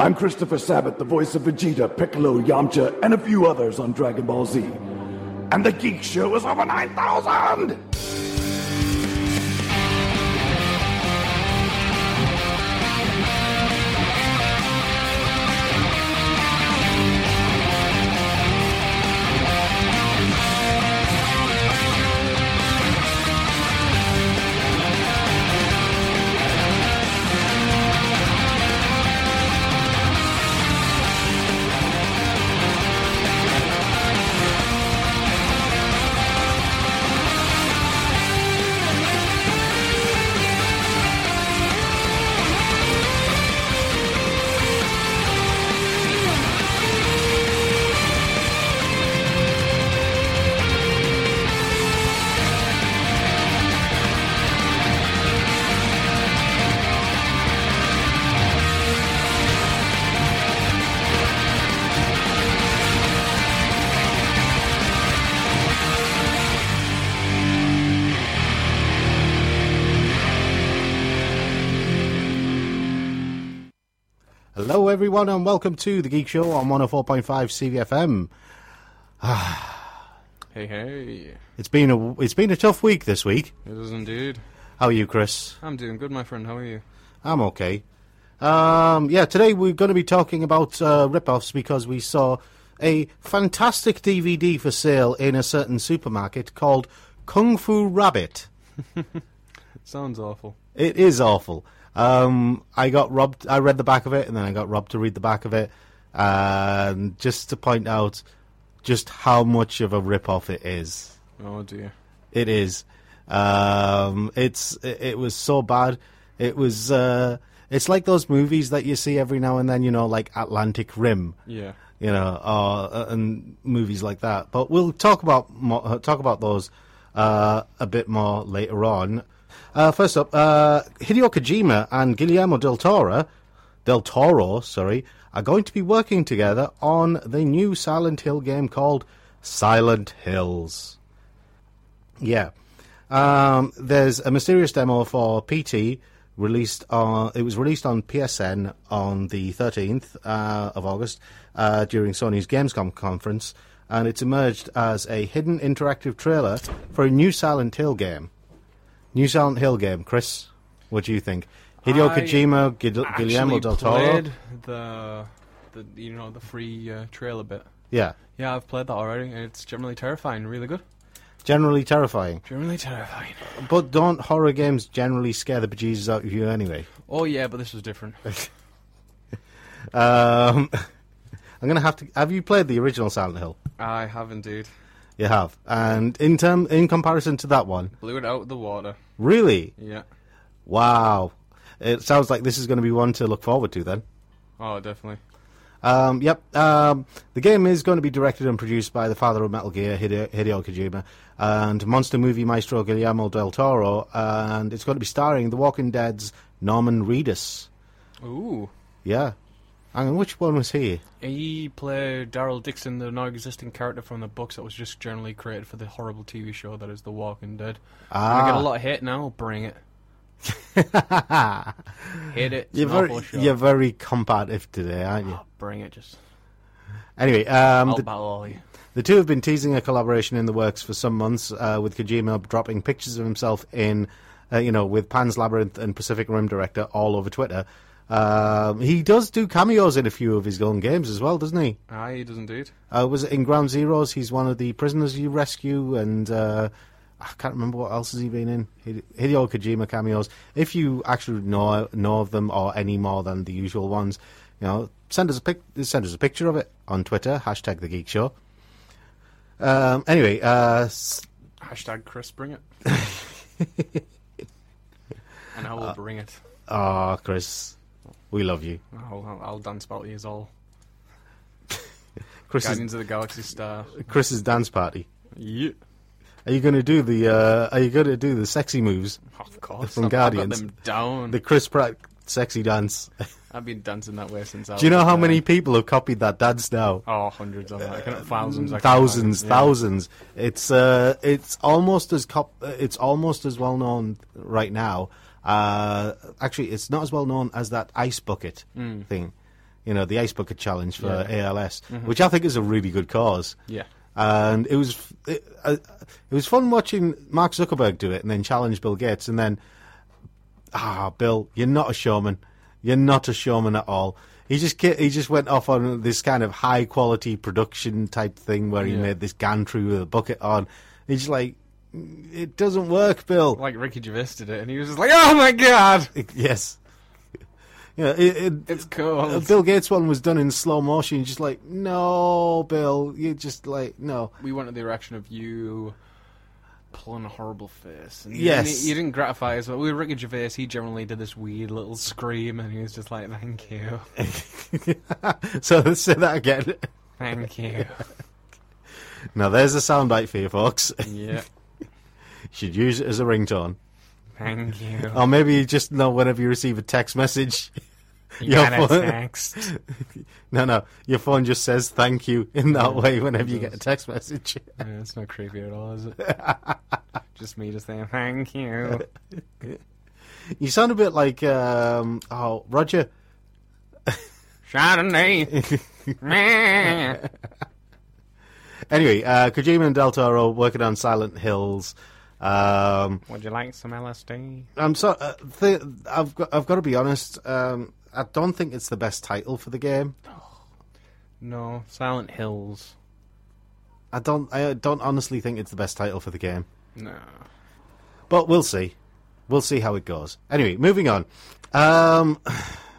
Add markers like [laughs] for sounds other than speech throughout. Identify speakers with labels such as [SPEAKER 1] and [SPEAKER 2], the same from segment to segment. [SPEAKER 1] I'm Christopher Sabat, the voice of Vegeta, Piccolo, Yamcha, and a few others on Dragon Ball Z. And the Geek Show is over 9,000!
[SPEAKER 2] Hello, everyone, and welcome to the Geek Show on 104.5 CVFM.
[SPEAKER 3] Hey, hey. It
[SPEAKER 2] It's been a it's been a tough week this week.
[SPEAKER 3] is indeed.
[SPEAKER 2] How are you, Chris?
[SPEAKER 3] I'm doing good, my friend. How are you?
[SPEAKER 2] I'm okay. Um, yeah, today we're going to be talking about uh, rip-offs because we saw a fantastic DVD for sale in a certain supermarket called Kung Fu Rabbit.
[SPEAKER 3] sounds awful.
[SPEAKER 2] It is awful. Um, I got robbed. I read the back of it, and then I got robbed to read the back of it, and just to point out just how much of a rip-off it is.
[SPEAKER 3] Oh, dear.
[SPEAKER 2] It is. Um, it's it, it was so bad. It was. Uh, it's like those movies that you see every now and then. You know, like Atlantic Rim.
[SPEAKER 3] Yeah.
[SPEAKER 2] You know, or uh, and movies like that. But we'll talk about mo- uh, talk about those uh, a bit more later on. Uh, first up, uh, Hideo Kojima and Guillermo del Toro, del Toro, sorry, are going to be working together on the new Silent Hill game called Silent Hills. Yeah. Um, there's a mysterious demo for PT released on. It was released on PSN on the 13th uh, of August uh, during Sony's Gamescom conference, and it's emerged as a hidden interactive trailer for a new Silent Hill game. New Silent Hill game, Chris. What do you think? Hideo
[SPEAKER 3] I
[SPEAKER 2] Kojima, Gid-
[SPEAKER 3] Actually
[SPEAKER 2] Guillermo del Toro.
[SPEAKER 3] played the, the, you know, the free uh, trailer bit.
[SPEAKER 2] Yeah,
[SPEAKER 3] Yeah, I've played that already, and it's generally terrifying. Really good.
[SPEAKER 2] generally terrifying.
[SPEAKER 3] Generally terrifying.
[SPEAKER 2] But don't horror games generally scare the bejesus out of you anyway?
[SPEAKER 3] Oh, yeah, but this was [laughs] different.
[SPEAKER 2] Um, [laughs] I'm gonna have to. Have you played the original Silent Hill?
[SPEAKER 3] I have indeed.
[SPEAKER 2] You have, and in term in comparison to that one,
[SPEAKER 3] Blew it out of the water.
[SPEAKER 2] really,
[SPEAKER 3] Yeah.
[SPEAKER 2] wow! It sounds like this is going to be one to look forward to then.
[SPEAKER 3] Oh, definitely.
[SPEAKER 2] Um, yep. Um, the game is going to be directed and produced by the father of Metal Gear, Hideo, Hideo Kojima, and monster movie maestro Guillermo del Toro, and it's going to be starring The Walking Dead's Norman Reedus.
[SPEAKER 3] Ooh.
[SPEAKER 2] Yeah. Hang on, which one was he?
[SPEAKER 3] He played Daryl Dixon, the non-existent character from the books that was just generally created for the horrible TV show that is The Walking Dead. I get
[SPEAKER 2] Ah.
[SPEAKER 3] a lot of hate now.
[SPEAKER 2] [laughs]
[SPEAKER 3] Bring it. Hit it. It's
[SPEAKER 2] You're
[SPEAKER 3] an
[SPEAKER 2] very,
[SPEAKER 3] awful show.
[SPEAKER 2] you're very combative today, aren't you?
[SPEAKER 3] Bring it. Just
[SPEAKER 2] Anyway, um,
[SPEAKER 3] I'll
[SPEAKER 2] the,
[SPEAKER 3] battle all you.
[SPEAKER 2] The two have been teasing a collaboration in the works for some months, uh, with Kojima dropping pictures of himself in, uh, you know, with Pan's Labyrinth and Pacific Rim director all over Twitter. Um he does do cameos in a few of his own games as well, doesn't he?
[SPEAKER 3] Aye, Ah, he does indeed.
[SPEAKER 2] Uh, was it in Ground Zeroes? He's one of the prisoners you rescue, and uh, I can't remember what else has he been in. Hide- Hideo Kojima cameos. If you actually know know of them or any more than the usual ones, you know, send us a pic- send us a picture of it on Twitter hashtag The Geek Show. Um, anyway, uh, s-
[SPEAKER 3] Hashtag Chris, bring it.
[SPEAKER 2] [laughs] Uh,
[SPEAKER 3] and I will bring it.
[SPEAKER 2] ah, Chris, We love you.
[SPEAKER 3] I'll, I'll- I'll dance party
[SPEAKER 2] [laughs]
[SPEAKER 3] is all.
[SPEAKER 2] Chris's,
[SPEAKER 3] Guardians of the
[SPEAKER 2] [laughs]
[SPEAKER 3] Galaxy star.
[SPEAKER 2] Chris's dance party.
[SPEAKER 3] Yeah.
[SPEAKER 2] Are you going to do the uh, Are you going to do the sexy moves?
[SPEAKER 3] Of course.
[SPEAKER 2] From
[SPEAKER 3] I've- I've got
[SPEAKER 2] Guardians.
[SPEAKER 3] them down.
[SPEAKER 2] The Chris Pratt sexy dance. [laughs]
[SPEAKER 3] I've been dancing that way since I
[SPEAKER 2] Do you
[SPEAKER 3] was,
[SPEAKER 2] know how
[SPEAKER 3] uh,
[SPEAKER 2] many people have copied that dance now?
[SPEAKER 3] Oh, hundreds of them. I can- thousands. I can
[SPEAKER 2] thousands,
[SPEAKER 3] imagine, yeah.
[SPEAKER 2] thousands. It's uh, it's almost as cop- uh, it's almost as well known right now. Uh, actually, it's not as well known as that ice bucket
[SPEAKER 3] Hmm.
[SPEAKER 2] thing. You know, the ice bucket challenge for ALS, which I think is a really good cause.
[SPEAKER 3] Mm-hmm. Yeah.
[SPEAKER 2] and it was f- it, uh, it was fun watching Mark Zuckerberg do it, and then challenge Bill Gates, and then ah, Bill, you're not a showman. You're not a showman at all. He just ki- he just went off on this kind of high quality production type thing where he
[SPEAKER 3] Yeah.
[SPEAKER 2] made this gantry with a bucket on. He's just like, it doesn't work, Bill.
[SPEAKER 3] Like Ricky Gervais did it, and he was just like, "Oh my god,
[SPEAKER 2] [laughs] yes, yeah. It, it,
[SPEAKER 3] it's cool."
[SPEAKER 2] uh, Bill Gates one was done in slow motion. You're just like, no, Bill. You just like no. [laughs]
[SPEAKER 3] we went in the direction of you pulling a horrible face. And
[SPEAKER 2] Yes.
[SPEAKER 3] you didn't, you didn't gratify us. But with Ricky Gervais, he generally did this weird little scream, and he was just like, "Thank you,
[SPEAKER 2] so let's say that again. [laughs]
[SPEAKER 3] thank you."
[SPEAKER 2] Now there's a soundbite for you, folks. [laughs]
[SPEAKER 3] yeah,
[SPEAKER 2] Should use it as a ringtone, [laughs]
[SPEAKER 3] thank you.
[SPEAKER 2] or Oh, maybe you just know whenever you receive a text message.
[SPEAKER 3] you
[SPEAKER 2] your
[SPEAKER 3] got
[SPEAKER 2] phone-
[SPEAKER 3] it next.
[SPEAKER 2] [laughs] No, no. Your phone just says thank you in that way whenever you get a text message. [laughs]
[SPEAKER 3] Yeah, it's not creepy at all, is it? just me just saying, "Thank you."
[SPEAKER 2] You sound a bit like um, oh Roger. [laughs]
[SPEAKER 3] Chardonnay. Meh.
[SPEAKER 2] Anyway, uh, Kojima and Del Toro working on Silent Hills. Um,
[SPEAKER 3] Would you like some LSD?
[SPEAKER 2] I'm sorry. Uh, th- I've got. I've got to be honest. Um, I don't think it's the best title for the game.
[SPEAKER 3] No, Silent Hills.
[SPEAKER 2] I don't. I don't honestly think it's the best title for the game.
[SPEAKER 3] No.
[SPEAKER 2] But we'll see. We'll see how it goes. Anyway, moving on. Um,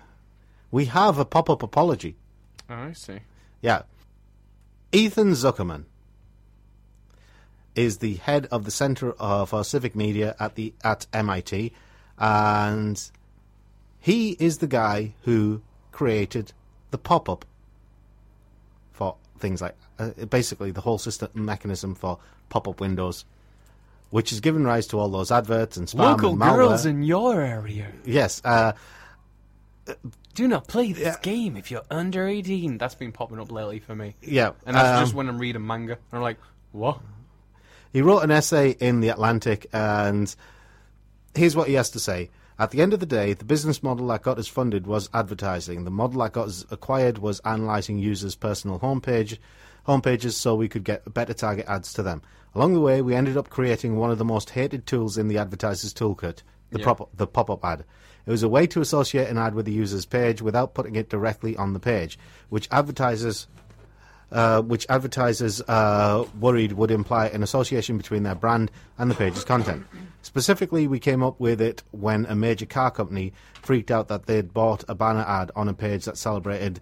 [SPEAKER 2] [sighs] we have a pop-up apology.
[SPEAKER 3] Oh, I see.
[SPEAKER 2] Yeah. Ethan Zuckerman is the head of the Center uh, for Civic Media at the at MIT, and he is the guy who created the pop up for things like uh, basically the whole system mechanism for pop up windows, which has given rise to all those adverts and spam
[SPEAKER 3] Local
[SPEAKER 2] and malware.
[SPEAKER 3] girls in your area.
[SPEAKER 2] yes, uh,
[SPEAKER 3] Do not play this game if you're under 18. That's been popping up lately for me.
[SPEAKER 2] yeah,
[SPEAKER 3] And that's
[SPEAKER 2] um,
[SPEAKER 3] just when I'm reading manga. And I'm like, what?
[SPEAKER 2] He wrote an essay in The Atlantic, and here's what he has to say. At the end of the day, the business model that got us funded was advertising. The model that got us acquired was analyzing users' personal homepage homepages so we could get better target ads to them. Along the way, we ended up creating one of the most hated tools in the advertiser's toolkit, the prop the pop-up ad. It was a way to associate an ad with the user's page without putting it directly on the page, which advertisers uh, which advertisers uh, worried would imply an association between their brand and the page's content. Specifically, we came up with it when a major car company freaked out that they'd bought a banner ad on a page that celebrated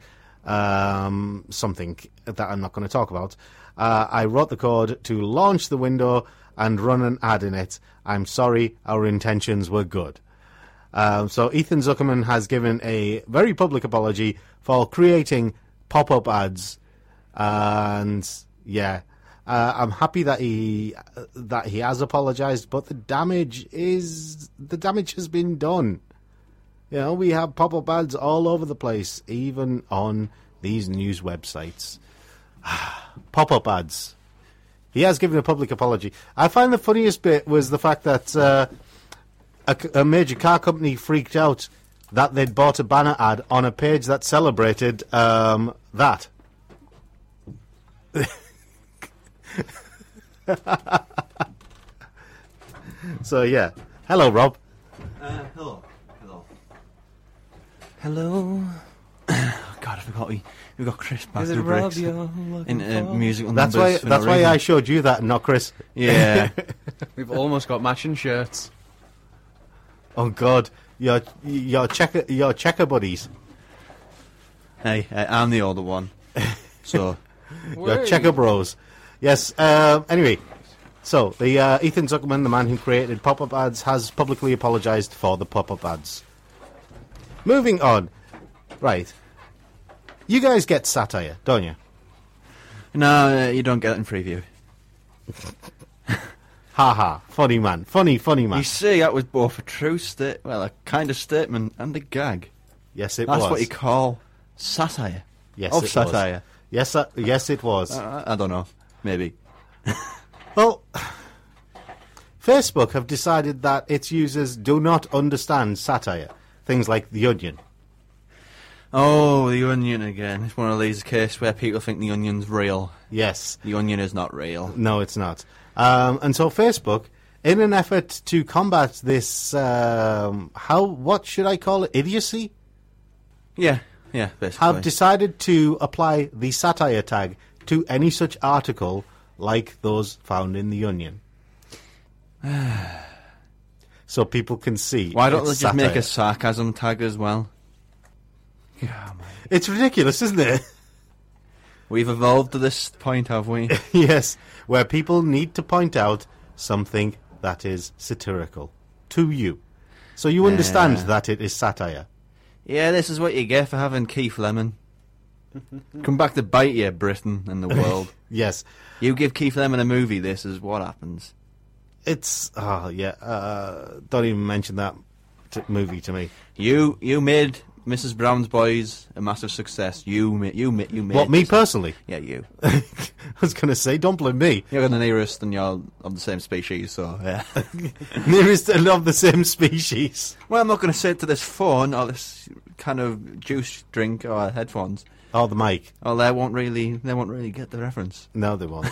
[SPEAKER 2] um, something that I'm not going to talk about. Uh, I wrote the code to launch the window and run an ad in it. I'm sorry, our intentions were good. Um, so Ethan Zuckerman has given a very public apology for creating pop-up ads, and yeah, uh, I'm happy that he that he has apologized, but the damage is the damage has been done. You know, we have pop-up ads all over the place, even on these news websites. [sighs] pop-up ads. He has given a public apology. I find the funniest bit was the fact that. Uh, a, c- a major car company freaked out that they'd bought a banner ad on a page that celebrated um, that. [laughs] so yeah, hello Rob.
[SPEAKER 4] Uh, hello. Hello. Hello. [coughs] Oh, God, I forgot we we got Chris back
[SPEAKER 3] Is it
[SPEAKER 4] to
[SPEAKER 3] Rob
[SPEAKER 4] bricks
[SPEAKER 3] you're looking
[SPEAKER 4] in uh,
[SPEAKER 3] for?
[SPEAKER 4] music on
[SPEAKER 2] That's why.
[SPEAKER 4] numbers for no
[SPEAKER 2] That's why I
[SPEAKER 4] reason.
[SPEAKER 2] showed you that, and not Chris. [laughs]
[SPEAKER 4] yeah.
[SPEAKER 3] We've almost got matching shirts.
[SPEAKER 2] Oh God, your your checker your checker buddies,
[SPEAKER 4] hey, uh, I'm the older one.
[SPEAKER 2] [laughs]
[SPEAKER 4] So
[SPEAKER 2] your checker bros. Yes. Um, anyway, so the uh, Ethan Zuckerman, the man who created pop-up ads, has publicly apologized for the pop-up ads. Moving on. Right. You guys get satire, don't you?
[SPEAKER 4] No, uh, you don't get it in preview.
[SPEAKER 2] Ha ha. Funny man. Funny, funny man.
[SPEAKER 4] You see, that was both a true state, well, a kind of statement and a gag.
[SPEAKER 2] yes, it
[SPEAKER 4] That's
[SPEAKER 2] was.
[SPEAKER 4] what you call satire.
[SPEAKER 2] yes,
[SPEAKER 4] of
[SPEAKER 2] it was.
[SPEAKER 4] satire.
[SPEAKER 2] Yes, uh, yes, it was.
[SPEAKER 4] I, I don't know. Maybe.
[SPEAKER 2] Well, [sighs] Facebook have decided that its users do not understand satire. Things like The Onion.
[SPEAKER 4] Oh, the onion again. It's one of these cases where people think the onion's real.
[SPEAKER 2] Yes.
[SPEAKER 4] The onion is not real.
[SPEAKER 2] No, it's not. Um, and so Facebook, in an effort to combat this, um, how what should I call it, idiocy,
[SPEAKER 4] Yeah, yeah, basically.
[SPEAKER 2] have decided to apply the satire tag to any such article like those found in the Onion. [sighs] so people can see.
[SPEAKER 4] Why don't
[SPEAKER 2] it's
[SPEAKER 4] they just
[SPEAKER 2] satire.
[SPEAKER 4] make a sarcasm tag as well?
[SPEAKER 2] It's ridiculous, isn't it? [laughs]
[SPEAKER 4] We've evolved to this point,
[SPEAKER 2] [laughs]
[SPEAKER 4] have we?
[SPEAKER 2] yes, where people need to point out something that is satirical to you. So you understand
[SPEAKER 4] Yeah.
[SPEAKER 2] that it is satire.
[SPEAKER 4] yeah, this is what you get for having
[SPEAKER 2] [laughs]
[SPEAKER 4] Keith Lemon. Come back to bite you, Britain and the world.
[SPEAKER 2] Yes.
[SPEAKER 4] you give Keith Lemon a movie, this is what happens.
[SPEAKER 2] It's oh yeah. Uh, don't even mention that t- movie to me.
[SPEAKER 4] You you made Mrs. Brown's Boys a massive success. You ma- you ma- you made
[SPEAKER 2] what me
[SPEAKER 4] this-
[SPEAKER 2] personally?
[SPEAKER 4] Yeah, you.
[SPEAKER 2] [laughs] I was going to say, don't blame me. [laughs]
[SPEAKER 4] You're the nearest, and you're of the same species, so yeah.
[SPEAKER 2] Nearest and of the same species.
[SPEAKER 4] well, I'm not going to sit to this phone or this kind of juice drink or headphones.
[SPEAKER 2] Oh, the mic.
[SPEAKER 4] Oh, they won't really they won't really get the reference.
[SPEAKER 2] No, they won't.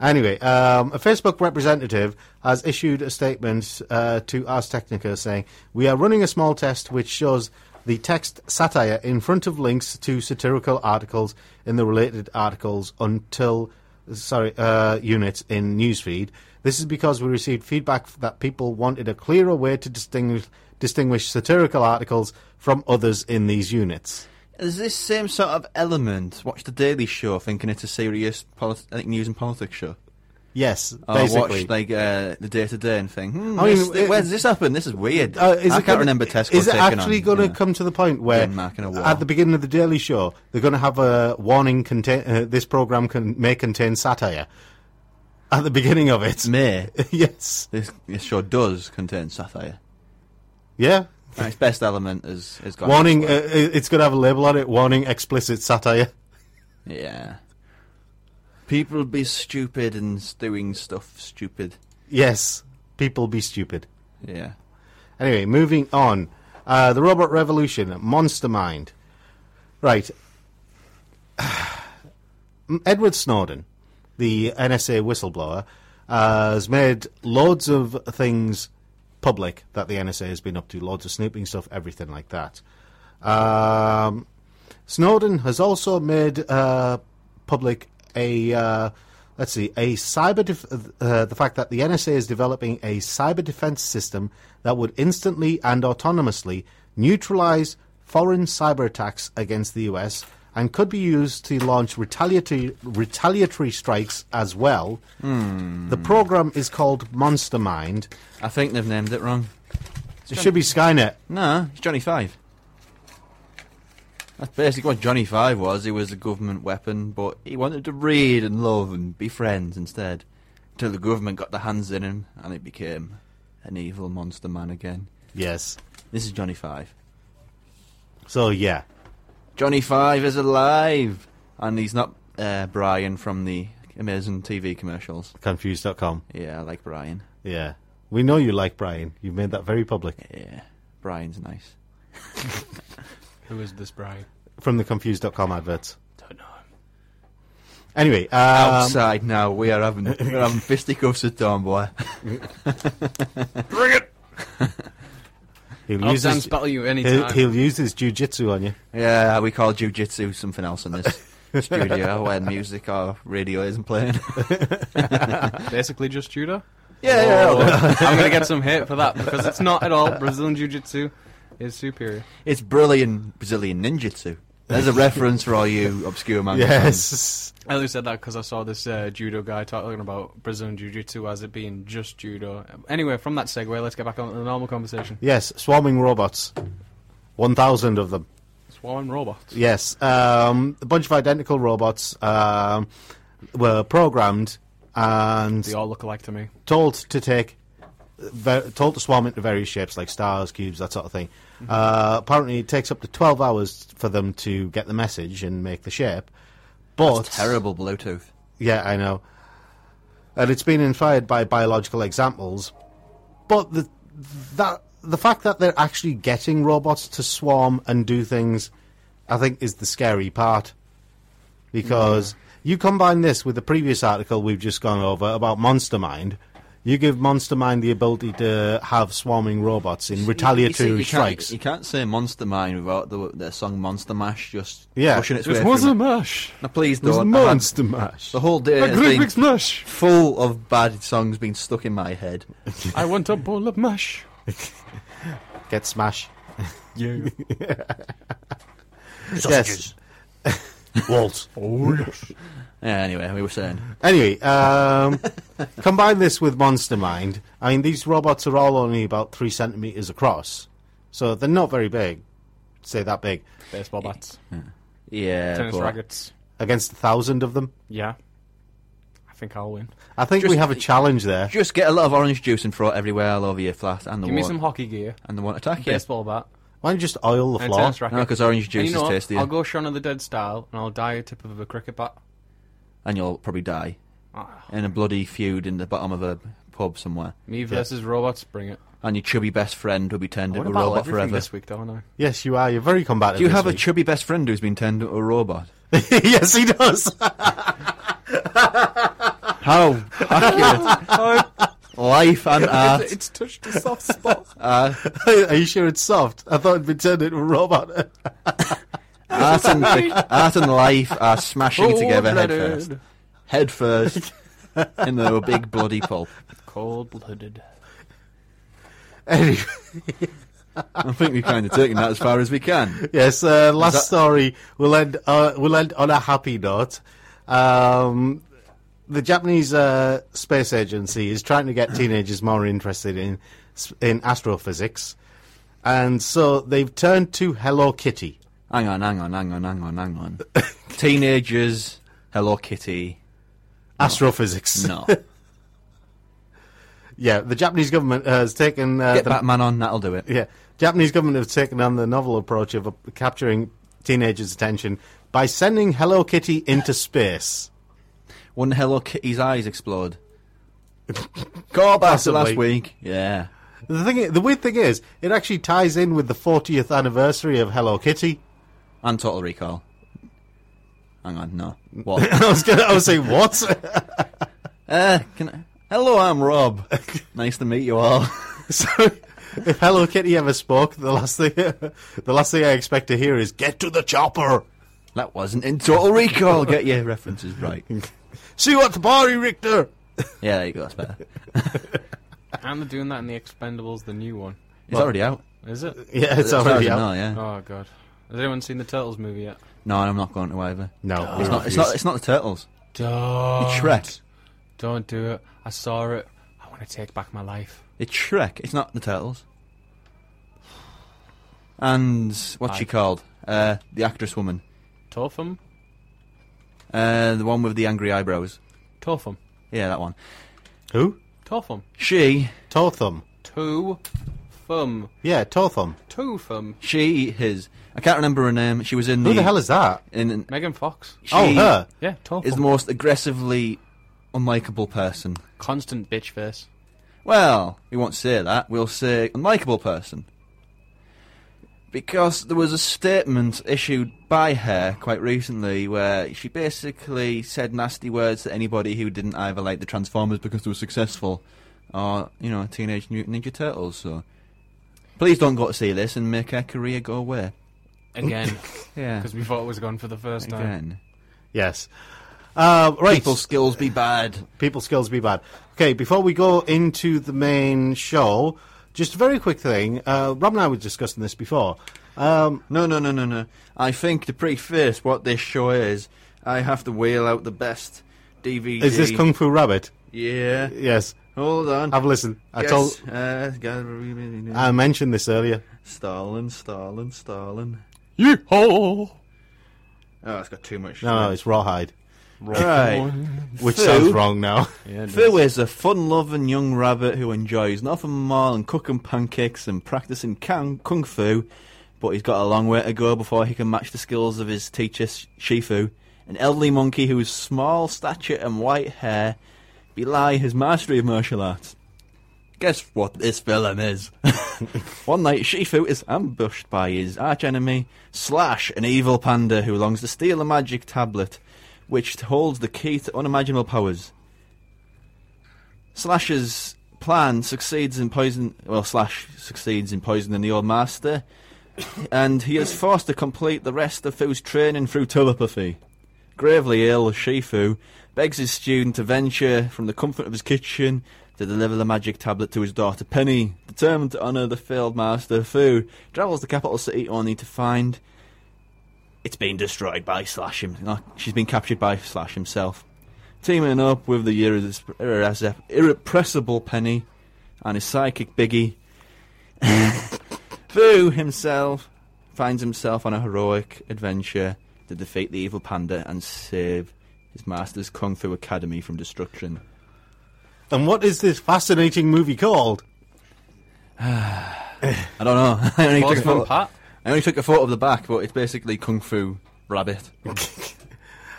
[SPEAKER 2] anyway, um, a Facebook representative has issued a statement uh, to Ars Technica saying, We are running a small test which shows the text satire in front of links to satirical articles in the related articles until. Sorry, uh, units in newsfeed. This is because we received feedback that people wanted a clearer way to distinguish distinguish satirical articles from others in these units.
[SPEAKER 4] There's this same sort of element. Watch the Daily Show, thinking it's a serious polit- like, news and politics show.
[SPEAKER 2] Yes,
[SPEAKER 4] Or
[SPEAKER 2] basically.
[SPEAKER 4] watch like uh, the day to day and think, hmm,
[SPEAKER 2] I mean,
[SPEAKER 4] this-
[SPEAKER 2] it-
[SPEAKER 4] where does this happen? This is weird.
[SPEAKER 2] Uh, is
[SPEAKER 4] I
[SPEAKER 2] it
[SPEAKER 4] can't
[SPEAKER 2] gonna-
[SPEAKER 4] remember Tesco
[SPEAKER 2] Is it
[SPEAKER 4] taking
[SPEAKER 2] actually
[SPEAKER 4] on,
[SPEAKER 2] going to
[SPEAKER 4] you know.
[SPEAKER 2] come to the point where
[SPEAKER 4] Denmark in a war.
[SPEAKER 2] at the beginning of the Daily Show they're going to have a warning? Contain, uh, this program can may contain satire. At the beginning of it,
[SPEAKER 4] May
[SPEAKER 2] [laughs]
[SPEAKER 4] [laughs]
[SPEAKER 2] yes,
[SPEAKER 4] this, this show does contain satire.
[SPEAKER 2] yeah.
[SPEAKER 4] And its best element is is gone.
[SPEAKER 2] Warning! Uh, it- it's going to have a label on it. Warning: explicit satire.
[SPEAKER 4] Yeah. People be stupid and s- doing stuff stupid.
[SPEAKER 2] Yes, people be stupid.
[SPEAKER 4] Yeah.
[SPEAKER 2] Anyway, moving on. Uh, the Robot Revolution, Monster Mind. Right. [sighs] Edward Snowden, the NSA whistleblower, uh, has made loads of things public that the NSA has been up to, loads of snooping stuff, everything like that. Um, Snowden has also made uh, public a uh, let's see a cyber def- uh, the fact that the NSA is developing a cyber defense system that would instantly and autonomously neutralize foreign cyber attacks against the US and could be used to launch retaliatory retaliatory strikes as well. The program is called Monster Mind.
[SPEAKER 4] I think they've named it wrong.
[SPEAKER 2] It should be Skynet.
[SPEAKER 4] No, it's Johnny Five. That's basically what Johnny Five was. He was a government weapon, but he wanted to read and love and be friends instead. Until the government got their hands in him and he became an evil monster man again.
[SPEAKER 2] Yes.
[SPEAKER 4] This is Johnny Five.
[SPEAKER 2] So yeah.
[SPEAKER 4] Johnny Five is alive! And he's not uh, Brian from the amazing TV commercials.
[SPEAKER 2] Confused.com.
[SPEAKER 4] Yeah, I like Brian.
[SPEAKER 2] Yeah. We know you like Brian. You've made that very public.
[SPEAKER 4] Yeah, Brian's nice.
[SPEAKER 3] Who is this Brian?
[SPEAKER 2] from the confused.com adverts.
[SPEAKER 3] Don't know Oh, him.
[SPEAKER 2] Anyway, um,
[SPEAKER 4] Outside now, we are having, we're having fisticuffs at dawn, boy.
[SPEAKER 1] Bring it!
[SPEAKER 2] he'll,
[SPEAKER 3] I'll
[SPEAKER 2] use
[SPEAKER 3] dance
[SPEAKER 2] his,
[SPEAKER 3] battle you
[SPEAKER 2] he'll,
[SPEAKER 3] anytime.
[SPEAKER 2] he'll use his jujitsu on you.
[SPEAKER 4] Yeah, we call jujitsu something else
[SPEAKER 2] [laughs]
[SPEAKER 4] in this studio where music or radio isn't playing. [laughs]
[SPEAKER 3] Basically, just judo.
[SPEAKER 4] yeah,
[SPEAKER 2] Oh.
[SPEAKER 3] I'm gonna get some hate for that because it's not at all. Brazilian jiu-jitsu is superior.
[SPEAKER 4] It's brilliant Brazilian ninjutsu.
[SPEAKER 2] [laughs]
[SPEAKER 4] There's a reference for all you obscure manga fans.
[SPEAKER 2] Yes.
[SPEAKER 3] I only said that because I saw this uh, judo guy talking about Brazilian jiu-jitsu as it being just judo. Anyway, from that segue, let's get back on to the normal conversation.
[SPEAKER 2] Yes, swarming robots. 1,000 of them.
[SPEAKER 3] It's Swarming robots.
[SPEAKER 2] Yes, um, a bunch of identical robots um, were programmed and
[SPEAKER 3] They all look alike to me.
[SPEAKER 2] told to take, ve- told to swarm into various shapes like stars, cubes, that sort of thing.
[SPEAKER 3] Mm-hmm.
[SPEAKER 2] Uh, apparently, it takes up to twelve hours for them to get the message and make the shape. But
[SPEAKER 4] Terrible Bluetooth.
[SPEAKER 2] Yeah, I know. And it's been inspired by biological examples, but the that the fact that they're actually getting robots to swarm and do things, I think, is the scary part. Because you combine this with the previous article we've just gone over about Monster Mind, you give Monster Mind the ability to have swarming robots in retaliatory
[SPEAKER 4] You see, you
[SPEAKER 2] strikes.
[SPEAKER 4] Can't, you can't say Monster Mine without the, the song Monster Mash just
[SPEAKER 2] Yeah.
[SPEAKER 4] pushing its
[SPEAKER 3] It
[SPEAKER 4] way
[SPEAKER 3] was
[SPEAKER 4] through.
[SPEAKER 3] a
[SPEAKER 4] me.
[SPEAKER 3] mash.
[SPEAKER 4] No, please
[SPEAKER 2] There's
[SPEAKER 4] don't. I had-
[SPEAKER 2] Monster Mash.
[SPEAKER 4] the whole day
[SPEAKER 3] A
[SPEAKER 4] has
[SPEAKER 3] great
[SPEAKER 4] been
[SPEAKER 3] big smash.
[SPEAKER 4] full of bad songs being stuck in
[SPEAKER 2] [laughs]
[SPEAKER 4] my head.
[SPEAKER 3] I want a bowl of mash.
[SPEAKER 2] Get smash.
[SPEAKER 4] [laughs]
[SPEAKER 3] Yeah.
[SPEAKER 2] Yes. Walt.
[SPEAKER 3] Oh yes.
[SPEAKER 4] Yeah, anyway, we were saying
[SPEAKER 2] Anyway, um,
[SPEAKER 4] [laughs]
[SPEAKER 2] combine this with Monster Mind. I mean, these robots are all only about three centimeters across, so they're not very big. Say that big
[SPEAKER 3] Baseball bats.
[SPEAKER 4] yeah,
[SPEAKER 3] Tennis
[SPEAKER 4] but
[SPEAKER 3] rackets.
[SPEAKER 2] against a thousand of them.
[SPEAKER 3] Yeah. I think I'll win.
[SPEAKER 2] I think we
[SPEAKER 4] Just-
[SPEAKER 2] have a challenge there.
[SPEAKER 4] Just get a lot of orange juice and throw it everywhere all over your flat and the
[SPEAKER 3] Give me
[SPEAKER 4] wa-
[SPEAKER 3] some hockey gear.
[SPEAKER 4] and the one attack you.
[SPEAKER 3] Baseball bat.
[SPEAKER 2] Why don't you just oil the
[SPEAKER 3] And
[SPEAKER 2] floor?
[SPEAKER 3] tennis racket.
[SPEAKER 4] No, because orange
[SPEAKER 3] And
[SPEAKER 4] juice
[SPEAKER 3] you know
[SPEAKER 4] is
[SPEAKER 3] what?
[SPEAKER 4] tastier,
[SPEAKER 3] I'll go Shaun of the Dead style and I'll die a tip of a cricket bat.
[SPEAKER 4] and you'll probably die
[SPEAKER 3] Ah,
[SPEAKER 4] in a bloody feud in the bottom of a pub somewhere.
[SPEAKER 3] me versus robots, bring it.
[SPEAKER 4] And your chubby best friend will be turned
[SPEAKER 3] What
[SPEAKER 4] into a
[SPEAKER 3] about
[SPEAKER 4] robot
[SPEAKER 3] everything
[SPEAKER 4] forever.
[SPEAKER 3] this week, don't I?
[SPEAKER 2] Yes, you are. You're very combative.
[SPEAKER 4] Do you have a
[SPEAKER 2] this
[SPEAKER 4] chubby best friend who's been turned into a robot?
[SPEAKER 2] week. [laughs] yes, he does.
[SPEAKER 4] How accurate life
[SPEAKER 3] [laughs]
[SPEAKER 4] and art.
[SPEAKER 3] it's touched a soft spot.
[SPEAKER 2] [laughs] are you sure it's soft? I thought it'd be turned into a robot. [laughs]
[SPEAKER 4] art and, art and life are smashing together head first.
[SPEAKER 3] [laughs]
[SPEAKER 4] Head first into a big bloody pulp.
[SPEAKER 3] Cold blooded.
[SPEAKER 2] anyway,
[SPEAKER 4] I think we've kind of taken that as far as we can.
[SPEAKER 2] yes. Uh, last
[SPEAKER 4] that-
[SPEAKER 2] story. We'll end. Uh, we'll end on a happy note. Um, the Japanese uh, space agency is trying to
[SPEAKER 4] [clears throat]
[SPEAKER 2] get teenagers more interested in s- in astrophysics, and so they've turned to Hello Kitty.
[SPEAKER 4] Hang on, hang on, hang on, hang on, hang on. [coughs] Teenagers, Hello Kitty.
[SPEAKER 2] Astrophysics.
[SPEAKER 4] No.
[SPEAKER 2] [laughs] Yeah, the Japanese government has taken uh,
[SPEAKER 4] Get
[SPEAKER 2] the
[SPEAKER 4] Batman on, that'll do it.
[SPEAKER 2] yeah Japanese government have taken on the novel approach of uh, capturing teenagers' attention by sending Hello Kitty into space.
[SPEAKER 4] When Hello Kitty's
[SPEAKER 2] [laughs]
[SPEAKER 4] eyes explode. Go back to last
[SPEAKER 2] Possibly.
[SPEAKER 4] week. Yeah.
[SPEAKER 2] The thing, i- the weird thing is, it actually ties in with the 40th anniversary of Hello Kitty. [laughs]
[SPEAKER 4] And Total Recall. Hang on, no. What?
[SPEAKER 2] I [laughs] was gonna, I was saying what?
[SPEAKER 4] Uh, can I... Hello, I'm Rob.
[SPEAKER 2] [laughs]
[SPEAKER 4] nice to meet you all. [laughs]
[SPEAKER 2] so, if Hello Kitty ever spoke, the last thing, [laughs] the last thing I expect to hear is "Get to the chopper." [laughs]
[SPEAKER 4] that wasn't in Total Recall. Get your references right.
[SPEAKER 2] See what's Barry Richter.
[SPEAKER 4] Yeah, there you go. That's better. It's
[SPEAKER 3] And they're doing that in the Expendables, the new one.
[SPEAKER 4] already out.
[SPEAKER 3] Is it?
[SPEAKER 2] Yeah, it's
[SPEAKER 4] As far
[SPEAKER 2] already
[SPEAKER 4] as I
[SPEAKER 2] out.
[SPEAKER 4] know, yeah.
[SPEAKER 3] Oh god. Has anyone seen the Turtles movie yet?
[SPEAKER 4] No, I'm not going to either.
[SPEAKER 2] No, Oh. we
[SPEAKER 4] It's not. It's
[SPEAKER 2] refuse.
[SPEAKER 4] not. It's not the turtles.
[SPEAKER 3] Don't.
[SPEAKER 4] It's Shrek.
[SPEAKER 3] Don't do it. I saw it. I want to take back my life.
[SPEAKER 4] It's Shrek. It's not the turtles. And what's she
[SPEAKER 3] Aye.
[SPEAKER 4] called? Uh, the actress woman.
[SPEAKER 3] Topham?
[SPEAKER 4] Uh, the one with the angry eyebrows.
[SPEAKER 3] Topham.
[SPEAKER 4] Yeah, that one.
[SPEAKER 2] Who?
[SPEAKER 3] Topham.
[SPEAKER 4] She.
[SPEAKER 2] Totham.
[SPEAKER 3] Two. Thum.
[SPEAKER 2] Yeah, Totham.
[SPEAKER 3] Two thumb.
[SPEAKER 4] She. His. I can't remember her name. She was in
[SPEAKER 2] Who the hell is that?
[SPEAKER 4] in, in
[SPEAKER 3] Megan Fox.
[SPEAKER 4] she
[SPEAKER 2] oh, her.
[SPEAKER 3] Yeah, Topham.
[SPEAKER 4] is the most aggressively unlikable person.
[SPEAKER 3] Constant bitch face.
[SPEAKER 4] Well, we won't say that. We'll say unlikable person. Because there was a statement issued by her quite recently where she basically said nasty words to anybody who didn't either like the Transformers because they were successful or, you know, Teenage Mutant Ninja Turtles. So please don't go to see this and make her career go away.
[SPEAKER 3] Again.
[SPEAKER 4] [laughs] Yeah.
[SPEAKER 3] Because we thought it was gone for the first time.
[SPEAKER 4] Again.
[SPEAKER 2] Yes. Uh, right.
[SPEAKER 4] People skills be bad.
[SPEAKER 2] people skills be bad. Okay, before we go into the main show, just a very quick thing. Uh, Rob and I were discussing this before. Um,
[SPEAKER 4] No, no, no, no, no. I think to preface what this show is, I have to wheel out the best DVD.
[SPEAKER 2] is this Kung Fu Rabbit?
[SPEAKER 4] Yeah.
[SPEAKER 2] Yes.
[SPEAKER 4] Hold on.
[SPEAKER 2] Have a listen. I
[SPEAKER 4] Yes,
[SPEAKER 2] told. Ah.
[SPEAKER 4] Uh, gotta be-
[SPEAKER 2] I mentioned this earlier.
[SPEAKER 4] Stalin, Stalin, Stalin.
[SPEAKER 3] Yeehaw!
[SPEAKER 4] Oh, it's got too much.
[SPEAKER 2] No, it's Rawhide,
[SPEAKER 4] right.
[SPEAKER 2] which
[SPEAKER 4] Foo.
[SPEAKER 2] sounds wrong now.
[SPEAKER 4] Foo is a fun-loving young rabbit who enjoys nothing more than cooking pancakes and practicing kung, kung fu, but he's got a long way to go before he can match the skills of his teacher Sh- Shifu, an elderly monkey whose small stature and white hair belie his mastery of martial arts. Guess what this film is? [laughs] One night, Shifu is ambushed by his archenemy, Slash, an evil panda who longs to steal a magic tablet, which holds the key to unimaginable powers. Slash's plan succeeds in poison. Well, Slash succeeds in poisoning the old master, and he is forced to complete the rest of Fu's training through telepathy. Gravely ill, Shifu begs his student to venture from the comfort of his kitchen to deliver the magic tablet to his daughter Penny. Determined to honour the failed master, Fu travels the capital city only to find it's been destroyed by Slash him. no, she's been captured by Slash himself. Teaming up with the irres- irres- irrepressible Penny and his psychic Biggie, [laughs] Fu himself finds himself on a heroic adventure to defeat the evil panda and save his master's Kung Fu Academy from destruction.
[SPEAKER 2] [laughs] And what is this fascinating movie called?
[SPEAKER 4] I don't know. [laughs] I only, took a
[SPEAKER 3] Boss
[SPEAKER 4] photo,
[SPEAKER 3] from Pat.
[SPEAKER 4] I only took a photo of the back, but it's basically Kung Fu Rabbit.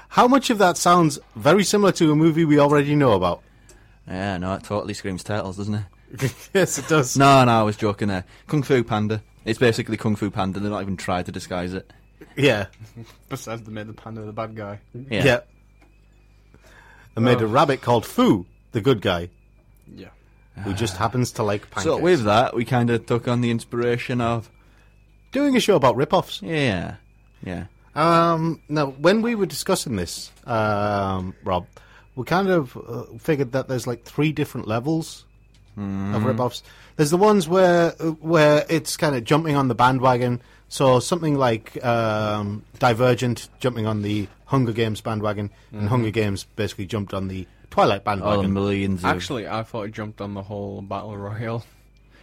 [SPEAKER 2] How much of that sounds very similar to a movie we already know about?
[SPEAKER 4] Yeah, no, it totally screams turtles, doesn't it?
[SPEAKER 2] yes, it does.
[SPEAKER 4] No, no, I was joking there. Kung Fu Panda. It's basically Kung Fu Panda. They're not even trying to disguise it.
[SPEAKER 2] Yeah.
[SPEAKER 3] Besides, they made the panda the bad guy.
[SPEAKER 4] Yeah.
[SPEAKER 2] And made a rabbit called Foo, the good guy,
[SPEAKER 3] Yeah.
[SPEAKER 2] who just happens to like pancakes.
[SPEAKER 4] So with that, we kind of took on the inspiration of
[SPEAKER 2] doing a show about rip-offs.
[SPEAKER 4] yeah, yeah.
[SPEAKER 2] Um, now, when we were discussing this, um, Rob, we kind of uh, figured that there's like three different levels of rip-offs. There's the ones where where it's kind of jumping on the bandwagon. So something like um, Divergent jumping on the Hunger Games bandwagon, and Hunger Games basically jumped on the Twilight
[SPEAKER 4] All the
[SPEAKER 2] bandwagon.
[SPEAKER 4] millions. Of,
[SPEAKER 3] Actually, I thought it jumped on the whole battle royale.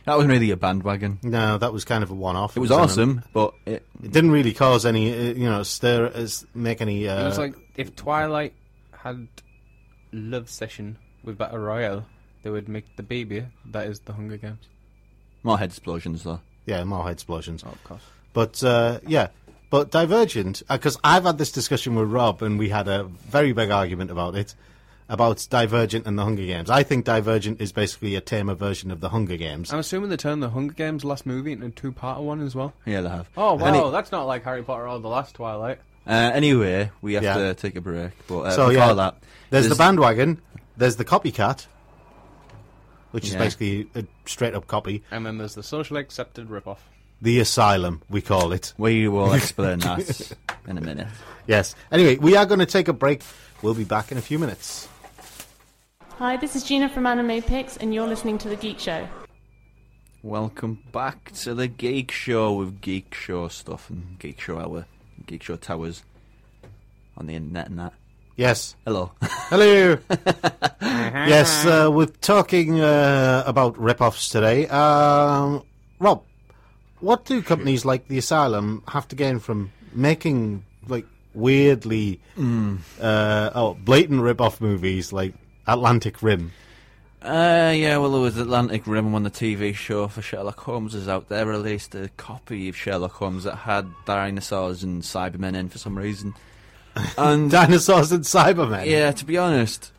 [SPEAKER 4] that wasn't really a bandwagon.
[SPEAKER 2] no, that was kind of a one-off.
[SPEAKER 4] It was
[SPEAKER 2] an-
[SPEAKER 4] awesome, but it,
[SPEAKER 2] It didn't really cause any, uh, you know, stir, uh, s- make any. Uh,
[SPEAKER 3] It was like if Twilight had love session with battle royale, they would make the baby. That is the Hunger Games.
[SPEAKER 4] more head explosions though.
[SPEAKER 2] yeah, more head explosions.
[SPEAKER 3] of course.
[SPEAKER 2] But uh, yeah, but Divergent, because I've had this discussion with Rob, and we had a very big argument about it, about Divergent and the Hunger Games. I think Divergent is basically a tamer version of the Hunger Games.
[SPEAKER 3] I'm assuming they turned the Hunger Games last movie into a two-part one as well.
[SPEAKER 4] Yeah, they have.
[SPEAKER 3] Oh
[SPEAKER 4] Any-
[SPEAKER 3] wow, that's not like Harry Potter or the last Twilight.
[SPEAKER 4] Uh, anyway, we have
[SPEAKER 2] Yeah.
[SPEAKER 4] to take a break. But uh,
[SPEAKER 2] so
[SPEAKER 4] before
[SPEAKER 2] yeah,
[SPEAKER 4] that,
[SPEAKER 2] there's, the bandwagon, there's the copycat, which is
[SPEAKER 4] Yeah.
[SPEAKER 2] basically a straight up copy.
[SPEAKER 3] And then there's the socially accepted ripoff.
[SPEAKER 2] The asylum, we call it. [laughs]
[SPEAKER 4] We will explain that in a minute.
[SPEAKER 2] Yes. Anyway, we are going to take a break. We'll be back in a few minutes.
[SPEAKER 5] Hi, this is Gina from Anime Picks, and you're listening to The Geek Show.
[SPEAKER 4] Welcome back to the Geek Show with Geek Show stuff and Geek Show Hour, Geek Show Towers on the internet and that.
[SPEAKER 2] Yes.
[SPEAKER 4] Hello. [laughs]
[SPEAKER 2] Hello. [laughs] yes, uh, we're talking uh, about rip-offs today. Um, Rob, what do companies like the Asylum have to gain from making like weirdly,
[SPEAKER 4] Mm.
[SPEAKER 2] uh, oh, blatant rip-off movies like Atlantic Rim? [laughs]
[SPEAKER 4] Uh, yeah, well, there was Atlantic Rim when the TV show for Sherlock Holmes was out. They released a copy of Sherlock Holmes that had dinosaurs and Cybermen in for some reason. And
[SPEAKER 2] Dinosaurs and Cybermen.
[SPEAKER 4] yeah, to be honest,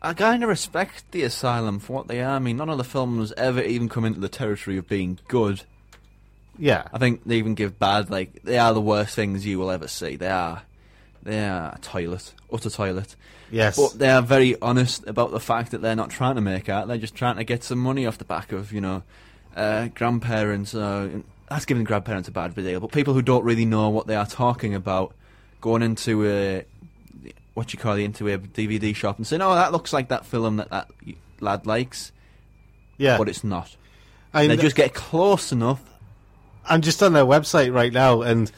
[SPEAKER 4] I kind of respect the Asylum for what they are. I mean, none of the films ever even come into the territory of being good.
[SPEAKER 2] yeah.
[SPEAKER 4] I think they even give bad, like, they are the worst things you will ever see. They are. They are a toilet. Utter toilet.
[SPEAKER 2] Yes.
[SPEAKER 4] But they are very honest about the fact that they're not trying to make art. They're just trying to get some money off the back of, you know, uh, grandparents. Uh, that's giving grandparents a bad deal. But people who don't really know what they are talking about going into a what you call the into a DVD shop and saying, "Oh, that looks like that film that that lad likes,"
[SPEAKER 2] yeah.
[SPEAKER 4] but it's not.
[SPEAKER 2] I mean,
[SPEAKER 4] they just get close enough.
[SPEAKER 2] I'm just on their website right now, and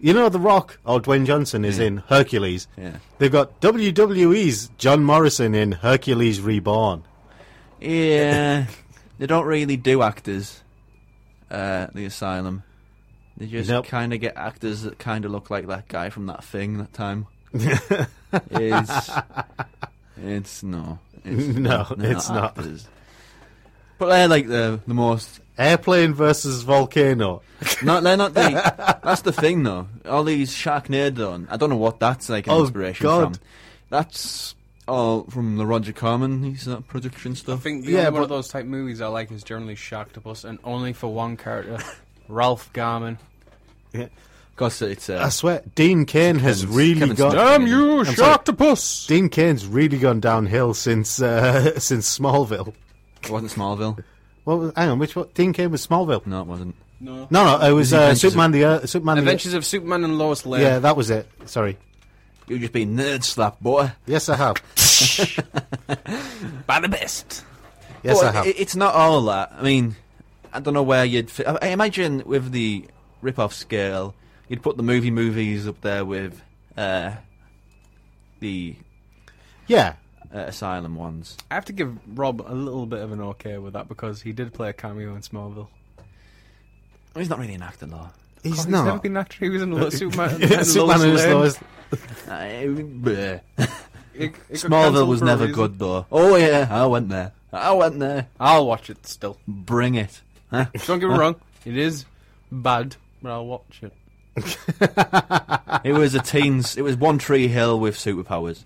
[SPEAKER 2] you know The Rock or Dwayne Johnson is in Hercules.
[SPEAKER 4] Yeah.
[SPEAKER 2] They've got WWE's John Morrison in Hercules Reborn.
[SPEAKER 4] Yeah, they don't really do actors. Uh, the asylum. They just
[SPEAKER 2] Nope.
[SPEAKER 4] kind of get actors that kind of look like that guy from that thing
[SPEAKER 2] [laughs]
[SPEAKER 4] that time. it's, it's no, it's
[SPEAKER 2] [laughs] No,
[SPEAKER 4] they're
[SPEAKER 2] it's not.
[SPEAKER 4] actors. But they're like the the most.
[SPEAKER 2] Airplane versus volcano.
[SPEAKER 4] No, they're not. The, that's the thing, though. All these Sharknado. I don't know what that's like an
[SPEAKER 2] Oh,
[SPEAKER 4] inspiration
[SPEAKER 2] God.
[SPEAKER 4] from. That's all from the Roger Corman he's that production
[SPEAKER 3] I
[SPEAKER 4] stuff.
[SPEAKER 3] think the
[SPEAKER 2] Yeah,
[SPEAKER 3] only one
[SPEAKER 2] but-
[SPEAKER 3] of those type movies I like is generally Sharktopus, and only for one character, [laughs] Ralph Garman.
[SPEAKER 4] Because it's uh,
[SPEAKER 2] I swear, Dean Kane has
[SPEAKER 4] Kevin's-
[SPEAKER 2] really
[SPEAKER 4] Kevin's
[SPEAKER 2] gone.
[SPEAKER 4] Damn you,
[SPEAKER 2] I'm sorry.
[SPEAKER 3] Sharktopus!
[SPEAKER 2] Dean Kane's really gone downhill since uh, [laughs] since Smallville.
[SPEAKER 4] it wasn't Smallville.
[SPEAKER 2] What was, hang on, which one? Dean Kane was Smallville.
[SPEAKER 4] No, it wasn't.
[SPEAKER 3] No.
[SPEAKER 2] No, no, it was
[SPEAKER 4] The
[SPEAKER 2] uh,
[SPEAKER 4] Adventures
[SPEAKER 2] Superman the Earth. Superman
[SPEAKER 3] Adventures of Superman and Lois
[SPEAKER 2] the
[SPEAKER 3] Lane.
[SPEAKER 2] Yeah, that was it. Sorry.
[SPEAKER 4] You just be nerd slap, boy.
[SPEAKER 2] Yes, I have.
[SPEAKER 3] By the best.
[SPEAKER 2] Yes,
[SPEAKER 4] But
[SPEAKER 2] I have.
[SPEAKER 4] it- it's not all that. I mean, I don't know where you'd. Fit. I I imagine with the rip-off scale, you'd put the movie movies up there with uh, the
[SPEAKER 2] yeah.
[SPEAKER 4] uh, asylum ones.
[SPEAKER 3] I have to give Rob a little bit of an okay with that because he did play a cameo in Smallville.
[SPEAKER 4] Well, he's not really an actor, though.
[SPEAKER 2] He's
[SPEAKER 3] He's
[SPEAKER 2] not.
[SPEAKER 3] never been an actor. He was in
[SPEAKER 4] [laughs]
[SPEAKER 3] Lo- Superman and
[SPEAKER 2] [laughs]
[SPEAKER 3] Lois
[SPEAKER 2] Superman and his
[SPEAKER 3] Lane.
[SPEAKER 2] Lois-
[SPEAKER 4] I- Uh, [laughs] bleh.
[SPEAKER 3] It- it got
[SPEAKER 4] Smallville
[SPEAKER 3] cancelled
[SPEAKER 4] was
[SPEAKER 3] for a
[SPEAKER 4] never
[SPEAKER 3] reason.
[SPEAKER 4] good, though. Oh yeah, I went there. I went there.
[SPEAKER 3] I'll watch it still.
[SPEAKER 4] Bring it. Huh?
[SPEAKER 3] Don't
[SPEAKER 4] [laughs]
[SPEAKER 3] get me wrong. It is bad, but I'll watch it.
[SPEAKER 4] it was a teens. It was One Tree Hill with superpowers.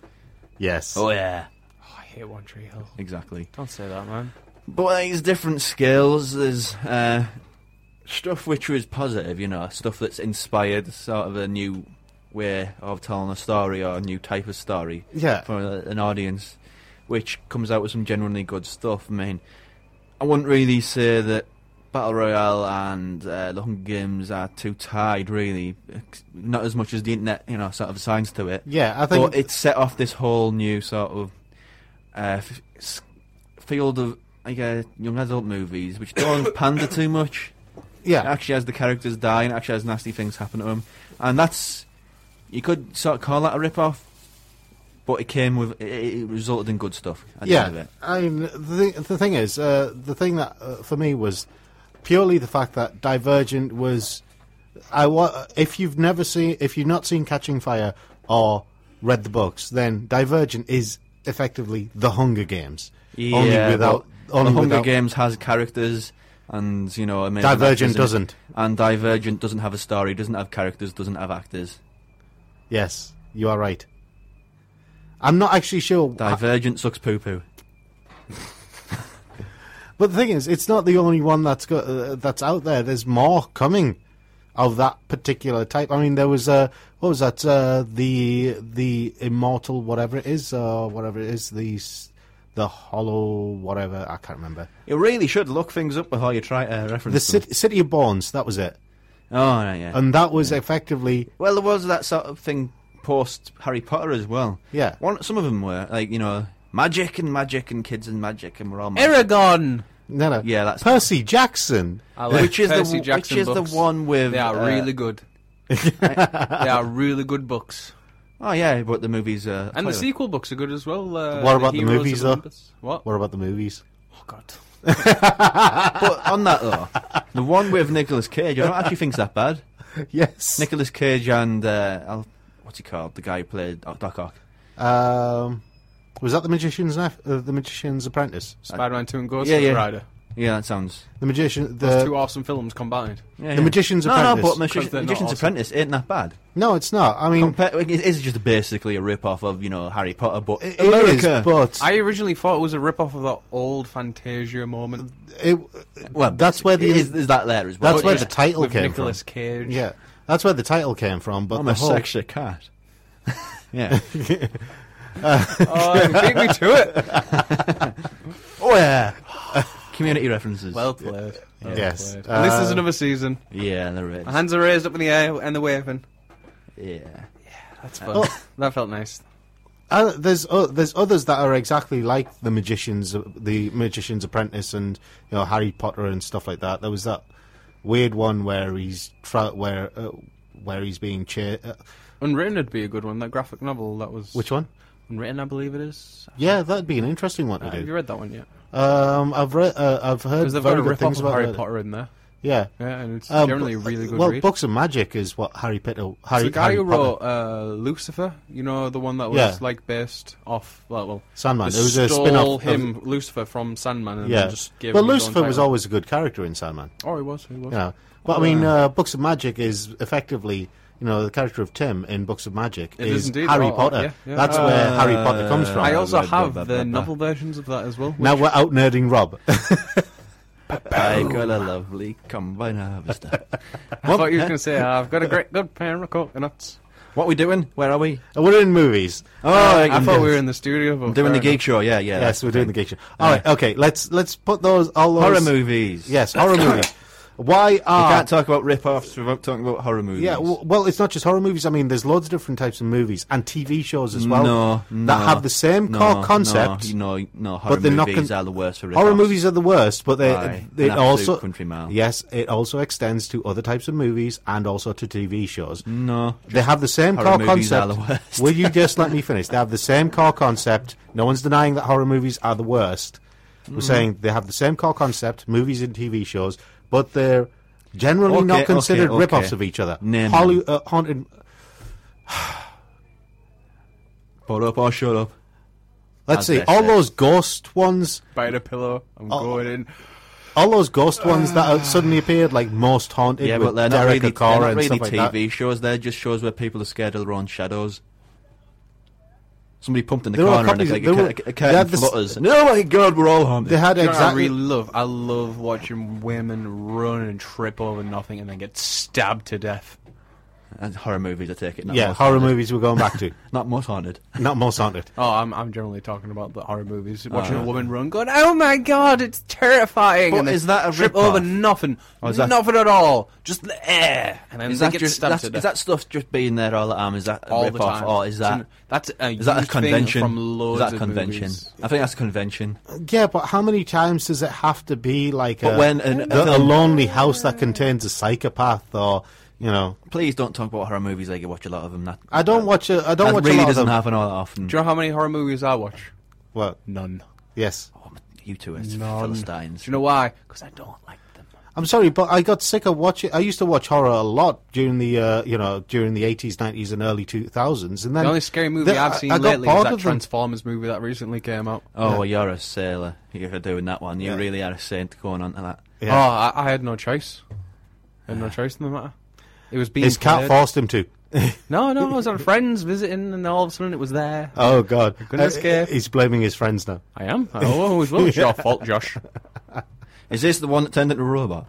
[SPEAKER 2] Yes.
[SPEAKER 4] Oh yeah,
[SPEAKER 3] Oh, I hate One Tree Hill.
[SPEAKER 4] exactly.
[SPEAKER 3] Don't say that, man.
[SPEAKER 4] But there's different skills. There's uh, stuff which was positive, you know, stuff that's inspired sort of a new way of telling a story or a new type of story
[SPEAKER 2] Yeah.
[SPEAKER 4] for a- an audience, which comes out with some genuinely good stuff. I mean, I wouldn't really say that Battle Royale and uh, The Hunger Games are too tied, really. Not as much as the internet, you know, sort of assigns to it.
[SPEAKER 2] Yeah, I think.
[SPEAKER 4] But it set off this whole new sort of uh, f- s- field of like uh, young adult movies, which
[SPEAKER 2] [coughs]
[SPEAKER 4] don't pander too much. It
[SPEAKER 2] yeah.
[SPEAKER 4] actually has the characters die and it actually has nasty things happen to them, and that's you could sort of call that a rip off, but it came with it, it resulted in good stuff. At the end of
[SPEAKER 2] Yeah,
[SPEAKER 4] it.
[SPEAKER 2] I mean the the thing is uh, the thing that uh, for me was purely the fact that Divergent was I wa- if you've never seen if you've not seen Catching Fire or read the books, then Divergent is effectively the Hunger Games. only
[SPEAKER 4] Yeah,
[SPEAKER 2] without
[SPEAKER 4] but
[SPEAKER 2] only
[SPEAKER 4] the Hunger
[SPEAKER 2] without,
[SPEAKER 4] Games has characters. And you know, amazing
[SPEAKER 2] Divergent
[SPEAKER 4] actors in it.
[SPEAKER 2] doesn't.
[SPEAKER 4] and Divergent doesn't have a story, doesn't have characters, doesn't have actors.
[SPEAKER 2] Yes, you are right. I'm not actually sure.
[SPEAKER 4] Divergent sucks poo poo.
[SPEAKER 2] But the thing is, it's not the only one that's got, uh, that's out there. There's more coming of that particular type. I mean, there was uh, what was that? Uh, the the immortal whatever it is, uh, whatever it is, the s- the hollow whatever I can't remember.
[SPEAKER 4] You really should look things up before you try to reference
[SPEAKER 2] The
[SPEAKER 4] them.
[SPEAKER 2] city, city of Bones, that was it,
[SPEAKER 4] Oh, right, yeah.
[SPEAKER 2] and that was effectively
[SPEAKER 4] well, there was that sort of thing post Harry Potter as well.
[SPEAKER 2] Yeah.
[SPEAKER 4] One, some of them were like you know magic and magic and kids and magic and we're all magic.
[SPEAKER 3] Aragon.
[SPEAKER 2] no, no,
[SPEAKER 4] Yeah, that's-
[SPEAKER 2] Percy Jackson.
[SPEAKER 3] I like
[SPEAKER 4] Which is the
[SPEAKER 3] Percy
[SPEAKER 4] w-
[SPEAKER 3] Jackson
[SPEAKER 4] which is the
[SPEAKER 3] books.
[SPEAKER 4] one with,
[SPEAKER 3] They are
[SPEAKER 4] uh,
[SPEAKER 3] really
[SPEAKER 4] [laughs]
[SPEAKER 3] good. they are really good books,
[SPEAKER 4] Oh yeah, but the movies uh,
[SPEAKER 3] and the
[SPEAKER 4] toilet.
[SPEAKER 3] sequel books are good as well. Uh,
[SPEAKER 2] What about the
[SPEAKER 3] Heroes of
[SPEAKER 2] movies, though?
[SPEAKER 3] Olympus. What?
[SPEAKER 2] What about the
[SPEAKER 4] [laughs]
[SPEAKER 2] movies?
[SPEAKER 3] Oh God.
[SPEAKER 4] But on
[SPEAKER 3] [laughs]
[SPEAKER 4] that though, the one with Nicolas Cage, I don't actually think it's that bad.
[SPEAKER 2] Yes.
[SPEAKER 4] Nicolas Cage and uh, I'll, what's he called? The guy who played Doc Ock.
[SPEAKER 2] Um, was that the Magician's Nef- uh, the Magician's Apprentice?
[SPEAKER 3] Spider-Man Two and Ghost
[SPEAKER 4] Yeah, yeah.
[SPEAKER 3] Rider.
[SPEAKER 4] Yeah, that sounds.
[SPEAKER 2] The Magician. The,
[SPEAKER 3] Those two awesome films combined.
[SPEAKER 4] Yeah,
[SPEAKER 2] The
[SPEAKER 4] yeah.
[SPEAKER 2] Magician's
[SPEAKER 4] no, No,
[SPEAKER 2] Apprentice.
[SPEAKER 4] but Magic-
[SPEAKER 3] 'Cause they're not
[SPEAKER 4] Magician's
[SPEAKER 3] awesome.
[SPEAKER 4] Apprentice ain't that bad.
[SPEAKER 2] no, it's not. I mean,
[SPEAKER 4] Compa- it is just basically a rip-off of you know Harry Potter, but
[SPEAKER 2] It is,
[SPEAKER 4] America.
[SPEAKER 2] but
[SPEAKER 3] I originally thought it was a rip-off of that old Fantasia moment.
[SPEAKER 2] it,
[SPEAKER 4] well,
[SPEAKER 2] that's where the
[SPEAKER 4] it is, is that there as well.
[SPEAKER 2] that's
[SPEAKER 3] But
[SPEAKER 2] where
[SPEAKER 3] yeah,
[SPEAKER 2] the
[SPEAKER 4] [laughs]
[SPEAKER 2] title
[SPEAKER 3] with
[SPEAKER 2] came
[SPEAKER 3] Nicolas Cage.
[SPEAKER 2] from. Yeah, that's where the title came from. But
[SPEAKER 4] I'm
[SPEAKER 2] the
[SPEAKER 4] a
[SPEAKER 2] whole,
[SPEAKER 4] sexy cat. [laughs] yeah.
[SPEAKER 2] [laughs]
[SPEAKER 3] Oh, you beat me to it.
[SPEAKER 2] oh yeah,
[SPEAKER 4] Community references.
[SPEAKER 3] Well played.
[SPEAKER 4] Oh,
[SPEAKER 3] Well
[SPEAKER 2] Yes.
[SPEAKER 3] played. At least there's
[SPEAKER 2] Uh,
[SPEAKER 3] another season.
[SPEAKER 4] yeah, there is.
[SPEAKER 3] My hands are raised up in the air and they're waving.
[SPEAKER 4] Yeah.
[SPEAKER 3] That's fun. [laughs] that felt nice.
[SPEAKER 2] uh, there's uh, there's others that are exactly like the magicians, uh, the Magician's Apprentice, and you know Harry Potter and stuff like that. There was that weird one where he's tra- where uh, where he's being cha- uh,
[SPEAKER 3] Unwritten would be a good one. That graphic novel that was
[SPEAKER 2] Which one?
[SPEAKER 3] Unwritten, I believe it is.
[SPEAKER 2] Yeah, that'd be an interesting one to
[SPEAKER 3] Have you
[SPEAKER 2] do.
[SPEAKER 3] read that one yet?
[SPEAKER 2] Um, I've read, uh, I've heard
[SPEAKER 3] Because they've got
[SPEAKER 2] very
[SPEAKER 3] a
[SPEAKER 2] good
[SPEAKER 3] rip-off
[SPEAKER 2] things
[SPEAKER 3] of
[SPEAKER 2] about
[SPEAKER 3] Harry
[SPEAKER 2] that.
[SPEAKER 3] Potter in there.
[SPEAKER 2] Yeah.
[SPEAKER 3] Yeah, and it's
[SPEAKER 2] Um,
[SPEAKER 3] generally a
[SPEAKER 2] but-
[SPEAKER 3] really good
[SPEAKER 2] Well,
[SPEAKER 3] read.
[SPEAKER 2] Books of Magic is what Harry Potter. Harry,
[SPEAKER 3] It's the guy
[SPEAKER 2] Harry
[SPEAKER 3] who
[SPEAKER 2] Potter-
[SPEAKER 3] wrote uh, Lucifer, you know, the one that was
[SPEAKER 2] Yeah.
[SPEAKER 3] like based off well, well
[SPEAKER 2] Sandman.
[SPEAKER 3] they
[SPEAKER 2] It was a
[SPEAKER 3] stole
[SPEAKER 2] spin-off of-
[SPEAKER 3] Him Lucifer from Sandman, and
[SPEAKER 2] Yeah.
[SPEAKER 3] then just gave
[SPEAKER 2] well,
[SPEAKER 3] him his own
[SPEAKER 2] Lucifer was
[SPEAKER 3] title.
[SPEAKER 2] always a good character in Sandman.
[SPEAKER 3] Oh, he was. He was.
[SPEAKER 2] You know. But I mean, uh, Books of Magic is effectively. You know, the character of Tim in Books of Magic
[SPEAKER 3] It
[SPEAKER 2] is
[SPEAKER 3] is indeed.
[SPEAKER 2] Harry
[SPEAKER 3] Oh, oh,
[SPEAKER 2] Potter.
[SPEAKER 3] yeah, yeah.
[SPEAKER 2] That's where Harry Potter comes from.
[SPEAKER 3] I also
[SPEAKER 4] Uh, blah,
[SPEAKER 3] have
[SPEAKER 4] blah,
[SPEAKER 3] the
[SPEAKER 4] blah, blah.
[SPEAKER 3] novel versions of that as well.
[SPEAKER 2] now we're out nerding
[SPEAKER 3] [laughs]
[SPEAKER 2] Rob. [laughs]
[SPEAKER 4] I got a lovely combine harvester.
[SPEAKER 3] I thought you were going to say, I've got a great good pair of coconuts.
[SPEAKER 4] [laughs] what are we doing? Where are we?
[SPEAKER 2] we're in movies.
[SPEAKER 4] Oh,
[SPEAKER 3] I, thought we were in the studio. But
[SPEAKER 4] doing the
[SPEAKER 3] fair
[SPEAKER 4] geek show. Yeah, yeah.
[SPEAKER 2] yes, we're doing the geek show. All right, okay. Let's let's put those all those
[SPEAKER 4] horror movies.
[SPEAKER 2] Yes, horror movies. Why
[SPEAKER 4] You
[SPEAKER 2] are
[SPEAKER 4] can't talk about rip-offs without talking about horror movies.
[SPEAKER 2] Yeah, w- well, it's not just horror movies. I mean, there's loads of different types of movies and TV shows as well
[SPEAKER 4] no, no,
[SPEAKER 2] that have the same
[SPEAKER 4] no,
[SPEAKER 2] core concept.
[SPEAKER 4] No, no, no horror
[SPEAKER 2] they're not
[SPEAKER 4] movies
[SPEAKER 2] con-
[SPEAKER 4] are the worst for rip-offs.
[SPEAKER 2] Horror movies are the worst, but they
[SPEAKER 4] Aye,
[SPEAKER 2] they
[SPEAKER 4] an absolute
[SPEAKER 2] also
[SPEAKER 4] country mile.
[SPEAKER 2] yes, it also extends to other types of movies and also to TV shows.
[SPEAKER 4] No,
[SPEAKER 2] They have the same
[SPEAKER 4] horror
[SPEAKER 2] core
[SPEAKER 4] movies are
[SPEAKER 2] concept.
[SPEAKER 4] the worst.
[SPEAKER 2] Will you just
[SPEAKER 4] [laughs]
[SPEAKER 2] let me finish? They have the same core concept. No one's denying that horror movies are the worst.
[SPEAKER 4] Mm-hmm.
[SPEAKER 2] We're saying they have the same core concept, movies and TV shows, but they're generally
[SPEAKER 4] Okay,
[SPEAKER 2] not
[SPEAKER 4] okay,
[SPEAKER 2] considered
[SPEAKER 4] okay.
[SPEAKER 2] rip-offs of each other.
[SPEAKER 4] Name
[SPEAKER 2] Holly, uh, haunted.
[SPEAKER 4] put up or shut up.
[SPEAKER 2] Let's
[SPEAKER 4] I'll
[SPEAKER 2] see.
[SPEAKER 4] guess
[SPEAKER 2] All
[SPEAKER 4] it.
[SPEAKER 2] those ghost ones,
[SPEAKER 3] enough. By the pillow, I'm
[SPEAKER 2] Oh,
[SPEAKER 3] going in.
[SPEAKER 2] all those ghost ones that uh, suddenly appeared, like Most Haunted
[SPEAKER 4] Yeah,
[SPEAKER 2] with
[SPEAKER 4] but they're not
[SPEAKER 2] Derek
[SPEAKER 4] really,
[SPEAKER 2] Acora
[SPEAKER 4] they're not
[SPEAKER 2] and
[SPEAKER 4] really
[SPEAKER 2] stuff
[SPEAKER 4] TV
[SPEAKER 2] like that.
[SPEAKER 4] shows. They're just shows where people are scared of their own shadows. Somebody pumped in the
[SPEAKER 2] There were
[SPEAKER 4] corner and
[SPEAKER 2] copies-
[SPEAKER 4] it's like
[SPEAKER 2] there
[SPEAKER 4] a,
[SPEAKER 2] were-
[SPEAKER 4] cur- a
[SPEAKER 2] they
[SPEAKER 4] curtain
[SPEAKER 2] had this-
[SPEAKER 4] flutters. And, oh my god, we're all haunted.
[SPEAKER 2] They had
[SPEAKER 3] You know what I
[SPEAKER 2] exactly.
[SPEAKER 3] really love. I love watching women run and trip over nothing and then get stabbed to death.
[SPEAKER 4] And horror movies, I take it. Not
[SPEAKER 2] Yeah,
[SPEAKER 4] most
[SPEAKER 2] horror
[SPEAKER 4] haunted.
[SPEAKER 2] movies we're going back
[SPEAKER 4] [laughs]
[SPEAKER 2] to,
[SPEAKER 4] Not most haunted.
[SPEAKER 2] not Most Haunted.
[SPEAKER 3] Oh, I'm, I'm generally talking about the horror movies.
[SPEAKER 4] Oh,
[SPEAKER 3] Watching a woman run, going, "Oh my god, it's terrifying!"
[SPEAKER 4] But
[SPEAKER 3] and they
[SPEAKER 4] is that a
[SPEAKER 3] trip
[SPEAKER 4] rip-off?
[SPEAKER 3] over nothing,
[SPEAKER 4] Or is that-
[SPEAKER 3] nothing at all, just the air, and then
[SPEAKER 4] Is
[SPEAKER 3] they
[SPEAKER 4] that,
[SPEAKER 3] get
[SPEAKER 4] just,
[SPEAKER 3] stabbed
[SPEAKER 4] that's,
[SPEAKER 3] to
[SPEAKER 4] is
[SPEAKER 3] death
[SPEAKER 4] that stuff just being there all the time? Is that a
[SPEAKER 3] all the
[SPEAKER 4] rip-off
[SPEAKER 3] time.
[SPEAKER 4] or is
[SPEAKER 3] It's
[SPEAKER 4] that
[SPEAKER 3] an- that's a,
[SPEAKER 4] is that a
[SPEAKER 3] used thing
[SPEAKER 4] convention?
[SPEAKER 3] from loads
[SPEAKER 4] is that a
[SPEAKER 3] of
[SPEAKER 4] convention?
[SPEAKER 3] movies.
[SPEAKER 4] I think that's a convention.
[SPEAKER 2] Yeah, but how many times does it have to be like
[SPEAKER 4] But
[SPEAKER 2] a,
[SPEAKER 4] when an- a
[SPEAKER 2] the- a
[SPEAKER 4] film-
[SPEAKER 2] lonely house that contains a psychopath or you know?
[SPEAKER 4] Please don't talk about horror movies like you watch a lot of them. That
[SPEAKER 2] I don't watch a. I don't
[SPEAKER 4] that
[SPEAKER 2] watch
[SPEAKER 4] really
[SPEAKER 2] a lot of
[SPEAKER 4] doesn't
[SPEAKER 2] them.
[SPEAKER 4] happen all that often.
[SPEAKER 3] Do you know how many horror movies I watch?
[SPEAKER 2] What?
[SPEAKER 3] None.
[SPEAKER 2] Yes,
[SPEAKER 4] Oh, you two are
[SPEAKER 3] None.
[SPEAKER 4] philistines.
[SPEAKER 3] Do you know why? Because I don't like them.
[SPEAKER 2] I'm sorry, but I got sick of watching. I used to watch horror a lot during the uh, you know during the 80s, 90s, and early 2000s, and then
[SPEAKER 3] The only scary movie
[SPEAKER 2] the-
[SPEAKER 3] I've
[SPEAKER 2] I-
[SPEAKER 3] seen
[SPEAKER 2] I got
[SPEAKER 3] lately is
[SPEAKER 2] bored
[SPEAKER 3] that
[SPEAKER 2] of them.
[SPEAKER 3] Transformers movie that recently came out.
[SPEAKER 4] Oh, well, you're a sailor. You're doing that one. You
[SPEAKER 2] Yeah.
[SPEAKER 4] really are a saint going on to that.
[SPEAKER 2] Yeah.
[SPEAKER 3] Oh, I, I had no choice. I had no choice in the matter. It was being
[SPEAKER 2] His cat
[SPEAKER 3] played.
[SPEAKER 2] forced him to.
[SPEAKER 3] No, no, I was at friends visiting, and all of a sudden it was there.
[SPEAKER 2] Oh God!
[SPEAKER 3] couldn't escape.
[SPEAKER 2] He's blaming his friends now.
[SPEAKER 3] I am. I always will. It's your fault, Josh.
[SPEAKER 4] Is this the one that turned into a robot?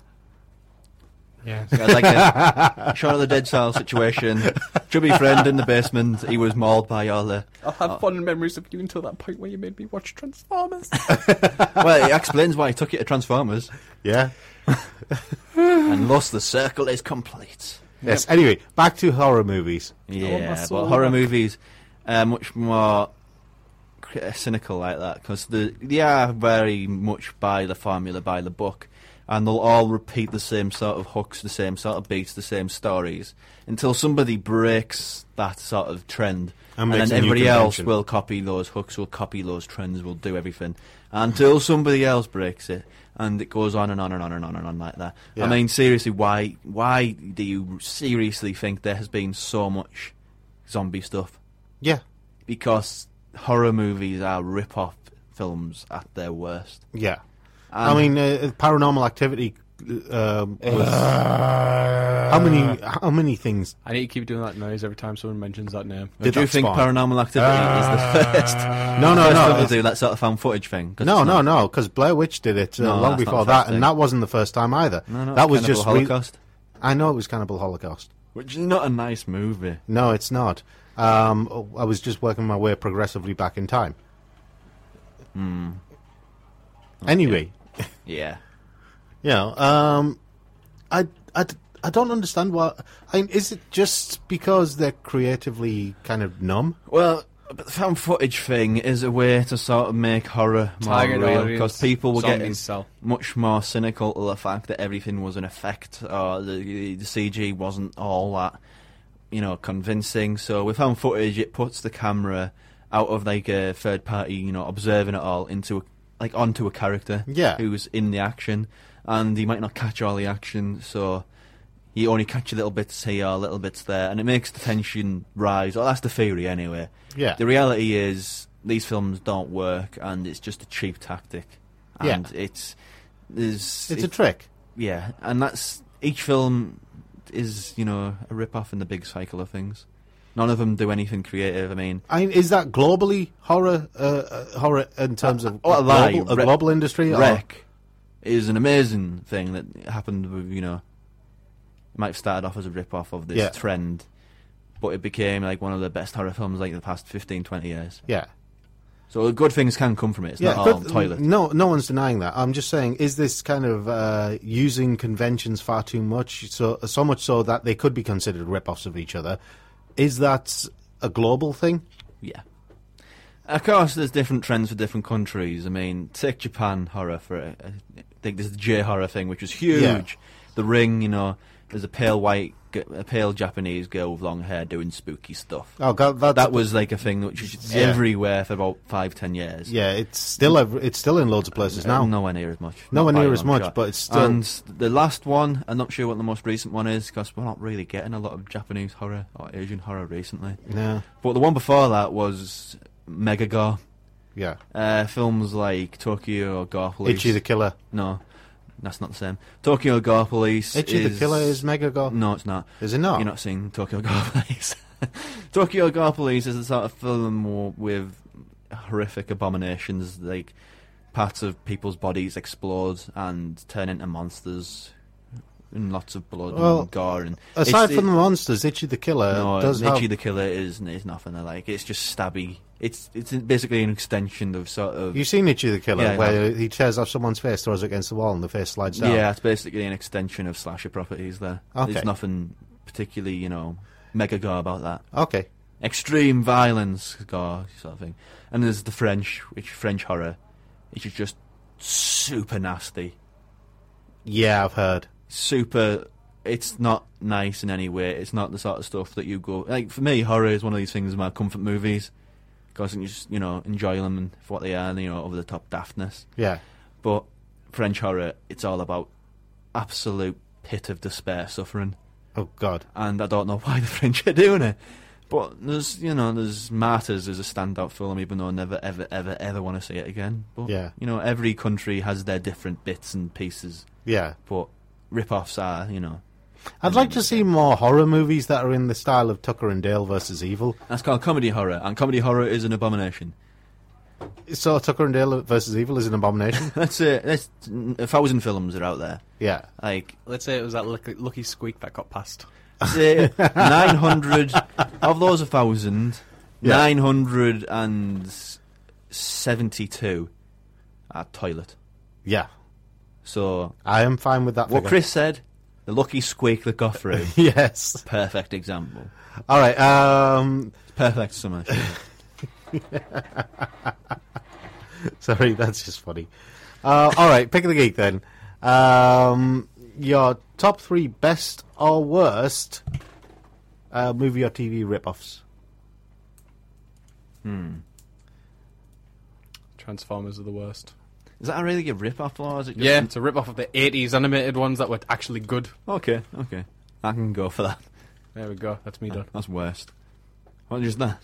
[SPEAKER 3] Yeah.
[SPEAKER 4] It was like a
[SPEAKER 2] [laughs]
[SPEAKER 4] Shaun of the Dead style situation. Chubby friend in the basement. He was mauled by all the.
[SPEAKER 3] I'll have fond memories of you until that point where you made me watch Transformers.
[SPEAKER 4] Well, it explains why he took it to Transformers
[SPEAKER 2] Yeah.
[SPEAKER 4] and lost the circle is complete.
[SPEAKER 2] Yes. Anyway, back to horror movies.
[SPEAKER 4] Yeah, but horror movies are much more cr- cynical like that because the, they are very much by the formula, by the book, and they'll all repeat the same sort of hooks, the same sort of beats, the same stories until somebody breaks that sort of trend,
[SPEAKER 2] And
[SPEAKER 4] then
[SPEAKER 2] makes a new
[SPEAKER 4] everybody else
[SPEAKER 2] convention.
[SPEAKER 4] will copy those hooks, will copy those trends, will do everything until somebody else breaks it. And it goes on and on and on and on and on like that.
[SPEAKER 2] Yeah.
[SPEAKER 4] I mean, seriously, why why do you seriously think there has been so much zombie stuff?
[SPEAKER 2] Yeah.
[SPEAKER 4] because horror movies are rip-off films at their worst.
[SPEAKER 2] Yeah.
[SPEAKER 4] Um,
[SPEAKER 2] I mean, uh, Paranormal Activity. Uh, um, was- how many? How many things?
[SPEAKER 3] I need to keep doing that noise every time someone mentions that name.
[SPEAKER 2] Did
[SPEAKER 4] Do you
[SPEAKER 2] that
[SPEAKER 4] think
[SPEAKER 2] spawn?
[SPEAKER 4] Paranormal Activity is the [laughs] first?
[SPEAKER 2] No, Uh, no,
[SPEAKER 4] first
[SPEAKER 2] no.
[SPEAKER 4] film
[SPEAKER 2] it's-
[SPEAKER 4] to do that sort of found footage thing. 'cause
[SPEAKER 2] No,
[SPEAKER 4] it's
[SPEAKER 2] no,
[SPEAKER 4] not.
[SPEAKER 2] no, because Blair Witch did it uh,
[SPEAKER 4] No,
[SPEAKER 2] long
[SPEAKER 4] that's not
[SPEAKER 2] before
[SPEAKER 4] the first
[SPEAKER 2] that, and
[SPEAKER 4] thing.
[SPEAKER 2] that wasn't the first time either.
[SPEAKER 4] No, no,
[SPEAKER 2] that was
[SPEAKER 4] Cannibal
[SPEAKER 2] just re-
[SPEAKER 4] Holocaust,
[SPEAKER 2] I know it was Cannibal Holocaust.
[SPEAKER 4] which is not a nice movie.
[SPEAKER 2] No, it's not. Um, I was just working my way progressively back in time.
[SPEAKER 4] Hmm.
[SPEAKER 2] Anyway,
[SPEAKER 4] Yeah,
[SPEAKER 2] you know, um, I, I, I don't understand why. I mean, is it just because they're creatively kind of numb?
[SPEAKER 4] Well, but the found footage thing is a way to sort of make horror more
[SPEAKER 3] Target
[SPEAKER 4] real
[SPEAKER 3] audience,
[SPEAKER 4] because people were
[SPEAKER 3] zombies
[SPEAKER 4] getting
[SPEAKER 3] sell.
[SPEAKER 4] much more cynical to the fact that everything was an effect or the, the CG wasn't all that you know convincing. So with found footage, it puts the camera out of like a third party, you know, observing it all into a, like onto a character
[SPEAKER 2] Yeah.
[SPEAKER 4] who's in the action. and he might not catch all the action, so you only catch little bits here, little bits there, and it makes the tension rise. Or that's the theory, anyway.
[SPEAKER 2] Yeah.
[SPEAKER 4] The reality is these films don't work, and it's just a cheap tactic.
[SPEAKER 2] Yeah.
[SPEAKER 4] And it's there's
[SPEAKER 2] It's a
[SPEAKER 4] it-
[SPEAKER 2] trick.
[SPEAKER 4] yeah, and that's each film is you know a rip off in the big cycle of things. None of them do anything creative. I mean,
[SPEAKER 2] I mean, is that globally horror? Uh, uh, horror in terms of
[SPEAKER 4] oh, a lie.
[SPEAKER 2] global, a
[SPEAKER 4] Re-
[SPEAKER 2] global industry? Oh. or-
[SPEAKER 4] Wreck is an amazing thing that happened with, you know, it might have started off as a rip off of this
[SPEAKER 2] Yeah.
[SPEAKER 4] trend, but it became like one of the best horror films like the past 15, 20 years.
[SPEAKER 2] yeah,
[SPEAKER 4] So good things can come from it. It's
[SPEAKER 2] yeah.
[SPEAKER 4] not all
[SPEAKER 2] but
[SPEAKER 4] toilet.
[SPEAKER 2] No, no one's denying that. I'm just saying, is this kind of uh, using conventions far too much? So so much so that they could be considered rip-offs of each other. Is that a global thing?
[SPEAKER 4] Yeah. Of course, there's different trends for different countries. I mean, take Japan horror for it. I think there's the J horror thing, which was huge.
[SPEAKER 2] Yeah.
[SPEAKER 4] The Ring, you know, there's a pale white, g- a pale Japanese girl with long hair doing spooky stuff.
[SPEAKER 2] Oh God, that's,
[SPEAKER 4] that was like a thing which was
[SPEAKER 2] Yeah.
[SPEAKER 4] everywhere for about five, ten years. Uh,
[SPEAKER 2] yeah. It's still ev- it's still in loads of places now.
[SPEAKER 4] nowhere near as much.
[SPEAKER 2] Nowhere
[SPEAKER 4] Not by
[SPEAKER 2] near
[SPEAKER 4] a
[SPEAKER 2] as
[SPEAKER 4] long
[SPEAKER 2] much,
[SPEAKER 4] shot.
[SPEAKER 2] but it's still-
[SPEAKER 4] And the last one, I'm not sure what the most recent one is because we're not really getting a lot of Japanese horror or Asian horror recently.
[SPEAKER 2] Yeah,
[SPEAKER 4] But the one before that was Megagore.
[SPEAKER 2] yeah.
[SPEAKER 4] Uh, films like Tokyo Gore Police.
[SPEAKER 2] Itchy the Killer.
[SPEAKER 4] No, that's not the same. Tokyo Gore Police.
[SPEAKER 2] Itchy the Killer is Megagore.
[SPEAKER 4] No, it's not.
[SPEAKER 2] Is it not?
[SPEAKER 4] You're not seeing Tokyo Gore Police. [laughs] Tokyo Gore Police is the sort of film w- with horrific abominations, like parts of people's bodies explode and turn into monsters, and lots of blood
[SPEAKER 2] Well,
[SPEAKER 4] and gore. And
[SPEAKER 2] Aside
[SPEAKER 4] it's-
[SPEAKER 2] from
[SPEAKER 4] it-
[SPEAKER 2] the monsters, Itchy the Killer
[SPEAKER 4] no,
[SPEAKER 2] does
[SPEAKER 4] Itchy
[SPEAKER 2] have-
[SPEAKER 4] the Killer is is nothing like. It's just stabby. It's it's basically an extension of sort of
[SPEAKER 2] You've seen Itchy the Killer,
[SPEAKER 4] Yeah, I
[SPEAKER 2] where he tears off someone's face, throws it against the wall, and the face slides down.
[SPEAKER 4] Yeah, it's basically an extension of slasher properties there.
[SPEAKER 2] Okay.
[SPEAKER 4] There's nothing particularly, you know, mega gore about that.
[SPEAKER 2] Okay.
[SPEAKER 4] Extreme violence gore sort of thing. And there's the French, which French horror, which is just super nasty.
[SPEAKER 2] Yeah, I've heard.
[SPEAKER 4] Super it's not nice in any way. It's not the sort of stuff that you go like for me horror is one of these things in my comfort movies. Because I can just, you know, enjoy them for what they are, and, you know, over the top daftness.
[SPEAKER 2] Yeah.
[SPEAKER 4] But French horror, it's all about absolute pit of despair suffering.
[SPEAKER 2] Oh God.
[SPEAKER 4] and I don't know [laughs] why the French are doing it. But there's, you know, there's Martyrs as a standout film, even though I never, ever, ever, ever want to see it again. But
[SPEAKER 2] Yeah.
[SPEAKER 4] you know, every country has their different bits and pieces.
[SPEAKER 2] Yeah.
[SPEAKER 4] But rip-offs are, you know,
[SPEAKER 2] I'd like to see more horror movies that are in the style of Tucker and Dale versus Evil.
[SPEAKER 4] that's called comedy horror, and comedy horror is an abomination.
[SPEAKER 2] So Tucker and Dale versus Evil is an
[SPEAKER 4] [laughs]
[SPEAKER 2] abomination.
[SPEAKER 4] That's it. That's uh, a thousand films are out there.
[SPEAKER 2] yeah. [laughs]
[SPEAKER 4] Like
[SPEAKER 3] Let's say it was that lucky, lucky squeak that got past.
[SPEAKER 4] say nine hundred of those a thousand,
[SPEAKER 2] Yeah.
[SPEAKER 4] nine hundred and seventy-two are toilet.
[SPEAKER 2] Yeah.
[SPEAKER 4] So
[SPEAKER 2] I am fine with that.
[SPEAKER 4] What
[SPEAKER 2] figure.
[SPEAKER 4] Chris said, the lucky squeak that
[SPEAKER 3] [laughs]
[SPEAKER 4] got through.
[SPEAKER 2] [laughs] Yes.
[SPEAKER 4] perfect example.
[SPEAKER 2] All right. Um.
[SPEAKER 4] Perfect summation.
[SPEAKER 2] [laughs] Sorry, that's just funny. Uh, all right. Pick of the geek then. Um. Your top three best or worst uh, movie or TV rip-offs.
[SPEAKER 3] Transformers are the worst.
[SPEAKER 4] Is that really a rip-off or is it just
[SPEAKER 3] Yeah, it's a rip off of the 80s animated ones that were actually good.
[SPEAKER 4] Okay, okay. I can go for that.
[SPEAKER 3] There we go. That's me done.
[SPEAKER 4] That's worst. What is that?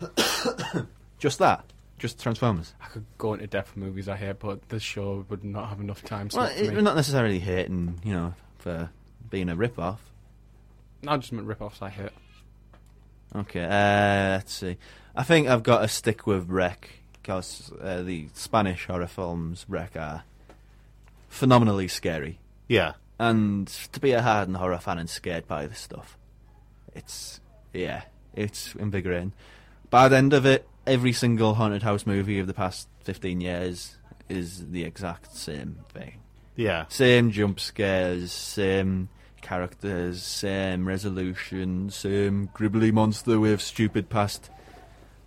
[SPEAKER 4] [coughs] just that? Just Transformers?
[SPEAKER 3] I could go into depth for movies I hate, but this show would not have enough time. So
[SPEAKER 4] Well,
[SPEAKER 3] for
[SPEAKER 4] it,
[SPEAKER 3] me.
[SPEAKER 4] we're not necessarily hating, you know, for being a rip-off.
[SPEAKER 3] No, I just meant rip offs I hate.
[SPEAKER 4] Okay, uh, let's see. I think I've got to stick with Wreck because uh, the Spanish horror films Wreck are phenomenally scary.
[SPEAKER 2] Yeah.
[SPEAKER 4] and to be a hardened horror fan and scared by this stuff, it's yeah, it's invigorating. By the end of it, every single haunted house movie of the past fifteen years is the exact same thing.
[SPEAKER 2] Yeah.
[SPEAKER 4] Same jump scares, same characters, same resolution, same gribbly monster with stupid past.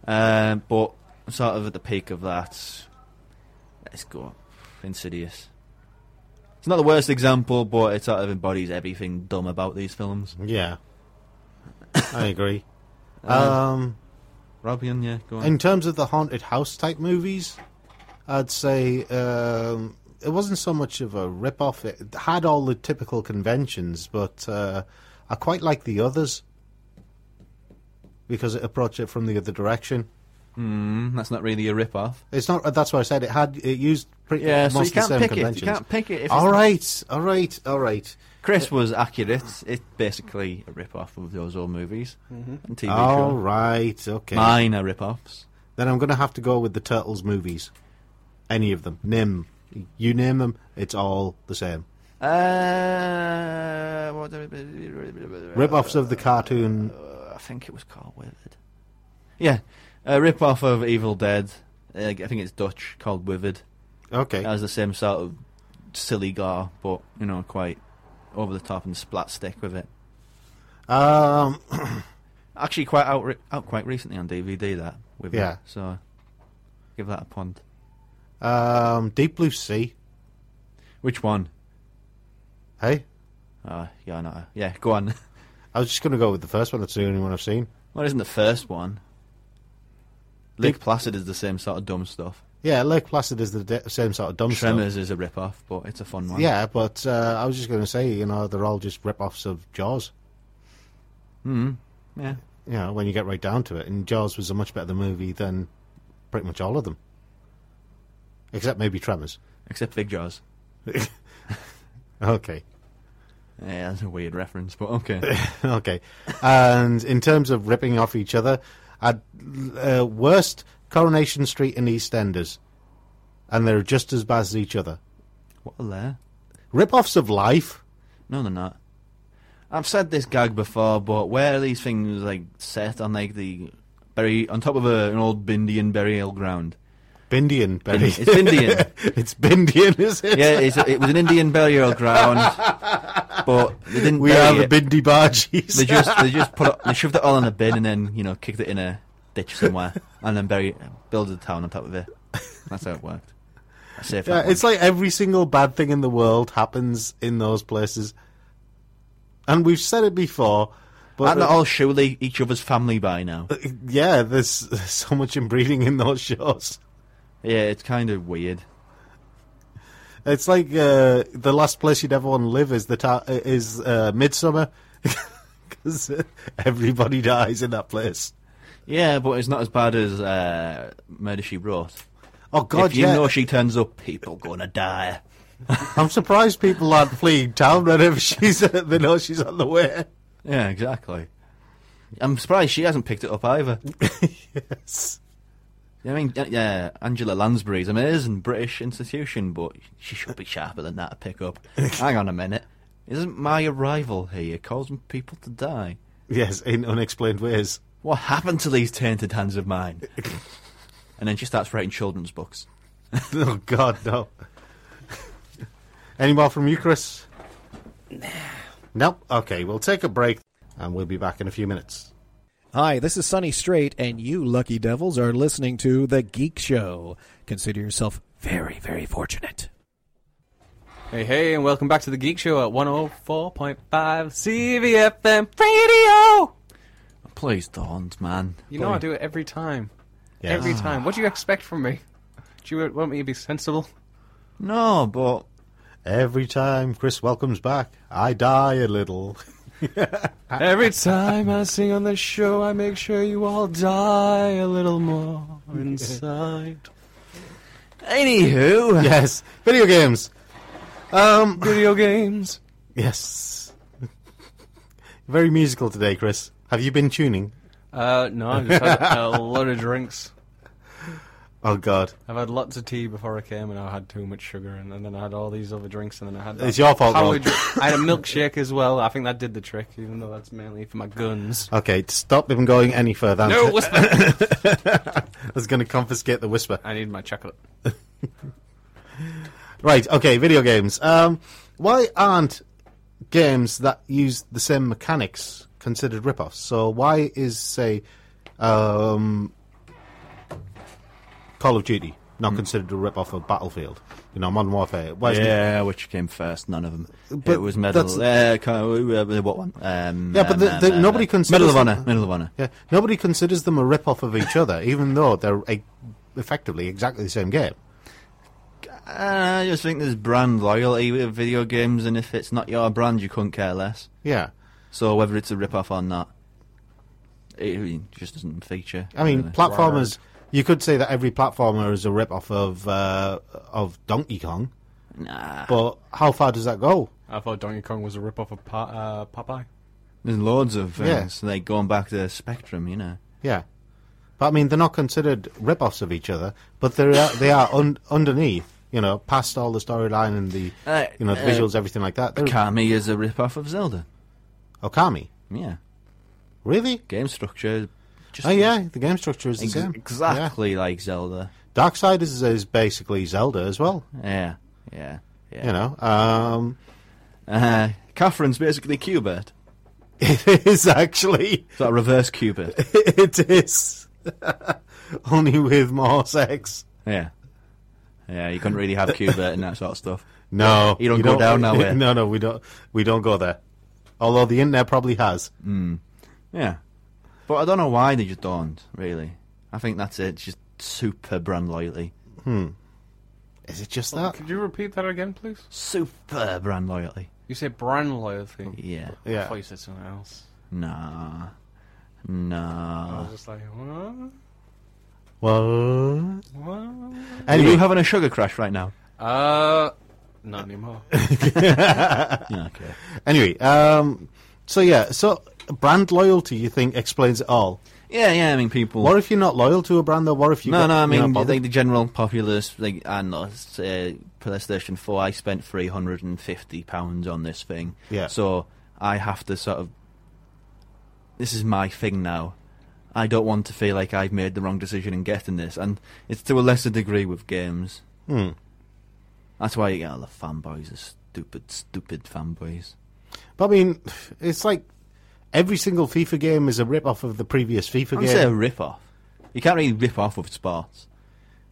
[SPEAKER 4] Um, but sort of at the peak of that, let's go Insidious. It's not the worst example, but it sort of embodies everything dumb about these films.
[SPEAKER 2] [coughs] Yeah. I agree. Um,
[SPEAKER 4] Robian, yeah, go on.
[SPEAKER 2] in terms of the haunted house type movies, I'd say um, it wasn't so much of a rip off. It had all the typical conventions, but uh, I quite like the others because it approached it from the other direction.
[SPEAKER 4] Mm, that's not really a rip off.
[SPEAKER 2] It's not. uh, That's why I said it had. It used pretty
[SPEAKER 4] Yeah,
[SPEAKER 2] much
[SPEAKER 4] so you
[SPEAKER 2] the
[SPEAKER 4] can't
[SPEAKER 2] same
[SPEAKER 4] pick it. You
[SPEAKER 2] conventions.
[SPEAKER 4] can't pick it if it's
[SPEAKER 2] all
[SPEAKER 4] not-
[SPEAKER 2] right, all right, all right.
[SPEAKER 4] Chris was accurate. It's basically a rip off of those old movies and TV
[SPEAKER 2] All
[SPEAKER 4] shows.
[SPEAKER 2] right, okay.
[SPEAKER 4] Mine are rip offs.
[SPEAKER 2] Then I'm going to have to go with the Turtles movies. Any of them. Name 'em. You name them, it's all the same.
[SPEAKER 4] Uh, what
[SPEAKER 2] Rip offs of the cartoon.
[SPEAKER 4] uh, I think it was Carl Withered. Yeah, a rip off of Evil Dead. Uh, I think it's Dutch called Withered.
[SPEAKER 2] Okay.
[SPEAKER 4] It has the same sort of silly gore, but you know, quite over the top and splat stick with it.
[SPEAKER 2] Um,
[SPEAKER 4] Actually, quite out, re- out quite recently on DVD that with it,
[SPEAKER 2] Yeah.
[SPEAKER 4] So give that a punt.
[SPEAKER 2] um, Deep Blue Sea.
[SPEAKER 4] Which one?
[SPEAKER 2] Hey?
[SPEAKER 4] Uh, yeah, no, yeah. Go on. [laughs]
[SPEAKER 2] I was just going to go with the first one. That's the only one I've seen.
[SPEAKER 4] well, isn't the first one? Lake Placid is the same sort of dumb stuff.
[SPEAKER 2] Yeah, Lake Placid is the de- same sort of dumb
[SPEAKER 4] Tremors is a rip off, but it's a fun
[SPEAKER 2] stuff.
[SPEAKER 4] one.
[SPEAKER 2] Yeah, but uh, I was just going to say, you know, they're all just rip offs of Jaws.
[SPEAKER 4] Hmm. yeah.
[SPEAKER 2] You know, when you get right down to it. And Jaws was a much better movie than pretty much all of them. Except maybe Tremors. [laughs]
[SPEAKER 4] Except Big Jaws.
[SPEAKER 2] Okay. [laughs]
[SPEAKER 4] Yeah, that's a weird reference, but okay.
[SPEAKER 2] okay. And in terms of ripping off each other, at uh, worst, Coronation Street and EastEnders, and they're just as bad as each other.
[SPEAKER 4] what a lair.
[SPEAKER 2] Rip-offs of life.
[SPEAKER 4] No, they're not. I've said this gag before, but where are these things like set on like the bury on top of a, an old Bindian burial ground?
[SPEAKER 2] Bindian, Benny.
[SPEAKER 4] It's Bindian.
[SPEAKER 2] [laughs] it's Bindian, is it?
[SPEAKER 4] yeah, it's it was an Indian burial
[SPEAKER 2] [laughs]
[SPEAKER 4] ground, but they didn't.
[SPEAKER 2] We are
[SPEAKER 4] bury
[SPEAKER 2] the
[SPEAKER 4] it.
[SPEAKER 2] Bindi Bargees.
[SPEAKER 4] They just they just put it, they shoved it all in a bin and then you know kicked it in a ditch somewhere and then bury build a town on top of it. That's how it worked. I
[SPEAKER 2] [laughs]
[SPEAKER 4] saved
[SPEAKER 2] Yeah,
[SPEAKER 4] that
[SPEAKER 2] it's
[SPEAKER 4] one.
[SPEAKER 2] like every single bad thing in the world happens in those places. And we've said it before, but Uh,
[SPEAKER 4] Aren't they all surely each other's family by now?
[SPEAKER 2] yeah, there's [laughs] so much inbreeding in those shows.
[SPEAKER 4] Yeah, it's kind of weird.
[SPEAKER 2] It's like uh, the last place you'd ever want to live is the ta- is uh, Midsummer, [laughs] because everybody dies in that place.
[SPEAKER 4] Yeah, but it's not as bad as uh, Murder She Wrote.
[SPEAKER 2] Oh God,
[SPEAKER 4] if you
[SPEAKER 2] yeah!
[SPEAKER 4] know she turns up, people gonna die.
[SPEAKER 2] I'm surprised people aren't fleeing town whenever [laughs] she's they know she's on the way.
[SPEAKER 4] Yeah, exactly. I'm surprised she hasn't picked it up either.
[SPEAKER 2] [laughs] Yes.
[SPEAKER 4] I mean, uh, yeah, Angela Lansbury's amazing British institution, but she should be sharper than that to
[SPEAKER 2] [laughs]
[SPEAKER 4] pick up. Hang on a minute. Isn't my arrival here causing people to die?
[SPEAKER 2] Yes, in unexplained ways.
[SPEAKER 4] What happened to these tainted hands of
[SPEAKER 2] [laughs]
[SPEAKER 4] mine? and then she starts writing children's books.
[SPEAKER 2] [laughs] Oh God, no. Any more from you, Chris? Nope. Okay, we'll take a break, and we'll be back in a few minutes.
[SPEAKER 6] Hi, this is Sonny Straight, and you lucky devils are listening to The Geek Show. Consider yourself very, very fortunate.
[SPEAKER 3] Hey, hey, and welcome back to the Geek Show at 104.5 CVFM Radio.
[SPEAKER 4] Please don't, man.
[SPEAKER 3] You know I do it every time.
[SPEAKER 2] Yes.
[SPEAKER 3] Every time. What do you expect from me? Do you want me to be sensible?
[SPEAKER 4] No, but
[SPEAKER 2] Every time Chris welcomes back, I die a little.
[SPEAKER 3] [laughs] Every time I sing on the show, I make sure you all die a little [laughs] more inside.
[SPEAKER 4] Anywho,
[SPEAKER 2] yes, video games. Um,
[SPEAKER 3] Video games.
[SPEAKER 2] Yes. Very musical today, Chris. Have you been tuning?
[SPEAKER 3] Uh, no, I've just [laughs] had a lot of drinks.
[SPEAKER 2] Oh God,
[SPEAKER 3] I've had lots of tea before I came, and I had too much sugar, and, and then I had all these other drinks, and then I had. that
[SPEAKER 2] It's your fault,
[SPEAKER 3] power
[SPEAKER 2] Rob.
[SPEAKER 3] dri- I [laughs] had a milkshake as well. I think that did the trick, even though that's mainly for my guns.
[SPEAKER 2] Okay, stop him going any further.
[SPEAKER 3] No, what's my-
[SPEAKER 2] [laughs] I was going to confiscate the whisper.
[SPEAKER 3] I need my chocolate.
[SPEAKER 2] Right. Okay, video games. Um, why aren't games that use the same mechanics considered rip-offs? So why is say, um, Call of Duty not considered a rip-off of Battlefield? You know, Modern Warfare. Why isn't it-
[SPEAKER 4] Yeah, which came first? None of them.
[SPEAKER 2] But
[SPEAKER 4] it was Medal. Uh, kind of, uh, what one? Um,
[SPEAKER 2] Yeah, but
[SPEAKER 4] um,
[SPEAKER 2] the- the-
[SPEAKER 4] um, um,
[SPEAKER 2] nobody
[SPEAKER 4] uh,
[SPEAKER 2] considers
[SPEAKER 4] Medal of
[SPEAKER 2] them-
[SPEAKER 4] Honor. Medal of Honor.
[SPEAKER 2] Yeah, nobody considers them a rip-off of each other, even though they're a, effectively exactly the same game.
[SPEAKER 4] I Uh, just think there's brand loyalty with video games, and if it's not your brand, you couldn't care less.
[SPEAKER 2] Yeah.
[SPEAKER 4] So whether it's a rip-off or not, it just doesn't feature.
[SPEAKER 2] I mean,
[SPEAKER 4] really.
[SPEAKER 2] platformers. You could say that every platformer is a rip off of uh, of Donkey Kong,
[SPEAKER 4] nah,
[SPEAKER 2] but how far does that go?
[SPEAKER 3] I thought Donkey Kong was a rip off of pa- uh, Popeye.
[SPEAKER 4] there's loads of things
[SPEAKER 2] Yeah.
[SPEAKER 4] like going back to Spectrum, you know.
[SPEAKER 2] Yeah, but I mean, they're not considered rip offs of each other, but they are they are un- underneath. You know, past all the storyline and the
[SPEAKER 4] Uh,
[SPEAKER 2] you know the
[SPEAKER 4] uh,
[SPEAKER 2] visuals, everything like that. They're-
[SPEAKER 4] Kami is a rip-off of Zelda.
[SPEAKER 2] Okami,
[SPEAKER 4] Yeah,
[SPEAKER 2] really?
[SPEAKER 4] game structure. is Just
[SPEAKER 2] Oh yeah, the game structure is the
[SPEAKER 4] ex-
[SPEAKER 2] same.
[SPEAKER 4] exactly like Zelda.
[SPEAKER 2] Yeah. Darksiders is, is basically Zelda as well.
[SPEAKER 4] Yeah, yeah, yeah.
[SPEAKER 2] You know, um, [laughs]
[SPEAKER 4] Uh, Catherine's basically Cubert.
[SPEAKER 2] it is actually
[SPEAKER 4] It's like reverse Cubert.
[SPEAKER 2] [laughs] it is [laughs] only with more sex.
[SPEAKER 4] yeah, yeah. You couldn't really have Cubert and that sort of stuff.
[SPEAKER 2] [laughs] No,
[SPEAKER 4] You don't
[SPEAKER 2] [laughs]
[SPEAKER 4] go down that way.
[SPEAKER 2] No, no, we don't. We don't go there. Although the internet probably has.
[SPEAKER 4] Mm. Yeah. But I don't know why they just don't, really. I think that's it. It's just super brand loyalty.
[SPEAKER 2] Is it just that?
[SPEAKER 3] Could you repeat that again, please?
[SPEAKER 4] Super brand loyalty.
[SPEAKER 3] You said brand loyalty. I
[SPEAKER 4] Yeah.
[SPEAKER 3] thought
[SPEAKER 2] Yeah.
[SPEAKER 3] you said something else.
[SPEAKER 4] Nah.
[SPEAKER 3] I
[SPEAKER 4] Nah.
[SPEAKER 3] was just like, what?
[SPEAKER 2] Well,
[SPEAKER 3] What?
[SPEAKER 4] Are
[SPEAKER 2] anyway,
[SPEAKER 4] you having a sugar crash right now?
[SPEAKER 3] Uh, not [laughs] anymore.
[SPEAKER 4] Yeah, okay.
[SPEAKER 2] anyway. Um, so yeah, so brand loyalty, you think explains it all?
[SPEAKER 4] Yeah, yeah, I mean, people.
[SPEAKER 2] What if you're not loyal to a brand? Or what if you?
[SPEAKER 4] no,
[SPEAKER 2] got-
[SPEAKER 4] no, I
[SPEAKER 2] you're not
[SPEAKER 4] mean,
[SPEAKER 2] bothered?
[SPEAKER 4] like the general populace, like, I know, it's, uh, PlayStation 4, I spent £350 on this thing.
[SPEAKER 2] Yeah.
[SPEAKER 4] So I have to sort of. This is my thing now. I don't want to feel like I've made the wrong decision in getting this. And it's to a lesser degree with games.
[SPEAKER 2] Hmm.
[SPEAKER 4] That's why you get all the fanboys, the stupid, stupid fanboys.
[SPEAKER 2] But I mean, it's like every single FIFA game is a rip off of the previous FIFA
[SPEAKER 4] I'd
[SPEAKER 2] game.
[SPEAKER 4] say a rip off. You can't really rip off with sports.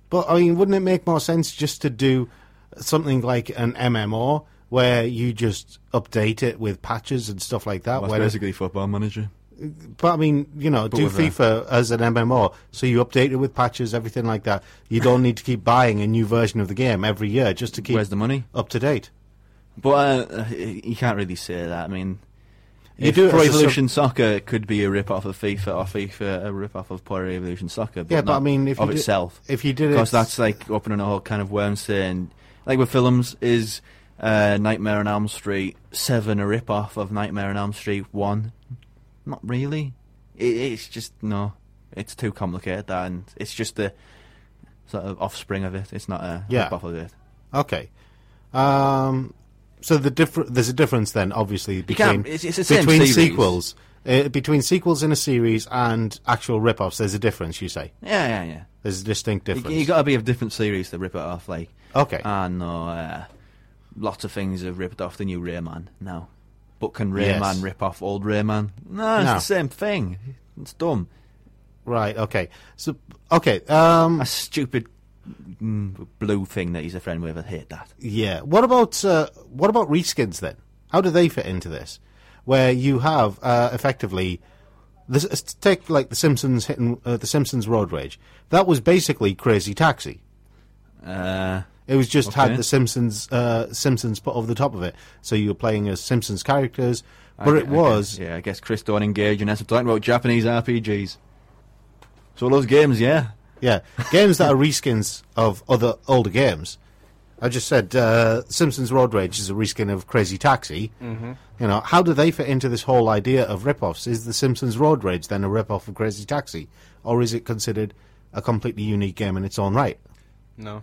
[SPEAKER 2] But I mean, wouldn't it make more sense just to do something like an MMO where you just update it with patches and stuff like that? where-
[SPEAKER 4] football manager.
[SPEAKER 2] but I mean, you know, do
[SPEAKER 4] with a-
[SPEAKER 2] FIFA as an MMO, so you update it with patches, everything like that. You don't need to keep buying a new version of the game every year just to keep
[SPEAKER 4] Where's the money?
[SPEAKER 2] up to date.
[SPEAKER 4] But uh, you can't really say that. I mean,
[SPEAKER 2] You
[SPEAKER 4] if
[SPEAKER 2] do it
[SPEAKER 4] Pro
[SPEAKER 2] as a sub-
[SPEAKER 4] Evolution Soccer could be a rip off of FIFA or FIFA a rip off of Pro Evolution Soccer. But
[SPEAKER 2] Yeah, but
[SPEAKER 4] not
[SPEAKER 2] I mean, if
[SPEAKER 4] of
[SPEAKER 2] you do-
[SPEAKER 4] itself,
[SPEAKER 2] If you did it,
[SPEAKER 4] because that's like opening a whole kind of worm saying, like with films, is uh, Nightmare on Elm Street Seven a rip off of Nightmare on Elm Street One? Not really. It, it's just no. It's too complicated, that, and it's just the sort of offspring of it. It's not a
[SPEAKER 2] Yeah.
[SPEAKER 4] rip off of it.
[SPEAKER 2] okay. Um, so the differ- there's a difference then, obviously, between
[SPEAKER 4] can't- it's- it's the same
[SPEAKER 2] between
[SPEAKER 4] series.
[SPEAKER 2] sequels, uh, between sequels in a series and actual rip-offs. There's a difference, you say.
[SPEAKER 4] Yeah, yeah, yeah.
[SPEAKER 2] There's a distinct
[SPEAKER 4] You,
[SPEAKER 2] difference.
[SPEAKER 4] you got to be of different series to rip it off. Like,
[SPEAKER 2] Okay.
[SPEAKER 4] I know uh, lots of things have ripped off the new Rayman now, but can Rayman
[SPEAKER 2] Yes.
[SPEAKER 4] rip off old Rayman? No, it's
[SPEAKER 2] No.
[SPEAKER 4] the same thing. It's dumb.
[SPEAKER 2] right. Okay. So okay. Um,
[SPEAKER 4] A stupid mm, blue thing that he's a friend with. I hate that.
[SPEAKER 2] yeah. What about uh, what about reskins then? How do they fit into this? Where you have uh, effectively, this, take like the Simpsons hitting uh, the Simpsons Road Rage. That was basically Crazy Taxi.
[SPEAKER 4] Uh,
[SPEAKER 2] It was just
[SPEAKER 4] Okay.
[SPEAKER 2] had the Simpsons uh, Simpsons put over the top of it, so you were playing as Simpsons characters.
[SPEAKER 4] I
[SPEAKER 2] But
[SPEAKER 4] gu-
[SPEAKER 2] it
[SPEAKER 4] I guess-
[SPEAKER 2] was
[SPEAKER 4] yeah, I guess Chris don't engage in us. I'm talking about Japanese RPGs. So those games, yeah.
[SPEAKER 2] yeah, games that are reskins of other older games. I just said uh, Simpsons Road Rage is a reskin of Crazy Taxi. Mm-hmm. You know, how do they fit into this whole idea of rip-offs? Is the Simpsons Road Rage then a rip-off of Crazy Taxi, or is it considered a completely unique game in its own right?
[SPEAKER 3] No,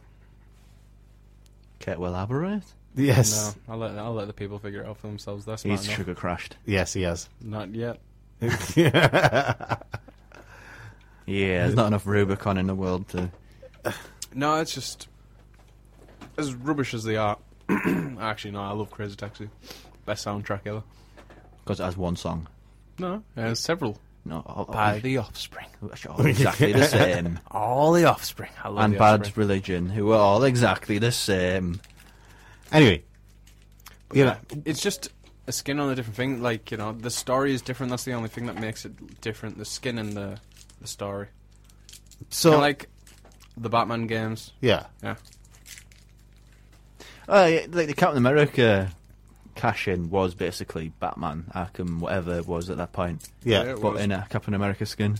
[SPEAKER 4] Can't well elaborate.
[SPEAKER 3] no.
[SPEAKER 2] Yes,
[SPEAKER 3] I'll let I'll let the people figure it out for themselves. That's
[SPEAKER 4] He's
[SPEAKER 3] not enough.
[SPEAKER 4] sugar crashed.
[SPEAKER 2] yes, he has.
[SPEAKER 3] Not yet.
[SPEAKER 4] Yeah, there's not enough Rubicon in the world to.
[SPEAKER 3] No, it's just as rubbish as they are. [clears throat] Actually, no. I love Crazy Taxi. Best soundtrack ever.
[SPEAKER 4] Because it has one song.
[SPEAKER 3] No, uh, several.
[SPEAKER 4] No, oh, oh,
[SPEAKER 3] By Uh, the Offspring.
[SPEAKER 4] which are all
[SPEAKER 2] [laughs]
[SPEAKER 4] exactly the same.
[SPEAKER 3] All the Offspring. I love
[SPEAKER 4] and
[SPEAKER 3] the
[SPEAKER 4] Bad
[SPEAKER 3] Offspring.
[SPEAKER 4] Religion, who are all exactly the same.
[SPEAKER 2] Anyway, you know,
[SPEAKER 3] It's just a skin on a different thing. Like you know, the story is different. That's the only thing that makes it different. The skin and the the story.
[SPEAKER 2] so
[SPEAKER 3] Kinda like the Batman games.
[SPEAKER 2] yeah.
[SPEAKER 3] Yeah.
[SPEAKER 4] Oh, yeah, like the Captain America cash in was basically Batman, Arkham, whatever it was at that point,
[SPEAKER 2] Yeah.
[SPEAKER 3] Yeah. It
[SPEAKER 4] but
[SPEAKER 3] was.
[SPEAKER 4] in a Captain America skin.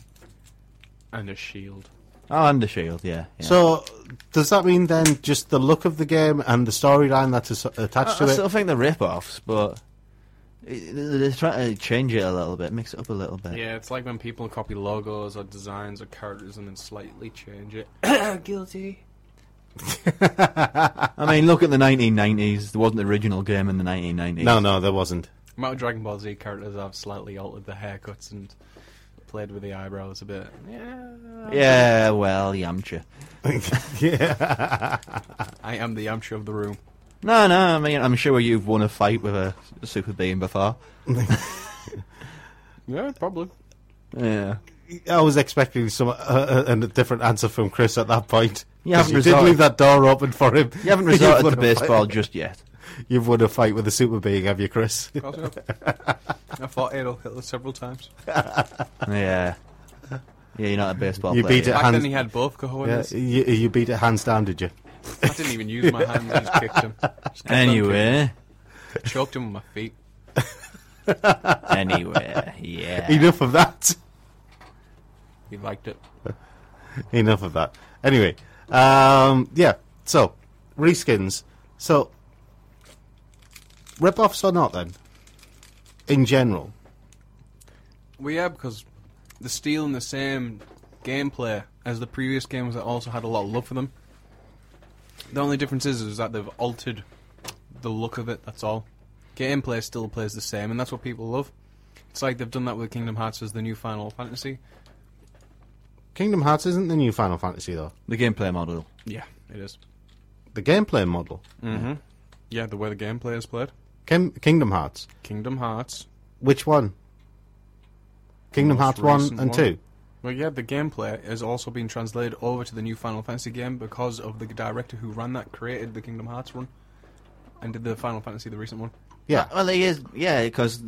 [SPEAKER 3] and a shield.
[SPEAKER 4] Oh, and the shield, yeah. yeah.
[SPEAKER 2] So does that mean then just the look of the game and the storyline that's as-
[SPEAKER 4] I,
[SPEAKER 2] attached to
[SPEAKER 4] I
[SPEAKER 2] it?
[SPEAKER 4] still think they're rip-offs, but it- they're trying to change it a little bit, mix it up a little bit.
[SPEAKER 3] Yeah, it's like when people copy logos or designs or characters and then slightly change it. Guilty.
[SPEAKER 4] I mean, look at the 1990s. There wasn't the original game in the 1990s.
[SPEAKER 2] no, no, there wasn't.
[SPEAKER 3] Amount of Dragon Ball Z characters I've slightly altered the haircuts and played with the eyebrows a bit. Yeah.
[SPEAKER 4] Yeah, well, Yamcha.
[SPEAKER 3] I am the Amcher of the room.
[SPEAKER 4] No, no, I mean, I'm sure you've won a fight with a super being before.
[SPEAKER 3] Yeah, probably.
[SPEAKER 4] Yeah.
[SPEAKER 2] I was expecting some uh, uh, and a different answer from Chris at that point.
[SPEAKER 4] You haven't
[SPEAKER 2] 'Cause you did
[SPEAKER 4] resorted-
[SPEAKER 2] leave that door open for him.
[SPEAKER 4] You haven't
[SPEAKER 2] You've
[SPEAKER 4] resorted
[SPEAKER 2] won
[SPEAKER 4] to
[SPEAKER 2] a fight-
[SPEAKER 4] baseball just yet.
[SPEAKER 2] You've won a fight with a super being, have you,
[SPEAKER 4] [laughs]
[SPEAKER 2] Chris?
[SPEAKER 3] [laughs] I fought Adolf Hitler several times.
[SPEAKER 4] Yeah. Yeah, you're not a baseball
[SPEAKER 2] You
[SPEAKER 4] player.
[SPEAKER 2] beat it.
[SPEAKER 3] Back
[SPEAKER 2] hands-
[SPEAKER 3] then he had both cojones.
[SPEAKER 2] you, you beat it hands down, did you?
[SPEAKER 3] I didn't even use my hands, I just kicked him. Just kept on
[SPEAKER 4] Anyway.
[SPEAKER 3] kicking. Choked him with my feet.
[SPEAKER 4] anyway.
[SPEAKER 2] [laughs]
[SPEAKER 4] Yeah.
[SPEAKER 2] Enough of that.
[SPEAKER 3] He liked it.
[SPEAKER 2] Enough of that. Anyway, um, yeah. So reskins. So rip-offs or not, then in general.
[SPEAKER 3] Well, yeah, because they're stealing the same gameplay as the previous games that also had a lot of love for them. The only difference is, is that they've altered the look of it, that's all. Gameplay still plays the same, and that's what people love. It's like they've done that with Kingdom Hearts as the new Final Fantasy.
[SPEAKER 2] Kingdom Hearts isn't the new Final Fantasy though.
[SPEAKER 4] The gameplay model.
[SPEAKER 3] Yeah, it is.
[SPEAKER 2] The gameplay model.
[SPEAKER 3] Yeah, the way the gameplay is played.
[SPEAKER 2] Kim- Kingdom Hearts.
[SPEAKER 3] Kingdom Hearts.
[SPEAKER 2] Which one? Kingdom
[SPEAKER 3] Most
[SPEAKER 2] Hearts one and
[SPEAKER 3] recent one.
[SPEAKER 2] two.
[SPEAKER 3] Well, yeah, the gameplay has also been translated over to the new Final Fantasy game because of the director who ran that created the Kingdom Hearts one and did the Final Fantasy, the recent one.
[SPEAKER 2] Yeah.
[SPEAKER 4] Well, it is. Yeah, because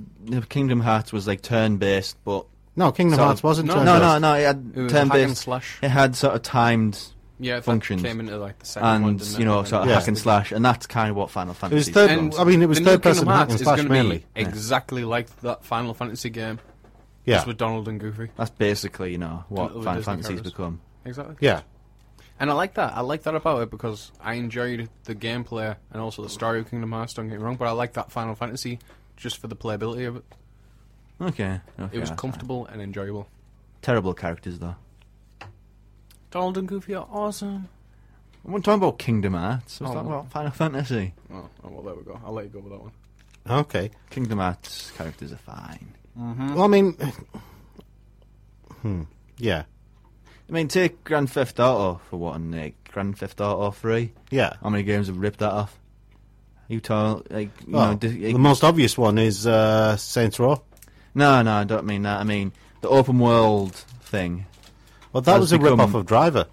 [SPEAKER 4] Kingdom Hearts was like turn based, but.
[SPEAKER 2] No, Kingdom
[SPEAKER 4] sort
[SPEAKER 2] Hearts
[SPEAKER 4] of-
[SPEAKER 2] wasn't.
[SPEAKER 3] no,
[SPEAKER 4] No,
[SPEAKER 2] turn-based.
[SPEAKER 4] no, no. It had
[SPEAKER 3] It was
[SPEAKER 4] turn
[SPEAKER 3] hack and
[SPEAKER 4] based.
[SPEAKER 3] slash.
[SPEAKER 4] It had sort of timed
[SPEAKER 3] Yeah, that
[SPEAKER 4] functions.
[SPEAKER 3] came into like the second one,
[SPEAKER 4] and
[SPEAKER 3] didn't
[SPEAKER 4] you
[SPEAKER 3] it?
[SPEAKER 4] know sort of
[SPEAKER 2] Yeah.
[SPEAKER 4] hack and slash, and that's kind of what Final
[SPEAKER 2] It
[SPEAKER 4] Fantasy.
[SPEAKER 2] was third.
[SPEAKER 3] And
[SPEAKER 2] I mean, it was
[SPEAKER 3] the new
[SPEAKER 2] third person
[SPEAKER 3] Kingdom
[SPEAKER 2] hack
[SPEAKER 3] Hearts
[SPEAKER 2] and
[SPEAKER 3] is
[SPEAKER 2] slash
[SPEAKER 3] gonna
[SPEAKER 2] mainly.
[SPEAKER 3] Be exactly like that Final Fantasy game,
[SPEAKER 2] Yeah,
[SPEAKER 3] just with Donald and Goofy.
[SPEAKER 4] That's basically you know what
[SPEAKER 3] Little
[SPEAKER 4] Final
[SPEAKER 3] Disney
[SPEAKER 4] Fantasy's
[SPEAKER 3] characters.
[SPEAKER 4] become.
[SPEAKER 3] Exactly.
[SPEAKER 2] yeah.
[SPEAKER 3] And I like that. I like that about it because I enjoyed the gameplay and also the story of Kingdom Hearts. Don't get me wrong, but I like that Final Fantasy just for the playability of it.
[SPEAKER 4] Okay, okay,
[SPEAKER 3] It was
[SPEAKER 4] that's
[SPEAKER 3] comfortable and enjoyable.
[SPEAKER 4] fine. Terrible characters though.
[SPEAKER 3] Donald and Goofy are awesome.
[SPEAKER 4] I wasn't talking about Kingdom Hearts. I was
[SPEAKER 3] Oh,
[SPEAKER 4] talking
[SPEAKER 3] no.
[SPEAKER 4] about Final Fantasy.
[SPEAKER 3] Oh, oh, well, there we go. I'll let you go with that one.
[SPEAKER 2] Okay.
[SPEAKER 4] Kingdom Hearts characters are fine. Mm.
[SPEAKER 2] Well, I mean, [sighs] hmm, yeah,
[SPEAKER 4] I mean, take Grand Theft Auto for one. Like Grand Theft Auto Three.
[SPEAKER 2] yeah.
[SPEAKER 4] How many games have ripped that off? You tell like you
[SPEAKER 2] Well,
[SPEAKER 4] know. Di-
[SPEAKER 2] the most obvious one is uh, Saints Row.
[SPEAKER 4] no, no, I don't mean that. I mean the open world thing.
[SPEAKER 2] Well, that
[SPEAKER 4] Has
[SPEAKER 2] was a rip
[SPEAKER 4] become-
[SPEAKER 2] off of Driver.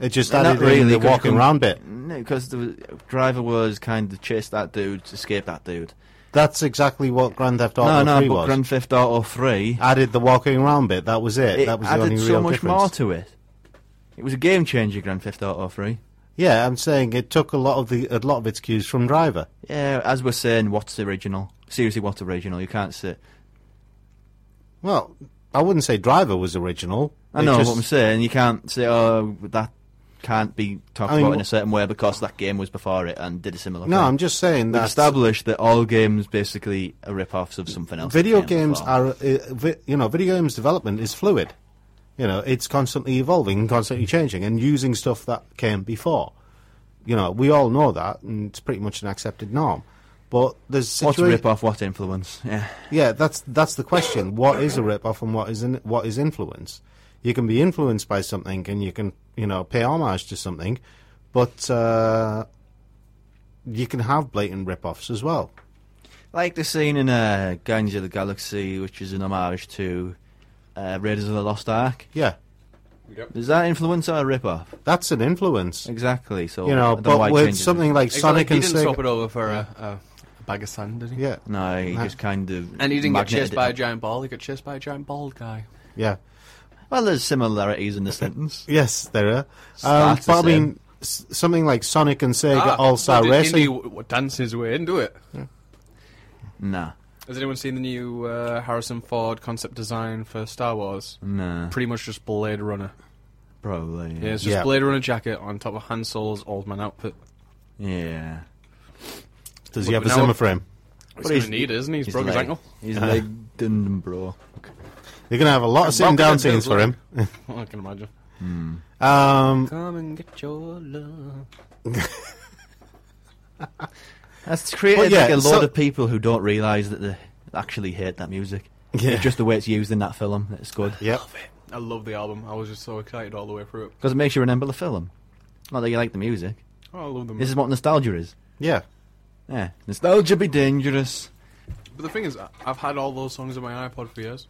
[SPEAKER 2] It just
[SPEAKER 4] Not
[SPEAKER 2] added
[SPEAKER 4] really,
[SPEAKER 2] in the
[SPEAKER 4] 'cause you
[SPEAKER 2] walking
[SPEAKER 4] can-
[SPEAKER 2] around bit.
[SPEAKER 4] No, because the driver was kind of chase that dude, escape that dude.
[SPEAKER 2] That's exactly what Grand Theft Auto
[SPEAKER 4] No, no,
[SPEAKER 2] 3
[SPEAKER 4] but
[SPEAKER 2] was.
[SPEAKER 4] Grand Theft Auto Three
[SPEAKER 2] Added the walking around bit. That was it.
[SPEAKER 4] it
[SPEAKER 2] that was the
[SPEAKER 4] added
[SPEAKER 2] only
[SPEAKER 4] so
[SPEAKER 2] real
[SPEAKER 4] much
[SPEAKER 2] difference.
[SPEAKER 4] more to it. It was a game changer, Grand Theft Auto Three.
[SPEAKER 2] Yeah, I'm saying it took a lot of the a lot of its cues from Driver.
[SPEAKER 4] Yeah, as we're saying, what's original? Seriously, what's original? You can't say.
[SPEAKER 2] Well, I wouldn't say Driver was original.
[SPEAKER 4] I
[SPEAKER 2] It
[SPEAKER 4] know
[SPEAKER 2] just-
[SPEAKER 4] what I'm saying. You can't say, oh, that can't be talked
[SPEAKER 2] I mean,
[SPEAKER 4] about in
[SPEAKER 2] wh-
[SPEAKER 4] a certain way because that game was before it and did a similar.
[SPEAKER 2] No,
[SPEAKER 4] thing.
[SPEAKER 2] I'm just saying
[SPEAKER 4] We've
[SPEAKER 2] that
[SPEAKER 4] established that all games basically are rip-offs of something else. that
[SPEAKER 2] video
[SPEAKER 4] came
[SPEAKER 2] games
[SPEAKER 4] before.
[SPEAKER 2] are uh, vi- you know video games development is fluid you know it's constantly evolving and constantly changing and using stuff that came before you know we all know that and it's pretty much an accepted norm but there's
[SPEAKER 4] What's
[SPEAKER 2] situa-
[SPEAKER 4] rip-off? What influence? Yeah.
[SPEAKER 2] yeah that's that's the question what is a rip off and what is in, what is influence you can be influenced by something and you can you know pay homage to something but uh, you can have blatant rip offs as well
[SPEAKER 4] Like the scene in uh, Guardians of the Galaxy, which is an homage to uh, Raiders of the Lost Ark.
[SPEAKER 2] yeah
[SPEAKER 4] Is that influence or a rip-off?
[SPEAKER 2] that's an influence
[SPEAKER 4] Exactly. So
[SPEAKER 2] you
[SPEAKER 4] I
[SPEAKER 2] know,
[SPEAKER 4] don't know
[SPEAKER 2] but
[SPEAKER 4] why it
[SPEAKER 2] with
[SPEAKER 4] changes it.
[SPEAKER 2] something like Sonic
[SPEAKER 3] he
[SPEAKER 2] and
[SPEAKER 3] didn't
[SPEAKER 2] Sega,
[SPEAKER 3] swap it over for a, a bag of sand, did he?
[SPEAKER 2] yeah,
[SPEAKER 4] No, he
[SPEAKER 2] Nah.
[SPEAKER 4] just kind of.
[SPEAKER 3] And he didn't get
[SPEAKER 4] magneted
[SPEAKER 3] chased by a
[SPEAKER 4] it.
[SPEAKER 3] giant ball. He got chased by a giant bald guy.
[SPEAKER 2] yeah,
[SPEAKER 4] Well, there's similarities in the sentence.
[SPEAKER 2] yes, there are. Um,
[SPEAKER 4] Starts the
[SPEAKER 2] but I mean, s- something like Sonic and Sega
[SPEAKER 3] Ah,
[SPEAKER 2] All Star
[SPEAKER 3] did
[SPEAKER 2] Racing.
[SPEAKER 3] Indy w- w- dance his way into it.
[SPEAKER 4] [laughs] Nah,
[SPEAKER 3] Has anyone seen the new uh, Harrison Ford concept design for Star Wars?
[SPEAKER 4] nah,
[SPEAKER 3] Pretty much just Blade Runner.
[SPEAKER 4] probably.
[SPEAKER 3] Yeah, it's just
[SPEAKER 2] Yeah.
[SPEAKER 3] Blade Runner jacket on top of Han Solo's old man outfit.
[SPEAKER 4] yeah.
[SPEAKER 2] Does he have a
[SPEAKER 3] now-
[SPEAKER 2] Zimmer frame?
[SPEAKER 3] What he's gonna need, isn't he? He's, broke his
[SPEAKER 4] leg-
[SPEAKER 3] ankle.
[SPEAKER 4] He's [laughs] leg done broke.
[SPEAKER 2] They're gonna have a lot of sitting
[SPEAKER 3] Welcome
[SPEAKER 2] down
[SPEAKER 3] to
[SPEAKER 2] scenes for him.
[SPEAKER 3] [laughs] I can imagine.
[SPEAKER 2] Um,
[SPEAKER 3] Come and get your love.
[SPEAKER 4] That's
[SPEAKER 2] But
[SPEAKER 4] created
[SPEAKER 2] yeah,
[SPEAKER 4] like a lot
[SPEAKER 2] so-
[SPEAKER 4] of people who don't realise that they actually hate that music.
[SPEAKER 2] Yeah.
[SPEAKER 4] It's just the way it's used in that film that's good.
[SPEAKER 2] yep.
[SPEAKER 3] I love the album. I was just so excited all the way through it.
[SPEAKER 4] Because it makes you remember the film. Not that you like the music.
[SPEAKER 3] Oh, I love them.
[SPEAKER 4] This is what nostalgia is.
[SPEAKER 2] Yeah.
[SPEAKER 4] Yeah. Nostalgia be dangerous.
[SPEAKER 3] But the thing is, I- I've had all those songs on my iPod for years.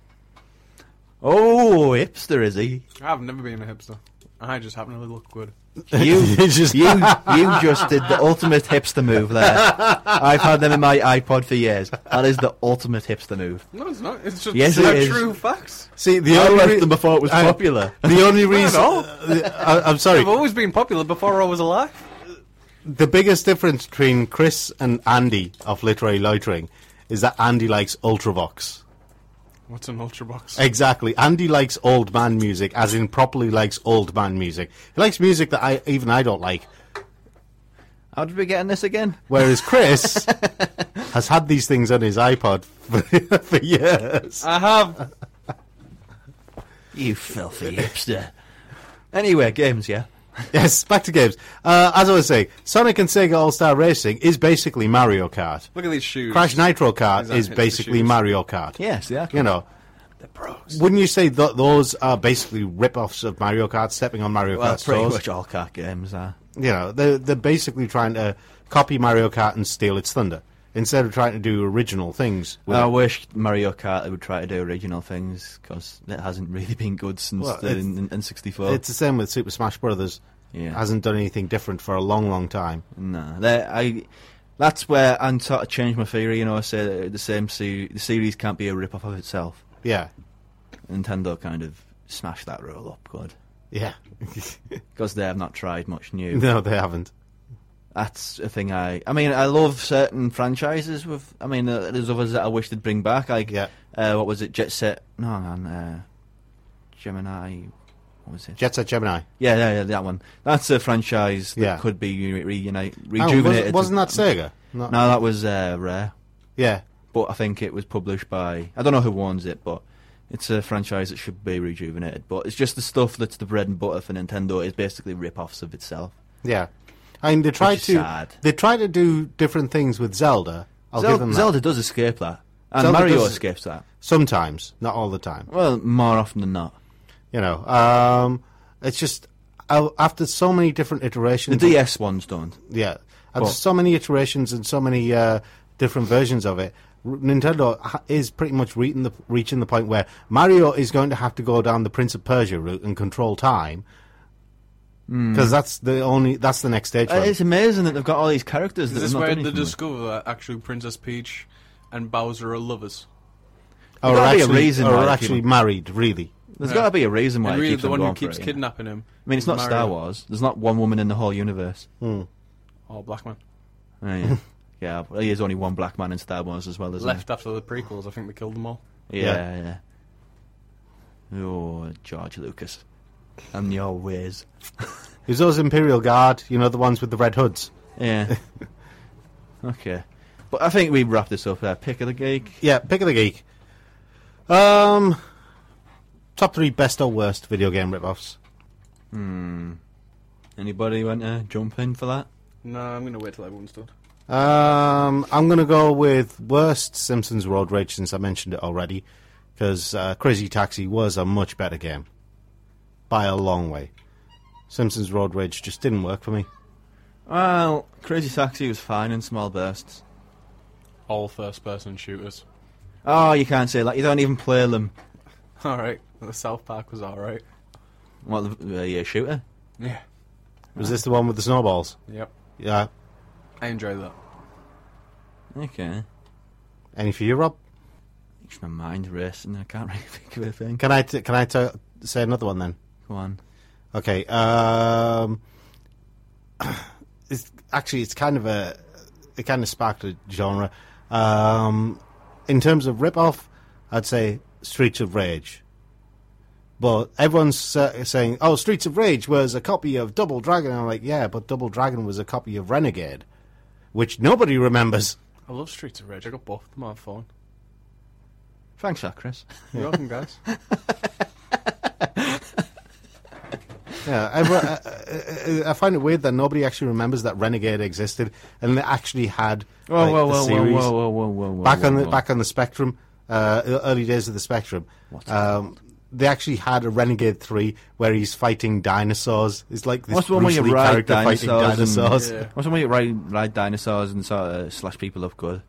[SPEAKER 4] Oh, hipster is he?
[SPEAKER 3] I've never been a hipster. I just happen to look good.
[SPEAKER 2] [laughs]
[SPEAKER 4] You
[SPEAKER 2] It's just-
[SPEAKER 4] you you just did the ultimate hipster move there. I've had them in my iPod for years. That is the ultimate hipster move.
[SPEAKER 3] No, it's not. It's just
[SPEAKER 4] Yes,
[SPEAKER 3] they're
[SPEAKER 4] it is.
[SPEAKER 3] true facts.
[SPEAKER 2] See, the
[SPEAKER 4] I
[SPEAKER 2] only
[SPEAKER 4] left
[SPEAKER 2] re-
[SPEAKER 4] them before it was
[SPEAKER 2] I-
[SPEAKER 4] popular.
[SPEAKER 2] The
[SPEAKER 4] [laughs]
[SPEAKER 2] only reason
[SPEAKER 3] all.
[SPEAKER 2] I, I'm sorry.
[SPEAKER 3] I've always been popular before I was alive.
[SPEAKER 2] The biggest difference between Chris and Andy of Literary Loitering is that Andy likes Ultravox.
[SPEAKER 3] What's an ultra box?
[SPEAKER 2] Exactly. Andy likes old man music, as in properly likes old man music. He likes music that I even I don't like.
[SPEAKER 4] How did we get in this again?
[SPEAKER 2] Whereas
[SPEAKER 4] [laughs]
[SPEAKER 2] Chris has had these things on his iPod for, [laughs] for years.
[SPEAKER 3] I have.
[SPEAKER 4] You filthy hipster. Anyway, games, yeah.
[SPEAKER 2] Yes, back to games. Uh, as I was saying, Sonic and Sega All Star Racing is basically Mario Kart.
[SPEAKER 3] Look at these shoes.
[SPEAKER 2] Crash Nitro Kart
[SPEAKER 3] Exactly,
[SPEAKER 2] is
[SPEAKER 3] the
[SPEAKER 2] basically
[SPEAKER 3] shoes.
[SPEAKER 2] Mario Kart.
[SPEAKER 4] Yes, yeah.
[SPEAKER 2] You know,
[SPEAKER 4] The pros.
[SPEAKER 2] wouldn't you say th- those are basically rip-offs of Mario Kart, stepping on Mario
[SPEAKER 4] Well,
[SPEAKER 2] Kart
[SPEAKER 4] pretty
[SPEAKER 2] stores?
[SPEAKER 4] much all car games are.
[SPEAKER 2] You know, they're, they're basically trying to copy Mario Kart and steal its thunder instead of trying to do original things. With
[SPEAKER 4] I
[SPEAKER 2] it.
[SPEAKER 4] wish Mario Kart would try to do original things because it hasn't really been good since
[SPEAKER 2] Well,
[SPEAKER 4] the
[SPEAKER 2] it's-
[SPEAKER 4] N- N- N64.
[SPEAKER 2] It's the same with Super Smash Brothers.
[SPEAKER 4] Yeah. Mm.
[SPEAKER 2] Hasn't done anything different for a long, long time.
[SPEAKER 4] No, that I. That's where I sort of changed my theory. You know, I say that the same se- the series can't be a rip off of itself.
[SPEAKER 2] Yeah,
[SPEAKER 4] Nintendo kind of smashed that rule up good
[SPEAKER 2] yeah. [laughs]
[SPEAKER 4] because they have not tried much new.
[SPEAKER 2] no, they haven't.
[SPEAKER 4] That's a thing I. I mean, I love certain franchises. With I mean, uh, there's others that I wish they'd bring back. Like,
[SPEAKER 2] Yeah.
[SPEAKER 4] uh, what was it? Jet Set? No, hang on, uh, Gemini. What was it?
[SPEAKER 2] Jet Set Gemini.
[SPEAKER 4] yeah, yeah, yeah, that one. That's a franchise that
[SPEAKER 2] Yeah.
[SPEAKER 4] could be re- reunite,
[SPEAKER 2] Oh,
[SPEAKER 4] rejuvenated.
[SPEAKER 2] was, not that Sega? No.
[SPEAKER 4] No, that was uh, Rare.
[SPEAKER 2] Yeah.
[SPEAKER 4] But I think it was published by. I don't know who owns it, but it's a franchise that should be rejuvenated. But it's just the stuff that's the bread and butter for Nintendo is basically rip offs of itself.
[SPEAKER 2] Yeah, I mean they try
[SPEAKER 4] is
[SPEAKER 2] to
[SPEAKER 4] sad.
[SPEAKER 2] they try to do different things with Zelda. I'll give them
[SPEAKER 4] Zelda,
[SPEAKER 2] that.
[SPEAKER 4] Zelda does escape that. And
[SPEAKER 2] Zelda
[SPEAKER 4] Mario
[SPEAKER 2] does-
[SPEAKER 4] escapes that.
[SPEAKER 2] sometimes, not all the time.
[SPEAKER 4] Well, more often than not.
[SPEAKER 2] You know, um, it's just uh, after so many different
[SPEAKER 4] The
[SPEAKER 2] iterations.
[SPEAKER 4] DS ones don't.
[SPEAKER 2] yeah, after
[SPEAKER 4] Well-
[SPEAKER 2] so many iterations and so many uh, different versions of it. R- Nintendo ha- is pretty much reaching the, reaching the point where Mario is going to have to go down the Prince of Persia route and control time because that's the only that's the next stage. for
[SPEAKER 4] Hmm. Uh,
[SPEAKER 2] him.
[SPEAKER 4] it's amazing that they've got all these characters that
[SPEAKER 3] Is this
[SPEAKER 4] they've not
[SPEAKER 3] where
[SPEAKER 4] done
[SPEAKER 3] they
[SPEAKER 4] anything with.
[SPEAKER 3] discover that actually Princess Peach and Bowser are lovers?
[SPEAKER 2] Or
[SPEAKER 4] gotta be a
[SPEAKER 2] actually,
[SPEAKER 4] reason
[SPEAKER 2] or
[SPEAKER 4] why they
[SPEAKER 2] actually
[SPEAKER 4] keep-
[SPEAKER 2] married, really.
[SPEAKER 4] There's
[SPEAKER 3] Yeah.
[SPEAKER 4] got to be a reason why
[SPEAKER 3] and
[SPEAKER 4] it
[SPEAKER 3] really,
[SPEAKER 4] keeps
[SPEAKER 3] the
[SPEAKER 4] on
[SPEAKER 3] one who
[SPEAKER 4] going for
[SPEAKER 3] keeps
[SPEAKER 4] it, you know.
[SPEAKER 3] kidnapping him.
[SPEAKER 4] I mean, it's not
[SPEAKER 3] Mario.
[SPEAKER 4] Star Wars. There's not one woman in the whole [laughs] universe.
[SPEAKER 3] Oh, black man.
[SPEAKER 4] Oh, yeah. yeah, but there's only one black man in Star Wars as well, isn't
[SPEAKER 3] Left after the prequels, I think they killed them all.
[SPEAKER 4] there? Yeah, yeah. Oh, George Lucas. And your ways.
[SPEAKER 2] Is those Imperial Guard, you know, the ones with the red hoods?
[SPEAKER 4] [laughs] Yeah. okay. But I think we wrap this up there. Pick of the geek.
[SPEAKER 2] Yeah, pick of the geek. Um, top three best or worst video game rip-offs.
[SPEAKER 4] Anybody want to jump in for that?
[SPEAKER 3] No, I'm going to wait till everyone's done.
[SPEAKER 2] Um, I'm gonna go with worst Simpsons Road Rage since I mentioned it already, because uh, Crazy Taxi was a much better game by a long way. Simpsons Road Rage just didn't work for me.
[SPEAKER 4] Well, Crazy Taxi was fine in small bursts.
[SPEAKER 3] All first person shooters.
[SPEAKER 4] Oh, you can't say that. You don't even play them.
[SPEAKER 3] Alright. The South Park was alright.
[SPEAKER 4] What, the, uh, yeah, shooter?
[SPEAKER 3] Yeah.
[SPEAKER 2] Was this the one with the snowballs?
[SPEAKER 3] Yep.
[SPEAKER 2] Yeah.
[SPEAKER 3] I enjoy that.
[SPEAKER 4] Okay.
[SPEAKER 2] Any for you, Rob?
[SPEAKER 4] Makes my mind racing. I can't [laughs] really think of a thing.
[SPEAKER 2] Can I t- can I t- say another one then?
[SPEAKER 4] Go on.
[SPEAKER 2] Okay. Um, it's actually it's kind of a it kind of sparked a genre. Um, in terms of rip-off, I'd say Streets of Rage. But everyone's uh, saying, "Oh, Streets of Rage was a copy of Double Dragon." I'm like, "Yeah, but Double Dragon was a copy of Renegade, which nobody remembers."
[SPEAKER 3] I love Streets of Rage. I got both of them on my phone.
[SPEAKER 4] Thanks, for that, Chris.
[SPEAKER 3] You're welcome, guys.
[SPEAKER 2] Yeah, I, I- I- I find it weird that nobody actually remembers that Renegade existed and they actually had like, the series
[SPEAKER 4] whoa, whoa, whoa, whoa,
[SPEAKER 2] back on
[SPEAKER 4] whoa,
[SPEAKER 2] the
[SPEAKER 4] whoa.
[SPEAKER 2] back on the Spectrum, uh, e- early days of the Spectrum. Um, they actually had a Renegade Three where he's fighting dinosaurs. It's like this
[SPEAKER 4] What's the one where
[SPEAKER 2] Bruce
[SPEAKER 4] you
[SPEAKER 2] Lee
[SPEAKER 4] ride
[SPEAKER 2] character
[SPEAKER 4] dinosaurs?
[SPEAKER 2] fighting dinosaurs.
[SPEAKER 4] And,
[SPEAKER 3] Yeah.
[SPEAKER 4] What's the one where you ride, ride dinosaurs and sort of slash people up good?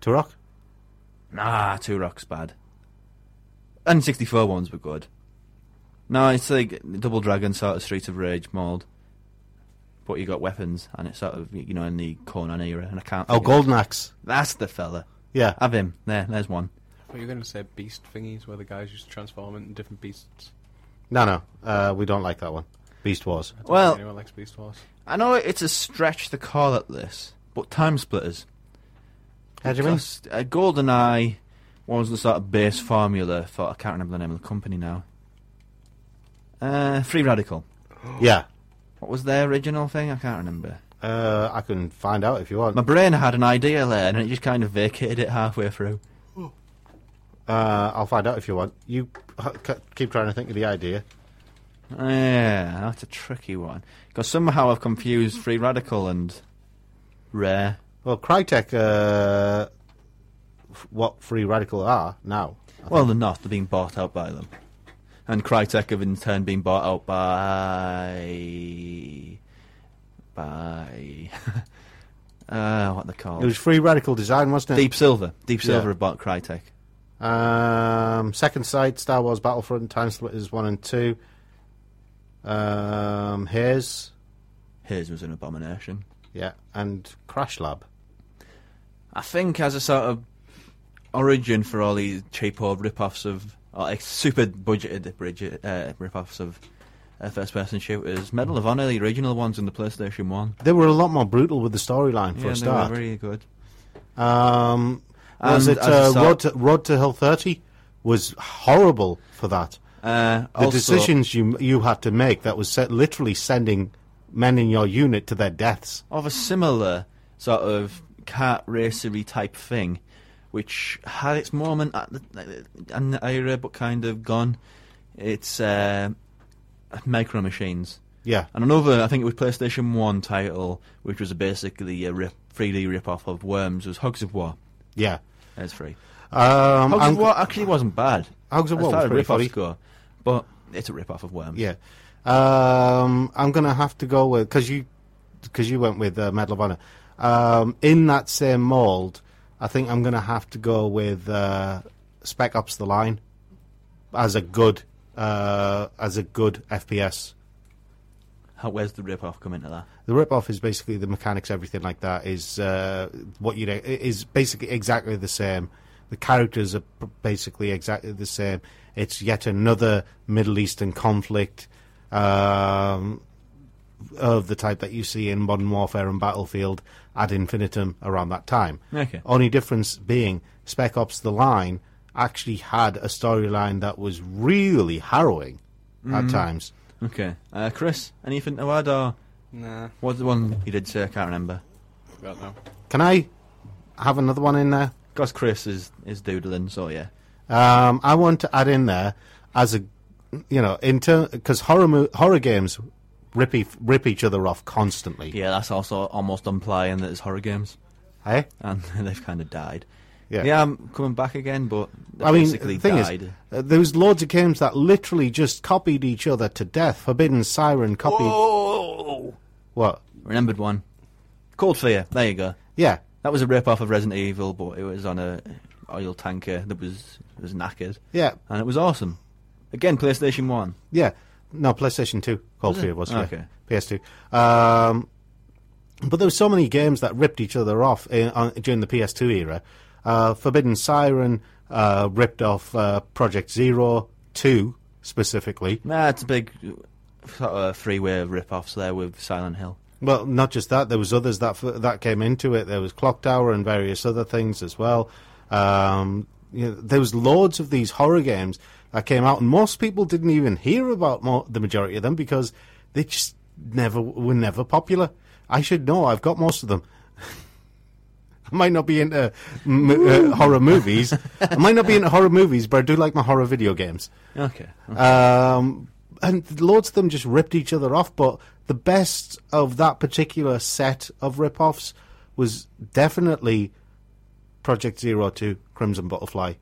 [SPEAKER 2] Turok.
[SPEAKER 4] Nah, Two Rock's bad. And 64 ones were good. No, it's like Double Dragon sort of Streets of Rage mold. But you got weapons, and it's sort of, you know, in the Conan era, and I can't.
[SPEAKER 2] Oh,
[SPEAKER 4] think of-
[SPEAKER 2] Golden Axe.
[SPEAKER 4] That's the fella.
[SPEAKER 2] Yeah,
[SPEAKER 4] Have him. There, there's one.
[SPEAKER 3] But you're going to say beast thingies where the guys used to transform into different beasts.
[SPEAKER 2] no, no, uh, we don't like that one. Beast Wars.
[SPEAKER 3] I don't
[SPEAKER 4] Well-
[SPEAKER 3] think anyone likes Beast Wars.
[SPEAKER 4] I know it's a stretch to call it this, but Time Splitters.
[SPEAKER 2] How do you mean?
[SPEAKER 4] Because, uh, GoldenEye was the sort of base formula for, I can't remember the name of the company now. Uh, Free Radical.
[SPEAKER 2] Yeah,
[SPEAKER 4] What was their original thing? I can't remember.
[SPEAKER 2] uh, I can find out if you want.
[SPEAKER 4] My brain had an idea there, and it just kind of vacated it halfway through.
[SPEAKER 2] Uh, I'll find out if you want. You h- keep trying to think of the idea.
[SPEAKER 4] Yeah, that's a tricky one. Because somehow I've confused Free Radical and Rare.
[SPEAKER 2] Well, Crytek, uh, f- what Free Radical are now.
[SPEAKER 4] Well, they're not. They're being bought out by them. And Crytek have in turn been bought out by. by. [laughs] uh, what they call
[SPEAKER 2] It was Free Radical Design, wasn't it?
[SPEAKER 4] Deep Silver. Deep
[SPEAKER 2] Yeah.
[SPEAKER 4] Silver have bought Crytek.
[SPEAKER 2] Um, Second Sight, Star Wars Battlefront, Time Splitters 1 and 2. Um, Haze,
[SPEAKER 4] His was an abomination.
[SPEAKER 2] yeah, and Crash Lab.
[SPEAKER 4] I think as a sort of origin for all these cheapo rip-offs of, or like super budgeted bridge- uh, rip-offs of uh, first-person shooters, Medal of Honor, the original ones in the PlayStation One.
[SPEAKER 2] They were a lot more brutal with the storyline for
[SPEAKER 4] yeah,
[SPEAKER 2] a
[SPEAKER 4] they
[SPEAKER 2] start.
[SPEAKER 4] were very good.
[SPEAKER 2] Um, was
[SPEAKER 4] And
[SPEAKER 2] it
[SPEAKER 4] as a
[SPEAKER 2] uh,
[SPEAKER 4] start-
[SPEAKER 2] Road, to, Road to Hill 30? Was horrible for that.
[SPEAKER 4] Uh,
[SPEAKER 2] the
[SPEAKER 4] also-
[SPEAKER 2] decisions you you had to make that was set, literally sending men in your unit to their deaths.
[SPEAKER 4] of a similar sort of kart racery type thing, which had its moment at the, in the era but kind of gone. It's uh, Micro Machines.
[SPEAKER 2] Yeah,
[SPEAKER 4] And another, I think it was PlayStation 1 title, which was basically a rip, 3D rip-off of Worms, was Hogs of War.
[SPEAKER 2] yeah.
[SPEAKER 4] There's three.
[SPEAKER 2] Um,
[SPEAKER 4] Hogs
[SPEAKER 2] I'm-
[SPEAKER 4] of War actually wasn't bad.
[SPEAKER 2] Hogs of
[SPEAKER 4] As
[SPEAKER 2] War
[SPEAKER 4] far
[SPEAKER 2] was
[SPEAKER 4] as
[SPEAKER 2] pretty
[SPEAKER 4] rip-offs
[SPEAKER 2] funny.
[SPEAKER 4] go, but it's a rip-off of Worms.
[SPEAKER 2] Yeah, um, I'm gonna have to go with because you because you went with uh, Medal of Honor. Um, in that same mold, I think I'm gonna have to go with uh, Spec Ops: The Line as a good uh, as a good FPS.
[SPEAKER 4] How, where's the rip-off come into that?
[SPEAKER 2] The rip-off is basically the mechanics, everything like that is uh, what you know is basically exactly the same. The characters are p- basically exactly the same. It's yet another Middle Eastern conflict um, of the type that you see in Modern Warfare and Battlefield ad infinitum around that time.
[SPEAKER 4] Okay.
[SPEAKER 2] Only difference being Spec Ops: The Line actually had a storyline that was really harrowing at times.
[SPEAKER 4] Okay. Uh, Chris, anything to add, or
[SPEAKER 3] Nah,
[SPEAKER 4] what's the one you did say? I can't remember.
[SPEAKER 3] don't know.
[SPEAKER 2] Can I have another one in there?
[SPEAKER 4] Because Chris is, is doodling, so yeah.
[SPEAKER 2] Um, I want to add in there as a, you know, in because horror mo- horror games rip, e- rip each other off constantly.
[SPEAKER 4] Yeah, that's also almost implying that it's horror games,
[SPEAKER 2] Hey?
[SPEAKER 4] and [laughs] they've kind of died.
[SPEAKER 2] Yeah.
[SPEAKER 4] I'm coming back again, but they
[SPEAKER 2] I mean,
[SPEAKER 4] basically
[SPEAKER 2] the thing
[SPEAKER 4] died.
[SPEAKER 2] is, uh, there was loads of games that literally just copied each other to death. Forbidden Siren copied.
[SPEAKER 4] Whoa!
[SPEAKER 2] What?
[SPEAKER 4] Remembered one. Cold Fear, there you go.
[SPEAKER 2] Yeah.
[SPEAKER 4] That was a rip-off of Resident Evil, but it was on a oil tanker that was was knackered.
[SPEAKER 2] Yeah.
[SPEAKER 4] And it was awesome. Again, PlayStation 1.
[SPEAKER 2] Yeah. No, PlayStation 2. Cold Fear was, yeah.
[SPEAKER 4] Okay.
[SPEAKER 2] PS2. Um, but there were so many games that ripped each other off in, on, during the PS2 era. Uh, Forbidden Siren uh, ripped off uh, Project Zero 2 specifically.
[SPEAKER 4] Nah, it's a big uh, sort of three-way rip-offs there with Silent Hill.
[SPEAKER 2] Well, not just that. There was others that f- that came into it. There was Clock Tower and various other things as well. Um, you know, there was loads of these horror games that came out, and most people didn't even hear about mo- the majority of them because they just never were never popular. I should know. I've got most of them. [laughs] I might not be into m- uh, horror movies. I might not be into horror movies, but I do like my horror video games.
[SPEAKER 4] Okay.
[SPEAKER 2] Um, and loads of them just ripped each other off, but the best of that particular set of rip-offs was definitely Project Zero Two Crimson Butterfly.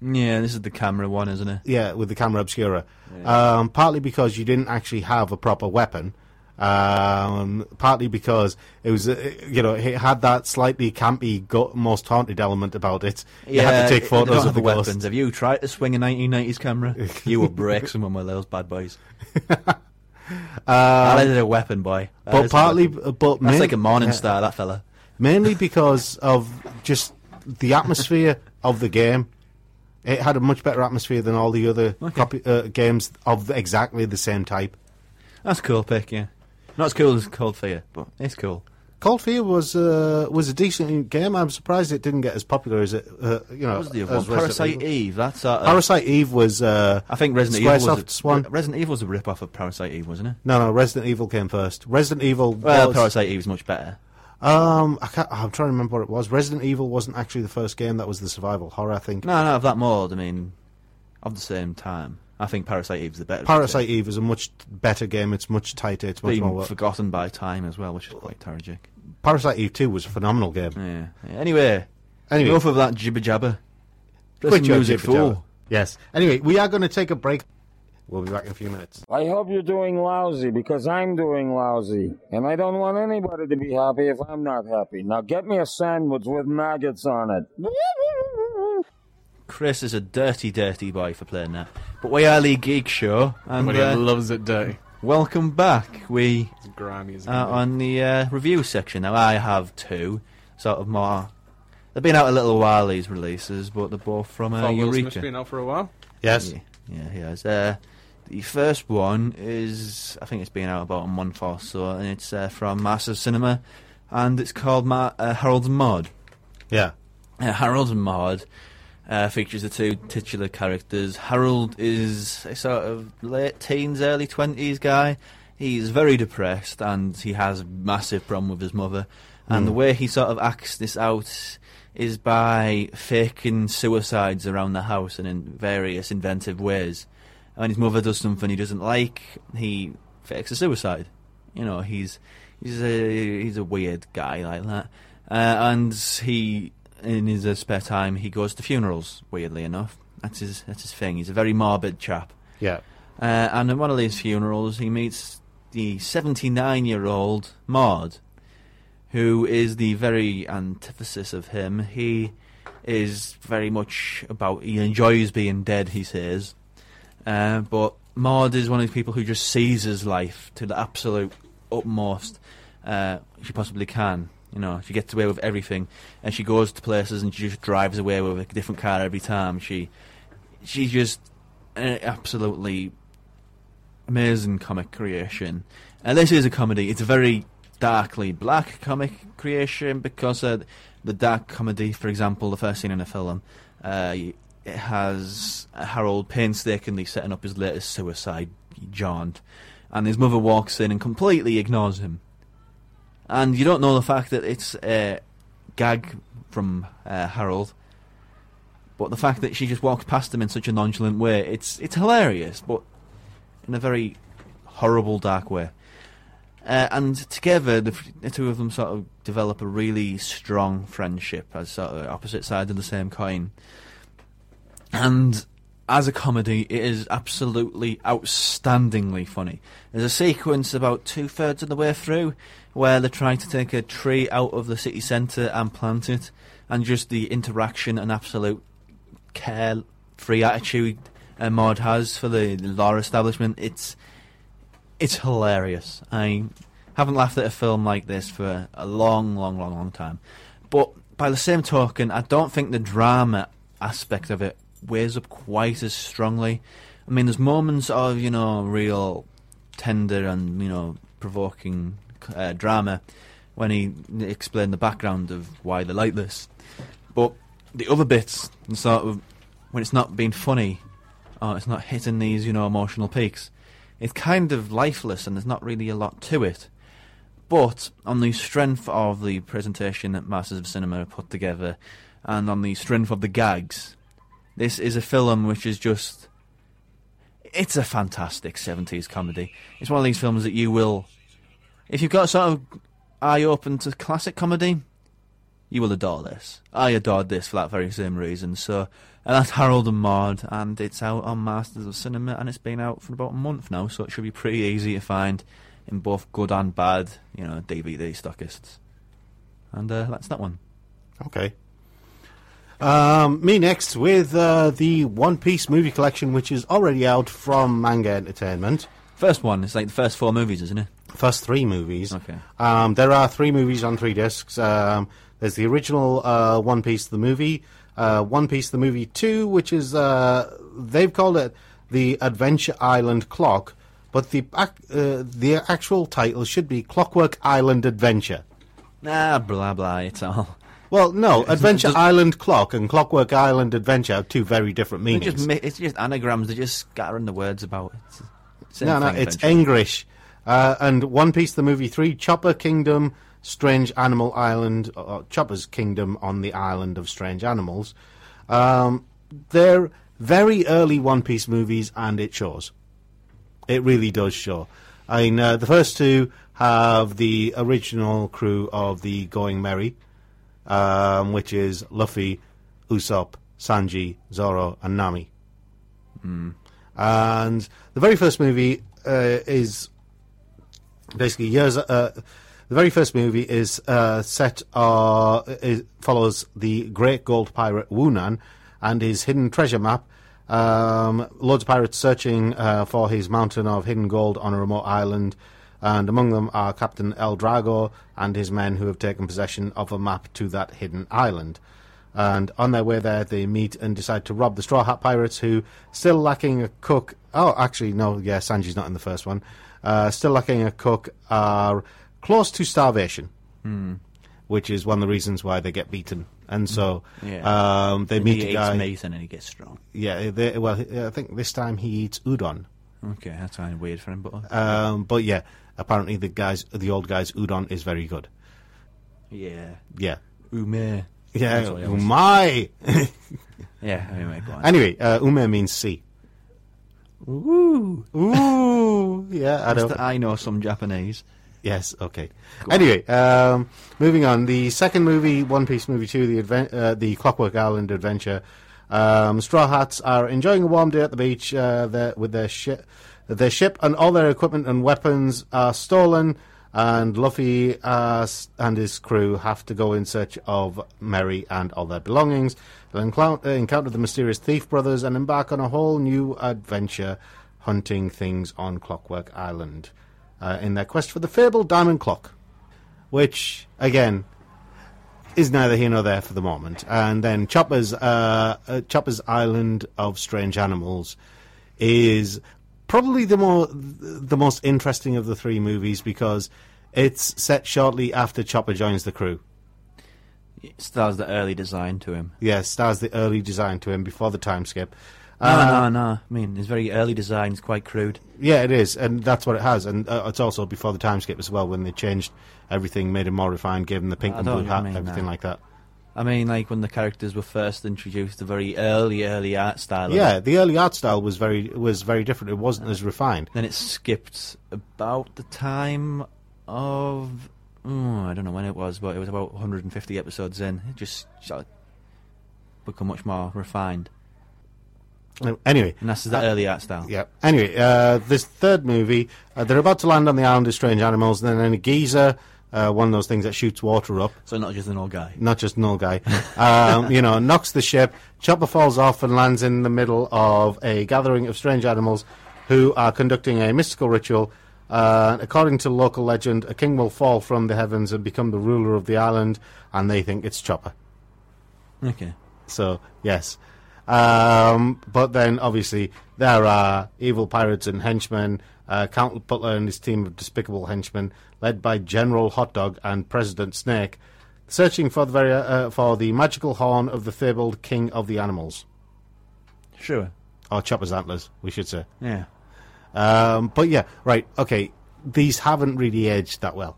[SPEAKER 4] Yeah, this is the camera one, isn't it?
[SPEAKER 2] Yeah, with the camera obscura. Um, partly because you didn't actually have a proper weapon. Um, partly because it was, uh, you know, it had that slightly campy, go- most haunted element about it. you had to take
[SPEAKER 4] they don't
[SPEAKER 2] photos
[SPEAKER 4] have
[SPEAKER 2] of the
[SPEAKER 4] weapons.
[SPEAKER 2] ghosts.
[SPEAKER 4] Have you tried to swing a
[SPEAKER 2] [laughs]
[SPEAKER 4] 1990s camera? you will break someone with those bad boys. that is a weapon, boy. That
[SPEAKER 2] Um, But
[SPEAKER 4] is a
[SPEAKER 2] partly,
[SPEAKER 4] weapon.
[SPEAKER 2] but
[SPEAKER 4] that's
[SPEAKER 2] main-
[SPEAKER 4] like a morning
[SPEAKER 2] yeah.
[SPEAKER 4] star. That fella.
[SPEAKER 2] mainly because of just the atmosphere of the game. It had a much better atmosphere than all the other copy, uh, games of exactly the same type.
[SPEAKER 4] That's a cool pick. Yeah, not as cool as Cold Fear, but it's cool.
[SPEAKER 2] Cold Fear was uh, was a decent game. I'm surprised it didn't get as popular as it. Uh, you know,
[SPEAKER 4] What was the other
[SPEAKER 2] as Resident
[SPEAKER 4] one? Parasite
[SPEAKER 2] Evil.
[SPEAKER 4] Eve. That's sort of,
[SPEAKER 2] Parasite Eve was. Uh,
[SPEAKER 4] I think Resident Evil was
[SPEAKER 2] Squaresoft's
[SPEAKER 4] a,
[SPEAKER 2] one.
[SPEAKER 4] Resident Evil was a rip off of Parasite Eve, wasn't it?
[SPEAKER 2] no, no, Resident Evil came first. Resident Evil.
[SPEAKER 4] Well,
[SPEAKER 2] was,
[SPEAKER 4] Parasite Eve is much better.
[SPEAKER 2] Um, I can't, I'm trying to remember what it was. Resident Evil wasn't actually the first game. That was the survival horror. I think.
[SPEAKER 4] No, no, of that mold. I mean, of the same time. I think Parasite Eve's the better.
[SPEAKER 2] Parasite Eve is a much better game. It's much tighter. It's much more.
[SPEAKER 4] being
[SPEAKER 2] work.
[SPEAKER 4] forgotten by time as well, which is quite tragic.
[SPEAKER 2] Parasite Eve 2 was a phenomenal game.
[SPEAKER 4] Yeah. yeah. Anyway,
[SPEAKER 2] Anyway.
[SPEAKER 4] enough of that jibber jabber. Play some
[SPEAKER 2] your
[SPEAKER 4] music,
[SPEAKER 2] jibber jabber.
[SPEAKER 4] fool.
[SPEAKER 2] Yes. Anyway, we are going to take a break. We'll be back in a few minutes.
[SPEAKER 7] I hope you're doing lousy because I'm doing lousy. And I don't want anybody to be happy if I'm not happy. Now get me a sandwich with maggots on it.
[SPEAKER 4] Chris is a dirty, dirty boy for playing that. But we are League Geek Show, and
[SPEAKER 3] But he
[SPEAKER 4] uh,
[SPEAKER 3] loves it dirty.
[SPEAKER 4] welcome back. We
[SPEAKER 3] It's grimy as it
[SPEAKER 4] are
[SPEAKER 3] can be.
[SPEAKER 4] on the uh, review section now. I have two sort of more. They've been out a little while these releases, but they're both from uh,
[SPEAKER 3] Thought Will Smith's
[SPEAKER 4] Eureka.
[SPEAKER 3] been out for a while.
[SPEAKER 2] Yes.
[SPEAKER 4] Yeah, he has. Uh, the first one is, I think it's been out about a month or so, and it's uh, from Master Cinema, and it's called Ma- uh, Harold's Mod.
[SPEAKER 2] Yeah.
[SPEAKER 4] Uh, Harold's Mod uh, features the two titular characters. Harold is a sort of late teens, early 20s guy. He's very depressed and he has massive problem with his mother. And the way he sort of acts this out is by faking suicides around the house and in various inventive ways. When his mother does something he doesn't like, he fakes a suicide you know he's he's a he's a weird guy like that uh, and he in his uh, spare time he goes to funerals weirdly enough that's his that's his thing he's a very morbid chap
[SPEAKER 2] Yeah.
[SPEAKER 4] uh, and at one of these funerals he meets the 79 year old Maud who is the very antithesis of him he is very much about he enjoys being dead he says uh, but Maud is one of these people who just seizes life to the absolute utmost uh, she possibly can. You know, she gets away with everything, and she goes to places and she just drives away with a different car every time. She, she just uh, absolutely amazing comic creation. And this is a comedy. It's a very darkly black comic creation because uh, the dark comedy, for example, the first scene in the film, uh, it has Harold painstakingly setting up his latest suicide jaunt, and his mother walks in and completely ignores him. And you don't know the fact that it's a gag from uh, Harold, but the fact that she just walked past him in such a nonchalant way, it's it's hilarious, but in a very horrible, dark way. Uh, and together, the, f- the two of them sort of develop a really strong friendship as sort of opposite sides of the same coin. And as a comedy, it is absolutely outstandingly funny. There's a sequence about two thirds of the way through where they're trying to take a tree out of the city centre and plant it, and just the interaction and absolute carefree attitude uh, Maud has for the, the law establishment. It's it's hilarious. I haven't laughed at a film like this for a long, long, long, long time. But by the same token, I don't think the drama aspect of it weighs up quite as strongly. I mean, there's moments of you know real tender and you know provoking c- uh, drama when he n- explained the background of why they're like this. But the other bits, and sort of when it's not being funny, or it's not hitting these you know emotional peaks, it's kind of lifeless and there's not really a lot to it. But on the strength of the presentation that Masters of Cinema put together, and on the strength of the gags, this is a film which is just it's a fantastic 70s comedy. It's one of these films that you will, if you've got sort of eye open to classic comedy, you will adore this. I adored this for that very same reason. So, and that's Harold and Maude, and it's out on Masters of Cinema, and it's been out for about a month now, so it should be pretty easy to find in both good and bad, you know, DVD stockists. And uh, that's that one.
[SPEAKER 2] Okay. Um, me next with uh, the One Piece movie collection, which is already out from Manga Entertainment.
[SPEAKER 4] First one, it's like the first four movies, isn't it?
[SPEAKER 2] First three movies.
[SPEAKER 4] Okay.
[SPEAKER 2] Um, there are three movies on three discs. Um, there's the original uh, One Piece the movie, uh, One Piece the movie two, which is uh, they've called it the Adventure Island Clock, but the ac- uh, the actual title should be Clockwork Island Adventure.
[SPEAKER 4] Nah, blah blah, it's all.
[SPEAKER 2] Well,
[SPEAKER 4] [laughs]
[SPEAKER 2] no, Adventure
[SPEAKER 4] does-
[SPEAKER 2] Island Clock and Clockwork Island Adventure have two very different
[SPEAKER 4] They
[SPEAKER 2] [laughs] meanings.
[SPEAKER 4] just ma- it's just anagrams. They're just scattering the words about. It's, same
[SPEAKER 2] no, no,
[SPEAKER 4] thing,
[SPEAKER 2] it's
[SPEAKER 4] essentially.
[SPEAKER 2] English. Uh, and One Piece, the movie three, Chopper Kingdom, Strange Animal Island, or Chopper's Kingdom on the Island of Strange Animals. Um, they're very early One Piece movies, and it shows. It really does show. I mean, uh, the first two have the original crew of the Going Merry, um, which is Luffy, Usopp, Sanji, Zoro, and Nami. And the very first movie uh, is basically years. Uh, the very first movie is uh, set uh, is, follows the great gold pirate Wunan and his hidden treasure map. Um, loads of pirates searching uh, for his mountain of hidden gold on a remote island, and among them are Captain El Drago and his men who have taken possession of a map to that hidden island. And on their way there, they meet and decide to rob the Straw Hat Pirates, who, still lacking a cook. Oh, actually, no, yeah, Sanji's not in the first one. Uh, still lacking a cook, are close to starvation,
[SPEAKER 4] Hmm.
[SPEAKER 2] which is one of the reasons why they get beaten. And so
[SPEAKER 4] Hmm. Yeah.
[SPEAKER 2] um, they
[SPEAKER 4] And
[SPEAKER 2] meet
[SPEAKER 4] he
[SPEAKER 2] a
[SPEAKER 4] eats
[SPEAKER 2] guy.
[SPEAKER 4] meat and then he gets strong.
[SPEAKER 2] Yeah, they, well, I think this time he eats udon.
[SPEAKER 4] Okay, that's kind of weird for him, but
[SPEAKER 2] Um, but yeah, apparently the guys, the old guy's udon is very good.
[SPEAKER 4] yeah,
[SPEAKER 2] Yeah,
[SPEAKER 4] ume.
[SPEAKER 2] yeah,
[SPEAKER 4] That's what he always-
[SPEAKER 2] umai.
[SPEAKER 4] Yeah, anyway, go on.
[SPEAKER 2] Anyway, uh, ume means sea.
[SPEAKER 4] Woo!
[SPEAKER 2] Ooh, yeah, I don't.
[SPEAKER 4] I know some Japanese.
[SPEAKER 2] Yes, okay. Anyway, um, moving on. The second movie, One Piece movie two, the adven- uh, the Clockwork Island adventure. Um, Straw Hats are enjoying a warm day at the beach uh, their, with their ship. Their ship and all their equipment and weapons are stolen, and Luffy uh, s- and his crew have to go in search of Merry and all their belongings. They'll enclou- uh, encounter the mysterious thief brothers and embark on a whole new adventure, hunting things on Clockwork Island uh, in their quest for the fabled diamond clock, which again is neither here nor there for the moment. And then Chopper's uh, uh, Chopper's Island of Strange Animals is probably the more the most interesting of the three movies because it's set shortly after Chopper joins the crew.
[SPEAKER 4] It stars the early design to him.
[SPEAKER 2] Yeah, stars the early design to him before the time skip.
[SPEAKER 4] No,
[SPEAKER 2] Uh,
[SPEAKER 4] no, no. I mean, his very early design is quite crude.
[SPEAKER 2] Yeah, it is, and that's what it has, and uh, it's also before the time skip as well when they changed everything, made him more refined, gave him the pink
[SPEAKER 4] I
[SPEAKER 2] and
[SPEAKER 4] don't
[SPEAKER 2] blue
[SPEAKER 4] know what you
[SPEAKER 2] hat,
[SPEAKER 4] mean,
[SPEAKER 2] everything
[SPEAKER 4] no.
[SPEAKER 2] like that.
[SPEAKER 4] I mean, like when the characters were first introduced, the very early, early art style. of it.
[SPEAKER 2] Yeah, the early art style was very was very different. It wasn't as refined.
[SPEAKER 4] Then it skipped about the time of oh, I don't know when it was, but it was about 150 episodes in. It just sort of become much more refined,
[SPEAKER 2] Uh, Anyway,
[SPEAKER 4] and that's the early art style.
[SPEAKER 2] yeah. Anyway, uh, this third movie, uh, they're about to land on the island of strange animals, and then a geezer, uh, one of those things that shoots water up,
[SPEAKER 4] So not just an old guy.
[SPEAKER 2] not just an old guy, um, you know, knocks the ship. Chopper falls off and lands in the middle of a gathering of strange animals who are conducting a mystical ritual. Uh, according to local legend, a king will fall from the heavens and become the ruler Mm. of the island, and they think it's Chopper.
[SPEAKER 4] Okay.
[SPEAKER 2] So yes, Um, but then, obviously, there are evil pirates and henchmen. Uh, Count Butler and his team of despicable henchmen, led by General Hot Dog and President Snake, searching for the very, uh, for the magical horn of the fabled King of the Animals,
[SPEAKER 4] Sure.
[SPEAKER 2] or Chopper's antlers, we should say.
[SPEAKER 4] Yeah.
[SPEAKER 2] Um, but yeah, right, okay. These haven't really aged that well.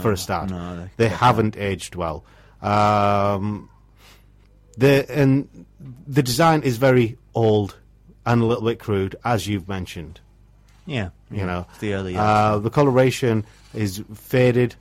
[SPEAKER 2] for a start,
[SPEAKER 4] no,
[SPEAKER 2] they,
[SPEAKER 4] they-
[SPEAKER 2] haven't aged well. Um, the and the design is very old and a little bit crude, as you've mentioned.
[SPEAKER 4] Yeah.
[SPEAKER 2] You know,
[SPEAKER 4] It's the early.
[SPEAKER 2] uh, the coloration is faded.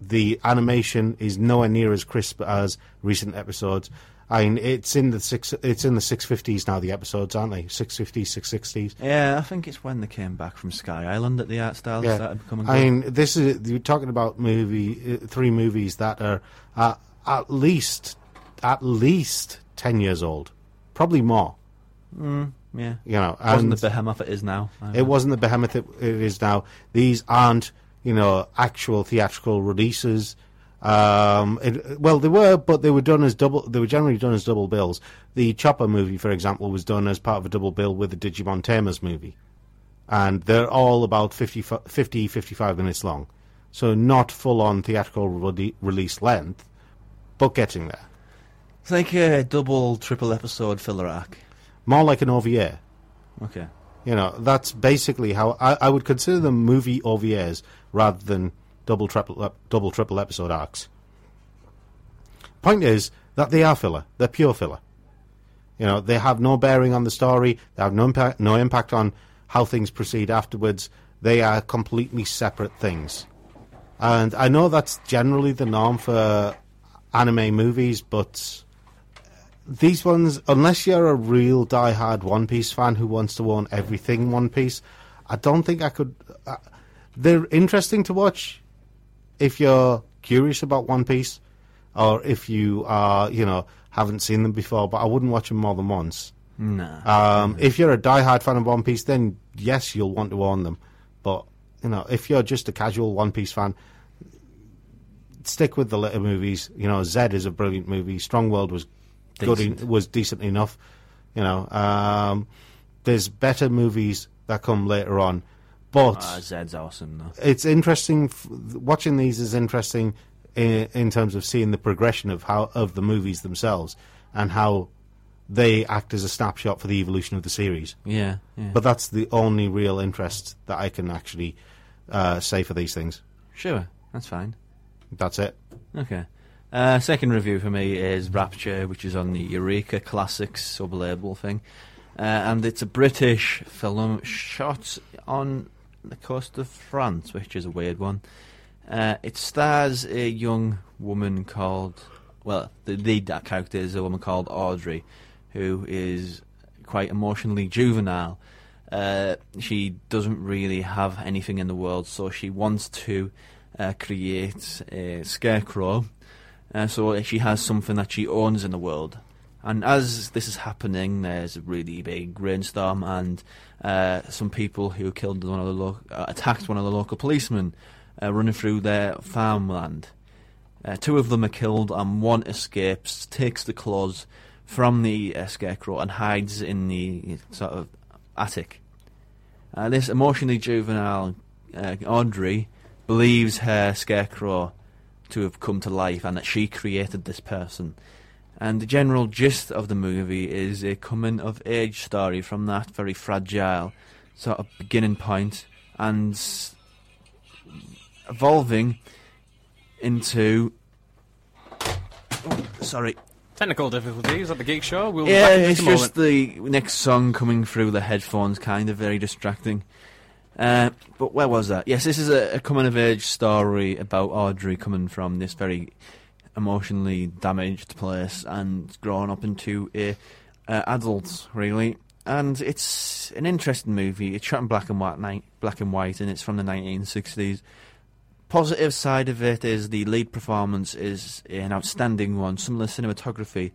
[SPEAKER 2] The animation is nowhere near as crisp as recent episodes. I mean, it's in the six. It's in the six fifties now. The episodes aren't they? Six fifties, six sixties.
[SPEAKER 4] yeah, I think it's when they came back from Sky Island that the art style started becoming good.
[SPEAKER 2] I mean, this is you're talking about movie uh, three movies that are uh, at least at least ten years old, probably more.
[SPEAKER 4] yeah.
[SPEAKER 2] You know, and
[SPEAKER 4] Wasn't the behemoth it is now. I
[SPEAKER 2] it wasn't the behemoth it, it is now. These aren't you know actual theatrical releases. Um, it, well, they were, but they were done as double. They were generally done as double bills. The Chopper movie, for example, was done as part of a double bill with the Digimon Tamers movie and they're all about 50, 50 55 minutes long. So not full on theatrical rele- release length, but getting there.
[SPEAKER 4] It's like a double, triple episode filler arc.
[SPEAKER 2] More like an OVA.
[SPEAKER 4] Okay.
[SPEAKER 2] You know, that's basically how I, I would consider them movie OVAs rather than double triple ep- double triple episode arcs. Point is that they are filler. They're pure filler. You know, they have no bearing on the story. They have no impact, no impact on how things proceed afterwards. They are completely separate things. And I know that's generally the norm for anime movies, but these ones, unless you're a real die-hard One Piece fan who wants to own everything One Piece, I don't think I could. Uh, they're interesting to watch if you're curious about One Piece, or if you are, you know, haven't seen them before. But I wouldn't watch them more than once.
[SPEAKER 4] Nah.
[SPEAKER 2] Um, If you're a die-hard fan of One Piece, then yes, you'll want to own them. But you know, if you're just a casual One Piece fan, stick with the later movies. You know, Zed is a brilliant movie. Strong World was good,
[SPEAKER 4] Decent.
[SPEAKER 2] en- was decent enough. You know, um, there's better movies that come later on, but
[SPEAKER 4] Ah, Zed's awesome though.
[SPEAKER 2] it's interesting. f- Watching these is interesting in, in terms of seeing the progression of how of the movies themselves and how they act as a snapshot for the evolution of the series.
[SPEAKER 4] Yeah. yeah.
[SPEAKER 2] But that's the only real interest that I can actually uh, say for these things.
[SPEAKER 4] sure, that's fine.
[SPEAKER 2] That's it.
[SPEAKER 4] Okay. Uh, second review for me is Rapture, which is on the Eureka Classics sub-label thing, uh, and it's a British film shot on the coast of France, which is a weird one. Uh, it stars a young woman called, well, the lead that character is a woman called Audrey, who is quite emotionally juvenile. Uh, she doesn't really have anything in the world, so she wants to uh, create a scarecrow. Uh, so she has something that she owns in the world. And as this is happening, there's a really big rainstorm, and uh, some people who killed one of the lo- uh, attacked one of the local policemen uh, running through their farmland. Uh, two of them are killed, and one escapes, takes the claws from the uh, scarecrow, and hides in the sort of attic. Uh, this emotionally juvenile uh, Audrey believes her scarecrow to have come to life and that she created this person. And the general gist of the movie is a coming of age story from that very fragile sort of beginning point and s- evolving into. Oh, sorry.
[SPEAKER 3] Technical difficulties at the Geek Show. We'll
[SPEAKER 4] Yeah,
[SPEAKER 3] be back in
[SPEAKER 4] it's
[SPEAKER 3] just a moment.
[SPEAKER 4] just the next song coming through the headphones, kind of very distracting. Uh, but where was that? Yes, this is a, a coming of age story about Audrey coming from this very emotionally damaged place and growing up into a uh, adult, really. And it's an interesting movie. It's shot in black and white, ni- black and white, and it's from the 1960s positive side of it is the lead performance is an outstanding one. Some of the cinematography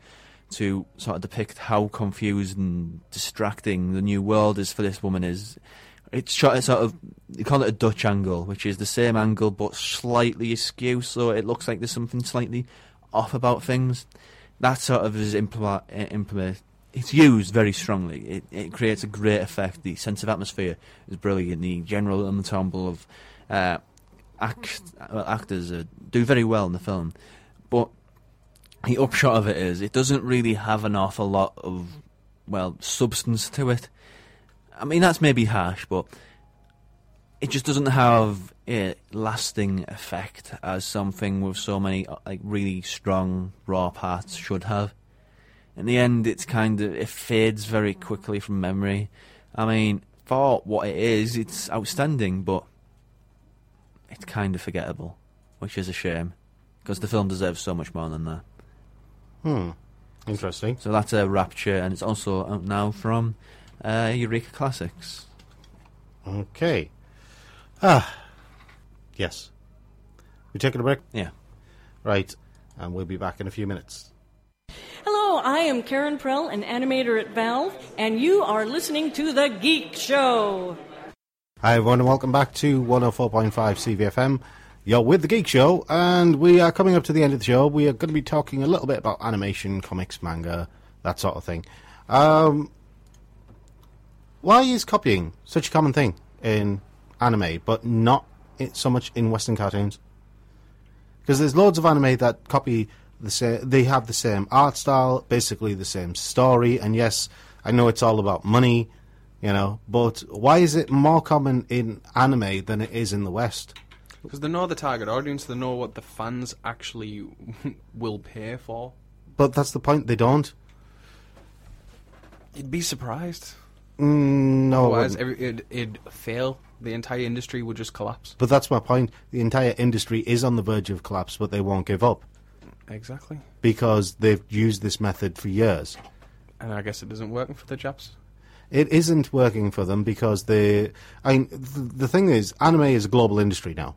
[SPEAKER 4] to sort of depict how confused and distracting the new world is for this woman is. It's shot at sort of they call it a Dutch angle, which is the same angle but slightly askew, so it looks like there's something slightly off about things. that sort of is impl- implement. It's used very strongly. It, it creates a great effect. The sense of atmosphere is brilliant. The general ensemble of uh, act, well, actors uh, do very well in the film, but the upshot of it is it doesn't really have an awful lot of well substance to it. I mean that's maybe harsh, but it just doesn't have a lasting effect as something with so many uh, like really strong raw parts should have. In the end, it's kind of it fades very quickly from memory. I mean, for what it is, it's outstanding, but it's kind of forgettable, which is a shame because the film deserves so much more than that.
[SPEAKER 2] Interesting.
[SPEAKER 4] So that's a Rapture, and it's also out now from uh, Eureka Classics.
[SPEAKER 2] Okay. Ah. Yes. We're taking a break.
[SPEAKER 4] Yeah.
[SPEAKER 2] Right. And we'll be back in a few minutes.
[SPEAKER 8] Hello, I am Karen Prell, an animator at Valve, and you are listening to The Geek Show.
[SPEAKER 2] Hi, everyone, and welcome back to 104.5 CVFM. You're with The Geek Show, and we are coming up to the end of the show. We are going to be talking a little bit about animation, comics, manga, that sort of thing. Um, why is copying such a common thing in anime, but not i- so much in Western cartoons? Because there's loads of anime that copy the same. They have the same art style, basically the same story. And yes, I know it's all about money, you know. But why is it more common in anime than it is in the West?
[SPEAKER 3] Because they know the target audience, they know what the fans actually [laughs] will pay for.
[SPEAKER 2] But that's the point. They don't.
[SPEAKER 3] You'd be surprised.
[SPEAKER 2] Mm,
[SPEAKER 4] Oh,
[SPEAKER 2] no, I
[SPEAKER 3] Otherwise,
[SPEAKER 2] wouldn't.
[SPEAKER 3] every, it'd, it'd fail. The entire industry would just collapse.
[SPEAKER 2] but that's my point. The entire industry is on the verge of collapse, but they won't give up
[SPEAKER 3] Exactly.
[SPEAKER 2] because they've used this method for years.
[SPEAKER 3] And I guess it isn't working for the Japs.
[SPEAKER 2] it isn't working for them because they. I mean, th- the thing is, anime is a global industry now.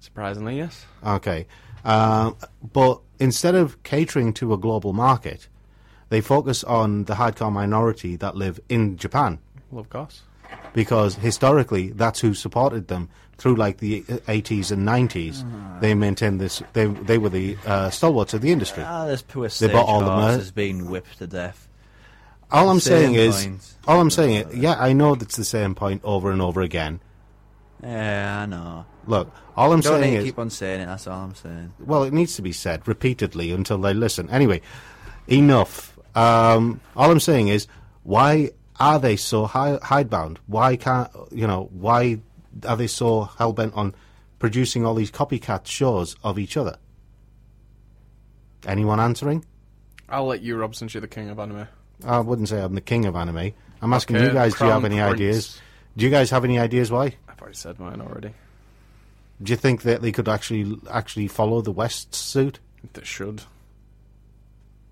[SPEAKER 3] Surprisingly, yes.
[SPEAKER 2] Okay, um, but instead of catering to a global market, they focus on the hardcore minority that live in Japan
[SPEAKER 3] Well, of course.
[SPEAKER 2] because historically that's who supported them through like the uh, 80s and 90s.
[SPEAKER 4] Mm-hmm.
[SPEAKER 2] They maintained this. They they were the uh, stalwarts of the industry.
[SPEAKER 4] Ah, this poor
[SPEAKER 2] They bought all the
[SPEAKER 4] stagecoach
[SPEAKER 2] mer-
[SPEAKER 4] has been whipped to death.
[SPEAKER 2] all I'm
[SPEAKER 4] Same
[SPEAKER 2] saying is,
[SPEAKER 4] point. Uh,
[SPEAKER 2] all I'm saying, is, yeah, I know that's the same point over and over again.
[SPEAKER 4] Yeah, I know.
[SPEAKER 2] Look, all I'm
[SPEAKER 4] Don't need
[SPEAKER 2] saying
[SPEAKER 4] to
[SPEAKER 2] is,
[SPEAKER 4] keep on saying it. That's all I'm saying.
[SPEAKER 2] well, it needs to be said repeatedly until they listen. Anyway, enough. Um, all I'm saying is, why are they so hi- hidebound? Why can't you know? Why are they so hell bent on producing all these copycat shows of each other? Anyone answering?
[SPEAKER 3] I'll let you, Rob, since you're the king of anime.
[SPEAKER 2] I wouldn't say I'm the king of anime. I'm asking
[SPEAKER 3] Okay,
[SPEAKER 2] you guys. Do you have
[SPEAKER 3] Crown
[SPEAKER 2] any
[SPEAKER 3] Prince.
[SPEAKER 2] ideas? Do you guys have any ideas why?
[SPEAKER 3] I've already said mine already.
[SPEAKER 2] Do you think that they could actually actually follow the West's suit?
[SPEAKER 3] They should.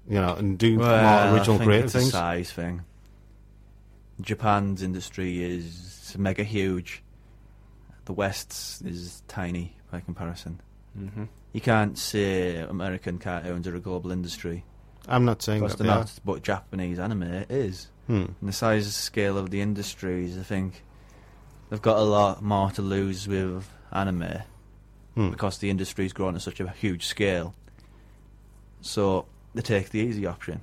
[SPEAKER 2] You know, and do
[SPEAKER 4] Well,
[SPEAKER 2] more original
[SPEAKER 4] I think
[SPEAKER 2] great
[SPEAKER 4] it's a
[SPEAKER 2] things.
[SPEAKER 4] size thing. Japan's industry is mega huge. The West's is tiny by comparison. Mm-hmm. You can't say American cartoons are a global industry.
[SPEAKER 2] I'm not saying
[SPEAKER 4] Because
[SPEAKER 2] that they
[SPEAKER 4] they're
[SPEAKER 2] are. Hmm.
[SPEAKER 4] not, but Japanese anime is. And the size and scale of the industries, I think they've got a lot more to lose with anime
[SPEAKER 2] Hmm.
[SPEAKER 4] because the industry's grown to such a huge scale. So they take the easy option.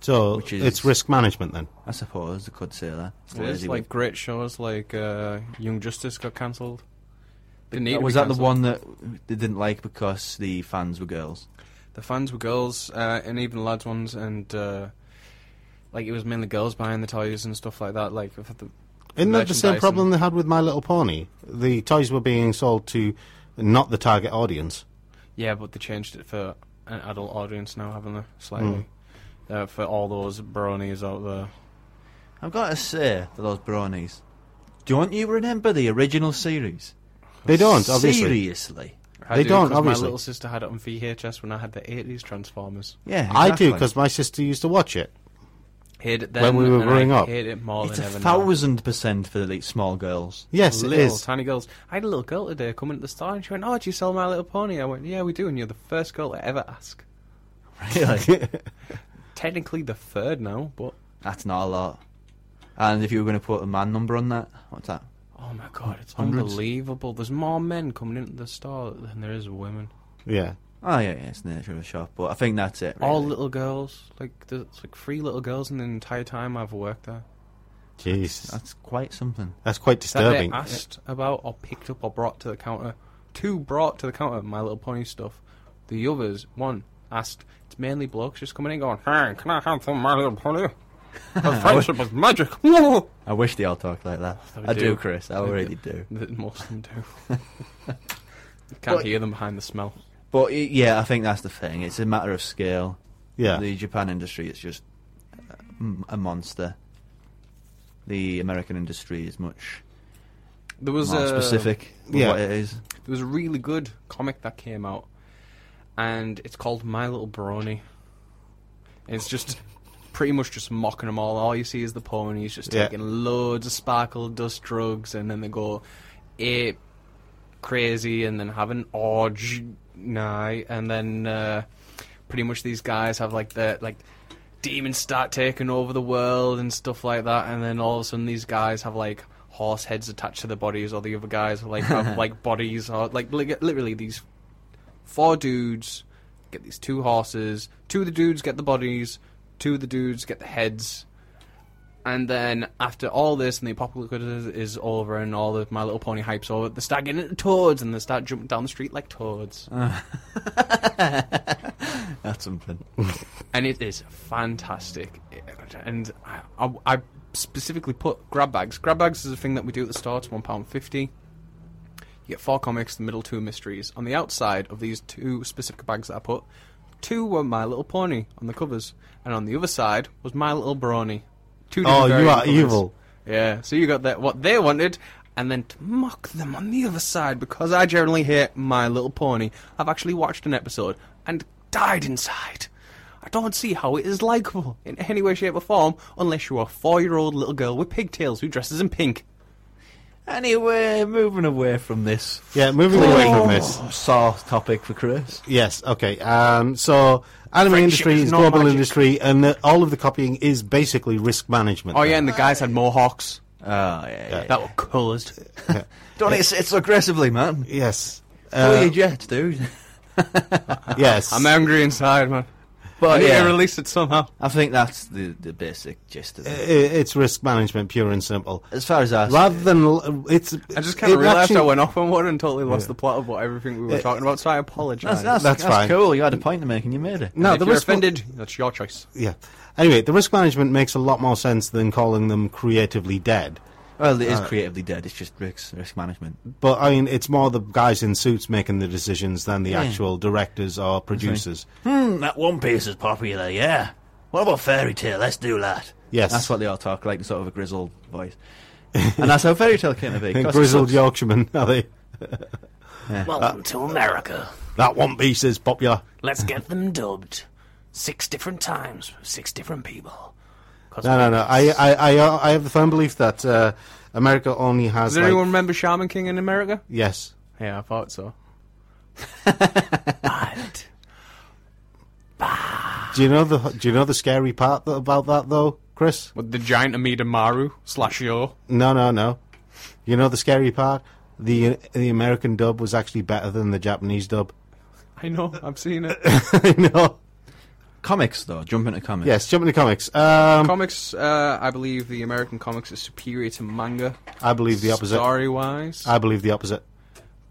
[SPEAKER 2] So
[SPEAKER 4] which is-
[SPEAKER 2] it's risk management then.
[SPEAKER 4] I suppose they could say that. It's
[SPEAKER 3] It is
[SPEAKER 4] lazy
[SPEAKER 3] like
[SPEAKER 4] with-
[SPEAKER 3] great shows like uh, Young Justice got cancelled. They need
[SPEAKER 4] Uh,
[SPEAKER 3] to
[SPEAKER 4] was
[SPEAKER 3] be
[SPEAKER 4] that the
[SPEAKER 3] cancelled.
[SPEAKER 4] one that they didn't like because the fans were girls?
[SPEAKER 3] The fans were girls uh, and even lads ones, and uh, like it was mainly girls buying the toys and stuff like that. Like with the
[SPEAKER 2] Isn't that the
[SPEAKER 3] merchandise
[SPEAKER 2] same
[SPEAKER 3] and-
[SPEAKER 2] problem they had with My Little Pony? The toys were being sold to not the target audience.
[SPEAKER 3] Yeah, but they changed it for an adult audience now, haven't they? Slightly.
[SPEAKER 2] Hmm.
[SPEAKER 3] Uh, for all those bronies out there.
[SPEAKER 4] I've got to say to those bronies, don't you remember the original series?
[SPEAKER 2] They don't, obviously.
[SPEAKER 4] Seriously.
[SPEAKER 3] I
[SPEAKER 2] They
[SPEAKER 3] do,
[SPEAKER 2] don't,
[SPEAKER 3] 'cause
[SPEAKER 2] obviously.
[SPEAKER 3] My little sister had it on VHS when I had the 80s Transformers.
[SPEAKER 4] Yeah,
[SPEAKER 2] I do
[SPEAKER 4] exactly.
[SPEAKER 2] because my sister used to watch it.
[SPEAKER 3] Hate it then,
[SPEAKER 2] When we were
[SPEAKER 3] and
[SPEAKER 2] growing
[SPEAKER 3] I
[SPEAKER 2] up.
[SPEAKER 3] hate it more
[SPEAKER 4] It's a
[SPEAKER 3] than ever now.
[SPEAKER 4] thousand percent for the small girls.
[SPEAKER 2] Yes, it
[SPEAKER 3] little
[SPEAKER 2] is.
[SPEAKER 3] tiny girls. I had a little girl today coming at the store, and she went, "Oh, do you sell My Little Pony?" I went, "Yeah, we do." And you're the first girl to ever ask.
[SPEAKER 4] [laughs] Really?
[SPEAKER 3] Technically, the third now, but
[SPEAKER 4] That's not a lot. And if you were going to put a man number on that, what's that?
[SPEAKER 3] oh my god, it's
[SPEAKER 4] Hundreds.
[SPEAKER 3] unbelievable. There's more men coming into the store than there is women.
[SPEAKER 2] Yeah.
[SPEAKER 4] Oh yeah, yeah, it's the nature of the shop, but I think that's it.
[SPEAKER 3] All
[SPEAKER 4] really.
[SPEAKER 3] little girls. Like there's like three little girls in the entire time I've worked there.
[SPEAKER 2] Jeez, that's,
[SPEAKER 4] that's quite something.
[SPEAKER 2] quite
[SPEAKER 3] That they
[SPEAKER 2] disturbing.
[SPEAKER 3] asked about or picked up or brought to the counter. Two brought to the counter, my little pony stuff. The others, one asked, it's mainly blokes just coming in going, Hey, can I have some my little pony? Our friendship is magic. [laughs] That
[SPEAKER 4] I wish they all talked like that.
[SPEAKER 3] They
[SPEAKER 4] I do.
[SPEAKER 3] do.
[SPEAKER 4] Chris. I
[SPEAKER 3] They
[SPEAKER 4] already
[SPEAKER 3] do.
[SPEAKER 4] do.
[SPEAKER 3] most of them do. you can't hear them behind the smell.
[SPEAKER 4] But y- yeah, I think that's the thing. It's a matter of scale.
[SPEAKER 2] yeah,
[SPEAKER 4] The Japan industry is just uh, m- a monster. The American industry is much
[SPEAKER 3] There was uh,
[SPEAKER 4] more
[SPEAKER 3] a
[SPEAKER 4] specific. with
[SPEAKER 2] yeah.
[SPEAKER 4] what it is.
[SPEAKER 3] There was a really good comic that came out, and it's called My Little Brony. And It's just pretty much just mocking them all. All you see is the ponies just
[SPEAKER 2] Yeah.
[SPEAKER 3] taking loads of sparkle dust drugs, and then they go ape crazy, and then have an orgy night, and then uh, pretty much these guys have like the like demons start taking over the world and stuff like that, and then all of a sudden these guys have like horse heads attached to their bodies, or the other guys like have like bodies, or like li- literally these four dudes get these two horses, two of the dudes get the bodies, two of the dudes get the heads. And then after all this and the apocalypse is, is over and all the My Little Pony hype's over, they start getting into toads and they start jumping down the street like toads.
[SPEAKER 4] That's something.
[SPEAKER 3] and it is fantastic. And I, I, I specifically put grab bags. Grab bags is a thing that we do at the store. It's one pound fifty. You get four comics, the middle two are mysteries. On the outside of these two specific bags that I put, two were My Little Pony on the covers, and on the other side was My Little Brony. Two different
[SPEAKER 2] Oh, you
[SPEAKER 3] variant
[SPEAKER 2] are
[SPEAKER 3] covers.
[SPEAKER 2] evil.
[SPEAKER 3] Yeah. So you got that what they wanted. And then to mock them on the other side because I generally hate My Little Pony. I've actually watched an episode and died inside. I don't see how it is likable in any way, shape, or form unless you're a four year old little girl with pigtails who dresses in pink.
[SPEAKER 4] Anyway, moving away from this.
[SPEAKER 2] yeah. Moving away from this.
[SPEAKER 4] Sore topic for Chris.
[SPEAKER 2] Yes. Okay. Um, so, anime industry
[SPEAKER 3] is
[SPEAKER 2] is
[SPEAKER 3] not
[SPEAKER 2] global
[SPEAKER 3] magic.
[SPEAKER 2] industry, and uh, all of the copying is basically risk management.
[SPEAKER 3] Oh, yeah, and the guys had mohawks
[SPEAKER 4] Oh yeah. yeah.
[SPEAKER 3] that were coloured.
[SPEAKER 4] [laughs] Don't it's, it's aggressively, man.
[SPEAKER 2] Yes.
[SPEAKER 4] oh,
[SPEAKER 2] Uh,
[SPEAKER 4] your jets, dude.
[SPEAKER 3] [laughs]
[SPEAKER 2] yes.
[SPEAKER 3] I'm angry inside, man. I
[SPEAKER 2] Oh,
[SPEAKER 4] But
[SPEAKER 3] need
[SPEAKER 4] yeah,
[SPEAKER 3] to release it somehow.
[SPEAKER 4] I think that's the the basic gist of
[SPEAKER 2] I-
[SPEAKER 4] it.
[SPEAKER 2] it's risk management, pure and simple.
[SPEAKER 4] As far as us,
[SPEAKER 2] Rather than l- it's,
[SPEAKER 3] I just kind of
[SPEAKER 2] it
[SPEAKER 3] realised
[SPEAKER 2] actually-
[SPEAKER 3] I went off on one and totally lost the plot of what everything we were talking about, so I
[SPEAKER 4] that's
[SPEAKER 3] apologise.
[SPEAKER 4] that's,
[SPEAKER 2] That's
[SPEAKER 4] that's,
[SPEAKER 2] fine.
[SPEAKER 4] cool. You had a point to make, and you made it.
[SPEAKER 2] No,
[SPEAKER 3] if
[SPEAKER 2] the
[SPEAKER 3] you're
[SPEAKER 2] risk
[SPEAKER 3] offended, that's your choice.
[SPEAKER 2] yeah. Anyway, the risk management makes a lot more sense than calling them creatively dead.
[SPEAKER 4] Well, it is creatively dead. It's just risk risk management.
[SPEAKER 2] But I mean, it's more the guys in suits making the decisions than the
[SPEAKER 4] Yeah.
[SPEAKER 2] actual directors or producers.
[SPEAKER 4] Hmm, that One Piece is popular. Yeah. What about Fairy Tale? Let's do that.
[SPEAKER 2] Yes.
[SPEAKER 4] that's what they all talk like, sort of a grizzled voice. [laughs] and that's how Fairy Tale
[SPEAKER 2] [laughs]
[SPEAKER 4] came to be. 'cause it
[SPEAKER 2] Grizzled
[SPEAKER 4] sucks.
[SPEAKER 2] Yorkshiremen, [laughs] are they?
[SPEAKER 9] Welcome to America.
[SPEAKER 2] That One Piece is popular.
[SPEAKER 9] Let's get them dubbed six different times, six different people. 'Cause
[SPEAKER 2] No, no, no. I, I, I, I have the firm belief that uh, America only has.
[SPEAKER 3] Does
[SPEAKER 2] like-
[SPEAKER 3] anyone remember Shaman King in America?
[SPEAKER 2] Yes.
[SPEAKER 3] Yeah, I thought so.
[SPEAKER 9] Island.
[SPEAKER 2] Do you know the Do you know the scary part tha- about that though, Chris?
[SPEAKER 3] With the giant Amida Maru slash Yo.
[SPEAKER 2] No, no, no. You know the scary part. The the American dub was actually better than the Japanese dub. [laughs]
[SPEAKER 3] I know, I've seen it. [laughs]
[SPEAKER 2] I know.
[SPEAKER 4] Comics, though. Jumping to comics.
[SPEAKER 2] Yes, jumping to comics. Um,
[SPEAKER 3] comics, uh, I believe the American comics is superior to manga.
[SPEAKER 2] I believe the opposite.
[SPEAKER 3] Story wise.
[SPEAKER 2] I believe the
[SPEAKER 4] Uh,
[SPEAKER 2] opposite.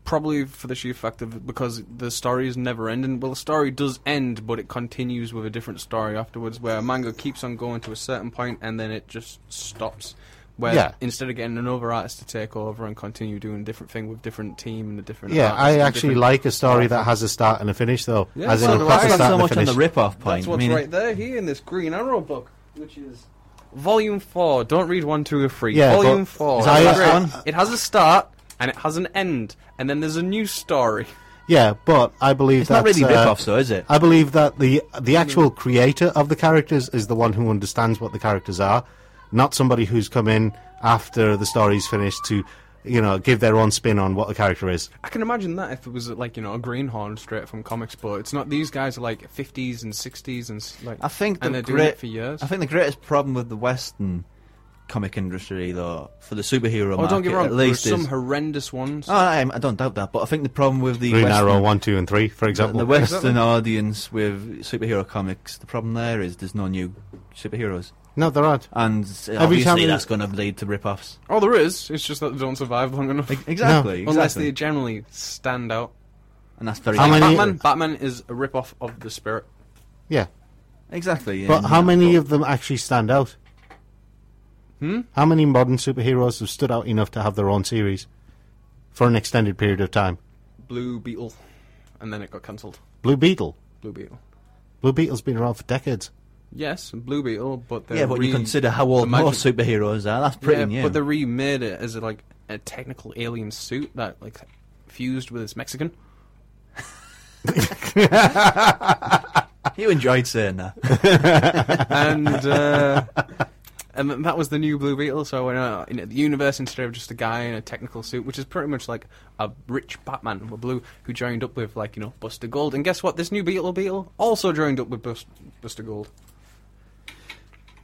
[SPEAKER 3] Probably for the sheer fact of because the story is never ending. Well, the story does end, but it continues with a different story afterwards, where manga keeps on going to a certain point and then it just stops. Where
[SPEAKER 2] Yeah.
[SPEAKER 3] instead of getting another artist to take over and continue doing a different thing with different team and a different
[SPEAKER 2] Yeah,
[SPEAKER 3] artist
[SPEAKER 2] I
[SPEAKER 3] and
[SPEAKER 2] actually
[SPEAKER 3] different-
[SPEAKER 2] like a story that has a start and a finish, though.
[SPEAKER 3] Yeah,
[SPEAKER 2] As in,
[SPEAKER 3] well,
[SPEAKER 2] it
[SPEAKER 4] Well,
[SPEAKER 2] has a
[SPEAKER 4] that's
[SPEAKER 3] Right.
[SPEAKER 2] start
[SPEAKER 4] so
[SPEAKER 2] and a
[SPEAKER 4] much on
[SPEAKER 2] finish.
[SPEAKER 4] the rip-off point.
[SPEAKER 3] That's what's
[SPEAKER 4] I mean,
[SPEAKER 3] right there here in this Green Arrow book, which is Volume Four. Don't read one, two, or three.
[SPEAKER 2] Yeah,
[SPEAKER 3] volume
[SPEAKER 2] but-
[SPEAKER 3] Four.
[SPEAKER 2] Is that
[SPEAKER 3] It's
[SPEAKER 2] the
[SPEAKER 3] great.
[SPEAKER 2] last one?
[SPEAKER 3] It has a start and it has an end, and then there's a new story. [laughs]
[SPEAKER 2] Yeah, but I believe
[SPEAKER 4] It's
[SPEAKER 2] that
[SPEAKER 4] not really
[SPEAKER 2] uh,
[SPEAKER 4] rip-offs, though, is it? Mm.
[SPEAKER 2] I believe that the the actual creator of the characters is the one who understands what the characters are, not somebody who's come in after the story's finished to, you know, give their own spin on what the character is.
[SPEAKER 3] I can imagine that if it was like you know a greenhorn straight from comics, but it's not. These guys are like 50s and 60s and s- like.
[SPEAKER 4] I think the
[SPEAKER 3] and they're
[SPEAKER 4] great,
[SPEAKER 3] doing it for years.
[SPEAKER 4] I think the greatest problem with the Western comic industry, though, for the superhero
[SPEAKER 3] Oh,
[SPEAKER 4] market,
[SPEAKER 3] don't get me wrong.
[SPEAKER 4] at least
[SPEAKER 3] there are
[SPEAKER 4] is-
[SPEAKER 3] some horrendous ones.
[SPEAKER 4] Oh, I, I don't doubt that, but I think the problem with the
[SPEAKER 2] Green
[SPEAKER 4] Western,
[SPEAKER 2] Arrow 1, 2, and 3, for example.
[SPEAKER 4] the Western
[SPEAKER 2] Exactly.
[SPEAKER 4] audience with superhero comics, the problem there is there's no new superheroes.
[SPEAKER 2] No, there aren't.
[SPEAKER 4] And
[SPEAKER 2] Every
[SPEAKER 4] Every obviously
[SPEAKER 2] time-
[SPEAKER 4] that's going to lead to rip-offs.
[SPEAKER 3] Oh, there is. It's just that they don't survive long enough.
[SPEAKER 2] E-,
[SPEAKER 3] [laughs]
[SPEAKER 4] exactly, No.
[SPEAKER 3] Unless
[SPEAKER 4] exactly.
[SPEAKER 3] they generally stand out.
[SPEAKER 4] And that's very
[SPEAKER 2] How many-
[SPEAKER 3] Batman, Batman is a rip-off of The Spirit.
[SPEAKER 2] Yeah.
[SPEAKER 4] Exactly.
[SPEAKER 2] But
[SPEAKER 4] and-
[SPEAKER 2] how many of them actually stand out?
[SPEAKER 3] Hmm?
[SPEAKER 2] How many modern superheroes have stood out enough to have their own series for an extended period of time?
[SPEAKER 3] Blue Beetle. And then it got cancelled.
[SPEAKER 2] Blue Beetle.
[SPEAKER 3] Blue Beetle.
[SPEAKER 2] Blue Beetle's been around for decades.
[SPEAKER 3] Yes, Blue Beetle, but they
[SPEAKER 4] Yeah, but you consider how old most superheroes are, that's pretty
[SPEAKER 3] yeah,
[SPEAKER 4] new.
[SPEAKER 3] But they remade it as a, like a technical alien suit that like fused with its Mexican.
[SPEAKER 4] you enjoyed saying that.
[SPEAKER 3] and
[SPEAKER 4] [laughs]
[SPEAKER 3] uh, and th- that was the new Blue Beetle. So I went out into the universe instead of just a guy in a technical suit, which is pretty much like a rich Batman with blue who joined up with like you know Buster Gold. And guess what? This new Beetle Beetle also joined up with Bus- Buster Gold.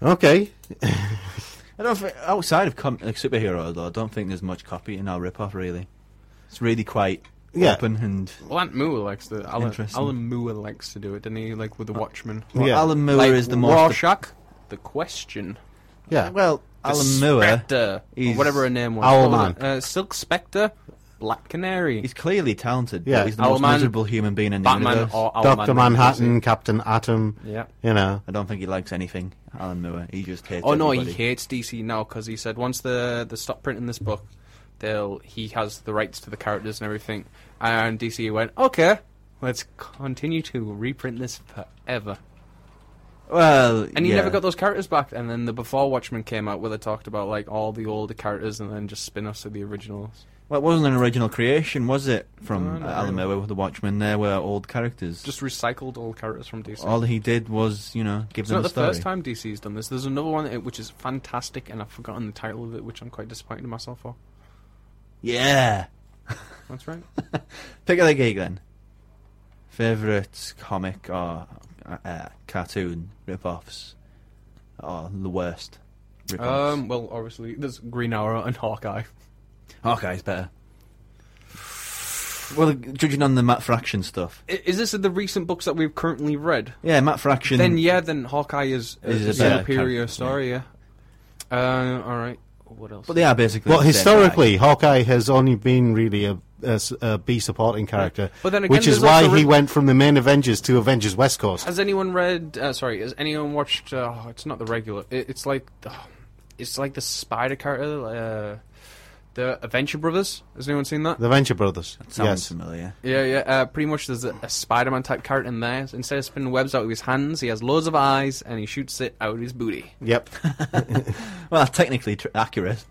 [SPEAKER 2] Okay.
[SPEAKER 4] I don't think outside of com- like superhero though. I don't think there's much copying or rip-off really. It's really quite
[SPEAKER 2] Yeah.
[SPEAKER 4] open and
[SPEAKER 3] Well, Alan Moore likes to Alan,
[SPEAKER 4] Interesting.
[SPEAKER 3] Alan Moore likes to do it, didn't he? Like with the Watchmen.
[SPEAKER 4] well,
[SPEAKER 2] Yeah.
[SPEAKER 4] Alan Moore
[SPEAKER 3] Like
[SPEAKER 4] is the most.
[SPEAKER 3] Rorschach, the question.
[SPEAKER 2] Yeah.
[SPEAKER 4] well,
[SPEAKER 3] The
[SPEAKER 4] Alan Moore,
[SPEAKER 3] Spectre, or
[SPEAKER 4] is
[SPEAKER 3] whatever her name was.
[SPEAKER 2] Owlman.
[SPEAKER 3] What was it? Uh, Silk Spectre, Black Canary,
[SPEAKER 4] he's clearly talented.
[SPEAKER 2] Yeah.
[SPEAKER 4] but he's the most
[SPEAKER 3] Owlman,
[SPEAKER 4] miserable human being in the
[SPEAKER 3] Batman,
[SPEAKER 4] universe.
[SPEAKER 3] or Owlman.
[SPEAKER 2] Dr. Manhattan,
[SPEAKER 3] obviously.
[SPEAKER 2] Captain Atom.
[SPEAKER 3] Yeah.
[SPEAKER 2] You know.
[SPEAKER 4] I don't think he likes anything. Alan Moore, he just hates.
[SPEAKER 3] Oh no, he
[SPEAKER 4] everybody.
[SPEAKER 3] hates DC now because he said once the the stop printing this book, they'll he has the rights to the characters and everything. And DC went, okay, let's continue to reprint this forever.
[SPEAKER 4] Well,
[SPEAKER 3] And he
[SPEAKER 4] yeah.
[SPEAKER 3] never got those characters back. And then the Before Watchmen came out, where they talked about like all the older characters and then just spin-offs of the originals.
[SPEAKER 4] Well, it wasn't an original creation, was it?
[SPEAKER 3] No,
[SPEAKER 4] From
[SPEAKER 3] not
[SPEAKER 4] Alan
[SPEAKER 3] really.
[SPEAKER 4] Moore with the Watchmen, there were old characters.
[SPEAKER 3] Just recycled all characters from DC.
[SPEAKER 4] all he did was, you know, give
[SPEAKER 3] it's
[SPEAKER 4] them
[SPEAKER 3] not
[SPEAKER 4] a
[SPEAKER 3] the
[SPEAKER 4] story.
[SPEAKER 3] first time DC's done this. There's another one uh, which is fantastic, and I've forgotten the title of it, which I'm quite disappointed in myself for.
[SPEAKER 4] Yeah.
[SPEAKER 3] That's right.
[SPEAKER 4] Pick of the geek then. Favorite comic or uh, uh, cartoon rip-offs, or the worst. Rip-offs.
[SPEAKER 3] um, well, obviously, there's Green Arrow and Hawkeye.
[SPEAKER 4] Hawkeye's Oh, better. Well, judging on the Matt Fraction stuff,
[SPEAKER 3] I- Is this the recent books that we've currently read?
[SPEAKER 4] yeah, Matt Fraction.
[SPEAKER 3] Then yeah, then Hawkeye is,
[SPEAKER 4] Mm.
[SPEAKER 3] uh,
[SPEAKER 4] Is
[SPEAKER 3] is
[SPEAKER 4] a
[SPEAKER 3] a
[SPEAKER 4] better
[SPEAKER 3] superior
[SPEAKER 4] character,
[SPEAKER 3] story. Yeah. Uh, all right. What else?
[SPEAKER 4] but they are basically.
[SPEAKER 2] Well,
[SPEAKER 4] the same
[SPEAKER 2] historically, Hawkeye has only been really a, a s- a B supporting character.
[SPEAKER 3] But then again,
[SPEAKER 2] which is
[SPEAKER 3] there's
[SPEAKER 2] why
[SPEAKER 3] also
[SPEAKER 2] he
[SPEAKER 3] re-
[SPEAKER 2] went from the main Avengers to Avengers West Coast.
[SPEAKER 3] has anyone read? Uh, sorry, has anyone watched? Uh, oh, it's not the regular. It, it's like, oh, it's like the spider character, uh, the Adventure Brothers. Has anyone seen that?
[SPEAKER 2] The Venture Brothers.
[SPEAKER 4] guy. Sounds
[SPEAKER 2] Yes.
[SPEAKER 4] familiar.
[SPEAKER 3] Yeah, yeah. Uh, pretty much, there's a, a Spider-Man type character in there. Instead of spinning webs out of his hands, he has loads of eyes, and he shoots it out of his booty.
[SPEAKER 2] Yep.
[SPEAKER 4] Well, that's technically tr- accurate.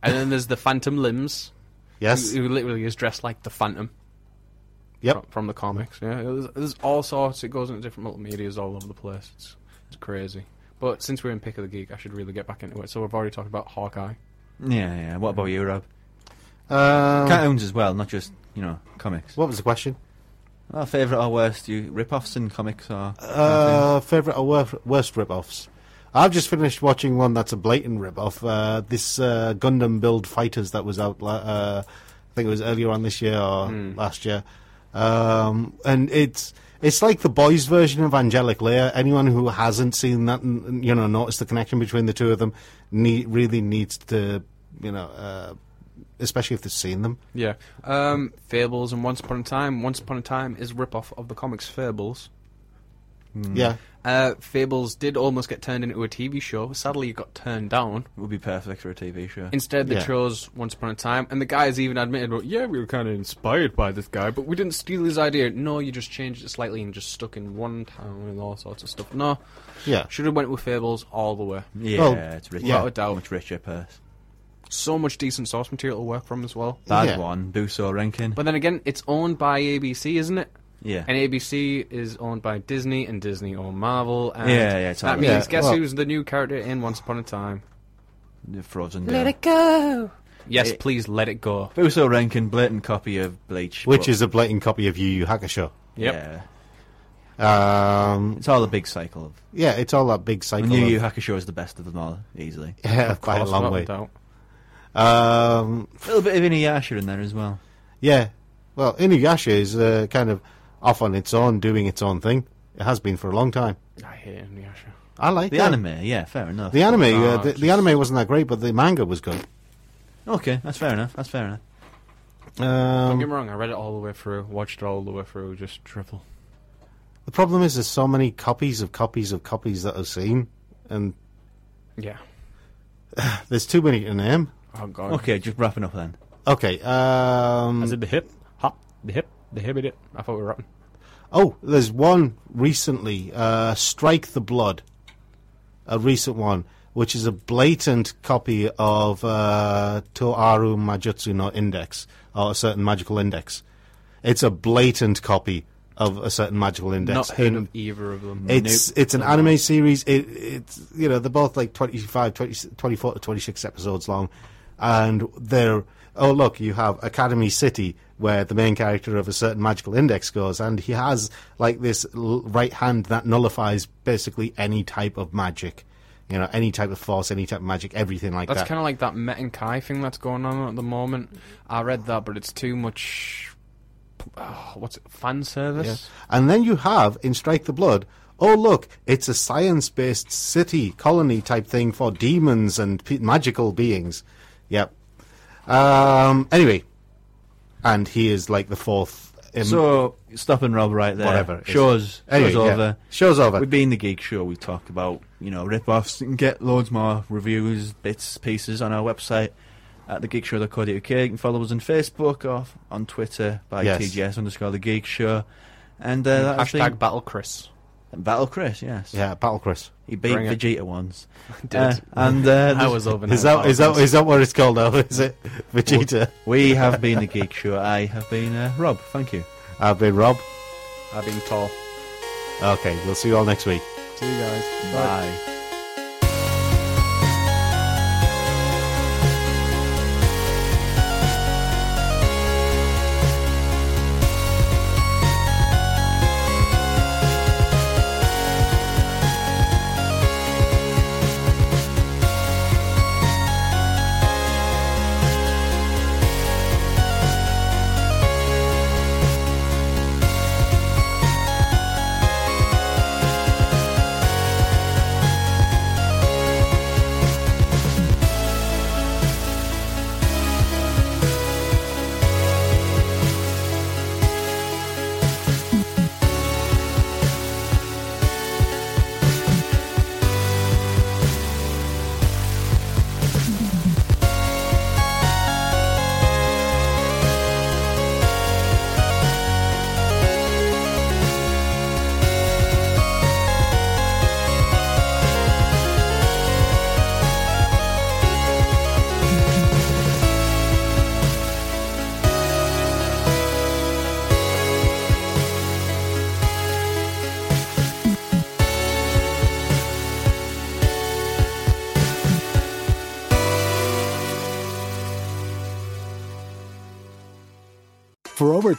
[SPEAKER 3] And then there's the Phantom Limbs,
[SPEAKER 2] Yes.
[SPEAKER 3] who, who literally is dressed like the Phantom.
[SPEAKER 2] Yep.
[SPEAKER 3] from, from the comics. Yeah, there's, there's all sorts. It goes into different multimedias all over the place. It's, it's crazy. But since we're in Pick of the Geek, I should really get back into it. So we've already talked about Hawkeye.
[SPEAKER 4] Yeah, yeah. What about you, Rob?
[SPEAKER 2] Um,
[SPEAKER 4] Cartoons as well, not just you know comics.
[SPEAKER 2] what was the question?
[SPEAKER 4] Well, favorite or worst? You rip-offs in comics or? cartoons?
[SPEAKER 2] Uh, favorite or worst, worst rip-offs? I've just finished watching one that's a blatant rip-off. Uh, this uh, Gundam Build Fighters that was out, la- uh, I think it was earlier on this year or last year, um, and it's it's like the boys' version of Angelic Layer. Anyone who hasn't seen that, and, you know, noticed the connection between the two of them, need, really needs to, you know, uh, especially if they've seen them.
[SPEAKER 3] Yeah. Um, Fables and Once Upon a Time. Once Upon a Time is a rip-off of the comics Fables.
[SPEAKER 2] Yeah,
[SPEAKER 3] Uh, Fables did almost get turned into a TV show. Sadly, it got turned down.
[SPEAKER 4] would be perfect for a TV show.
[SPEAKER 3] Instead, they
[SPEAKER 2] Yeah.
[SPEAKER 3] chose Once Upon a Time, and the guys even admitted, well, yeah, we were kind of inspired by this guy, but we didn't steal his idea. No, you just changed it slightly and just stuck in one town and all sorts of stuff. No,
[SPEAKER 2] yeah.
[SPEAKER 3] Should have went with Fables all the way.
[SPEAKER 4] yeah,
[SPEAKER 2] well,
[SPEAKER 4] it's richer.
[SPEAKER 2] yeah.
[SPEAKER 3] Without a doubt.
[SPEAKER 4] Much richer purse.
[SPEAKER 3] So much decent source material to work from as well.
[SPEAKER 4] Bad
[SPEAKER 2] Yeah.
[SPEAKER 4] one, Buso Rankin.
[SPEAKER 3] But then again, it's owned by ABC, isn't it?
[SPEAKER 4] yeah.
[SPEAKER 3] And ABC is owned by Disney, and Disney own Marvel. And
[SPEAKER 4] Yeah, yeah, it's all
[SPEAKER 3] That
[SPEAKER 4] right.
[SPEAKER 3] means
[SPEAKER 2] Yeah,
[SPEAKER 3] guess
[SPEAKER 2] well-
[SPEAKER 3] who's the new character in Once Upon a Time?
[SPEAKER 4] The Frozen
[SPEAKER 8] Let
[SPEAKER 4] Dale.
[SPEAKER 8] it go.
[SPEAKER 3] Yes,
[SPEAKER 4] It-
[SPEAKER 3] please let it
[SPEAKER 2] [laughs]
[SPEAKER 3] go.
[SPEAKER 4] Buso Rankin, blatant copy of Bleach.
[SPEAKER 2] Which
[SPEAKER 4] but-
[SPEAKER 2] is a blatant copy of Yu Yu Hakusho.
[SPEAKER 3] Yep.
[SPEAKER 4] Yeah.
[SPEAKER 2] Um,
[SPEAKER 4] it's all the big cycle of.
[SPEAKER 2] Yeah, it's all that big cycle.
[SPEAKER 4] And Yu
[SPEAKER 2] of-
[SPEAKER 4] Yu Hakusho is the best of them all, easily.
[SPEAKER 2] [laughs] Yeah, by a long way. Um,
[SPEAKER 4] a little bit of Inuyasha in there as well.
[SPEAKER 2] Yeah. Well, Inuyasha is uh, kind of off on its own, doing its own thing. It has been for a long time.
[SPEAKER 3] I hate Inuyasha.
[SPEAKER 2] I like
[SPEAKER 4] The
[SPEAKER 2] that.
[SPEAKER 4] anime, yeah, fair enough.
[SPEAKER 2] The anime,
[SPEAKER 4] Ah,
[SPEAKER 2] uh, the, the anime wasn't that great, but the manga was good.
[SPEAKER 4] Okay, that's fair enough. That's fair enough.
[SPEAKER 3] Don't
[SPEAKER 2] Um,
[SPEAKER 3] get me wrong. I read it all the way through. Watched it all the way through. Just triple.
[SPEAKER 2] the problem is, there's so many copies of copies of copies that I've seen, and
[SPEAKER 3] Yeah.
[SPEAKER 2] there's too many to name.
[SPEAKER 3] Oh god.
[SPEAKER 4] Okay, just wrapping up then.
[SPEAKER 2] Okay. Um,
[SPEAKER 3] Is it the hip? Hop. The hip. The hip. It. I thought we were rapping.
[SPEAKER 2] Oh, there's one recently, uh, Strike the Blood, a recent one, which is a blatant copy of uh, Toaru Majutsu no Index, or a certain magical index. It's a blatant copy of a certain magical index.
[SPEAKER 3] Not heard
[SPEAKER 2] in-
[SPEAKER 3] of either of them.
[SPEAKER 2] it's it's an anime series. It, it's you know they're both like 25, 20, 24 to twenty six episodes long, and they're oh look you have Academy City where the main character of a certain magical index goes and he has like this l- right hand that nullifies basically any type of magic, you know any type of force, any type of magic, everything like
[SPEAKER 3] That's
[SPEAKER 2] that.
[SPEAKER 3] kind of like that Met and Kai thing that's going on at the moment. I read that, but it's too much. oh, what's it? Fan service?
[SPEAKER 2] And then you have in Strike the Blood, oh look, it's a science-based city colony type thing for demons and p- magical beings. Yep. Um. Anyway, and he is like the fourth. im-
[SPEAKER 4] so stop and rob right there.
[SPEAKER 2] Um, Whatever.
[SPEAKER 4] Shows.
[SPEAKER 2] Anyway,
[SPEAKER 4] shows
[SPEAKER 2] yeah.
[SPEAKER 4] over.
[SPEAKER 2] Show's over.
[SPEAKER 4] We've been the geek show. We've talked about you know rip-offs and get loads more reviews, bits, pieces on our website at thegeekshow.co.uk. You can follow us on Facebook or f- on Twitter by
[SPEAKER 2] Yes.
[SPEAKER 4] TGS underscore the geek show. And uh, that
[SPEAKER 3] Hashtag
[SPEAKER 4] actually,
[SPEAKER 3] Battle Chris.
[SPEAKER 4] Battle Chris, yes,
[SPEAKER 2] yeah, Battle Chris.
[SPEAKER 4] he beat
[SPEAKER 3] Bring it.
[SPEAKER 4] Vegeta once.
[SPEAKER 3] Did.
[SPEAKER 4] Uh, and uh,
[SPEAKER 3] I was over.
[SPEAKER 2] Is that is that is that what it's called now? [laughs] Is it Vegeta?
[SPEAKER 4] we have been the geek show. I have been uh, Rob. Thank you.
[SPEAKER 2] I've been Rob.
[SPEAKER 3] I've been tall.
[SPEAKER 2] Okay, we'll see you all next week.
[SPEAKER 3] See you guys.
[SPEAKER 4] Bye.
[SPEAKER 10] For over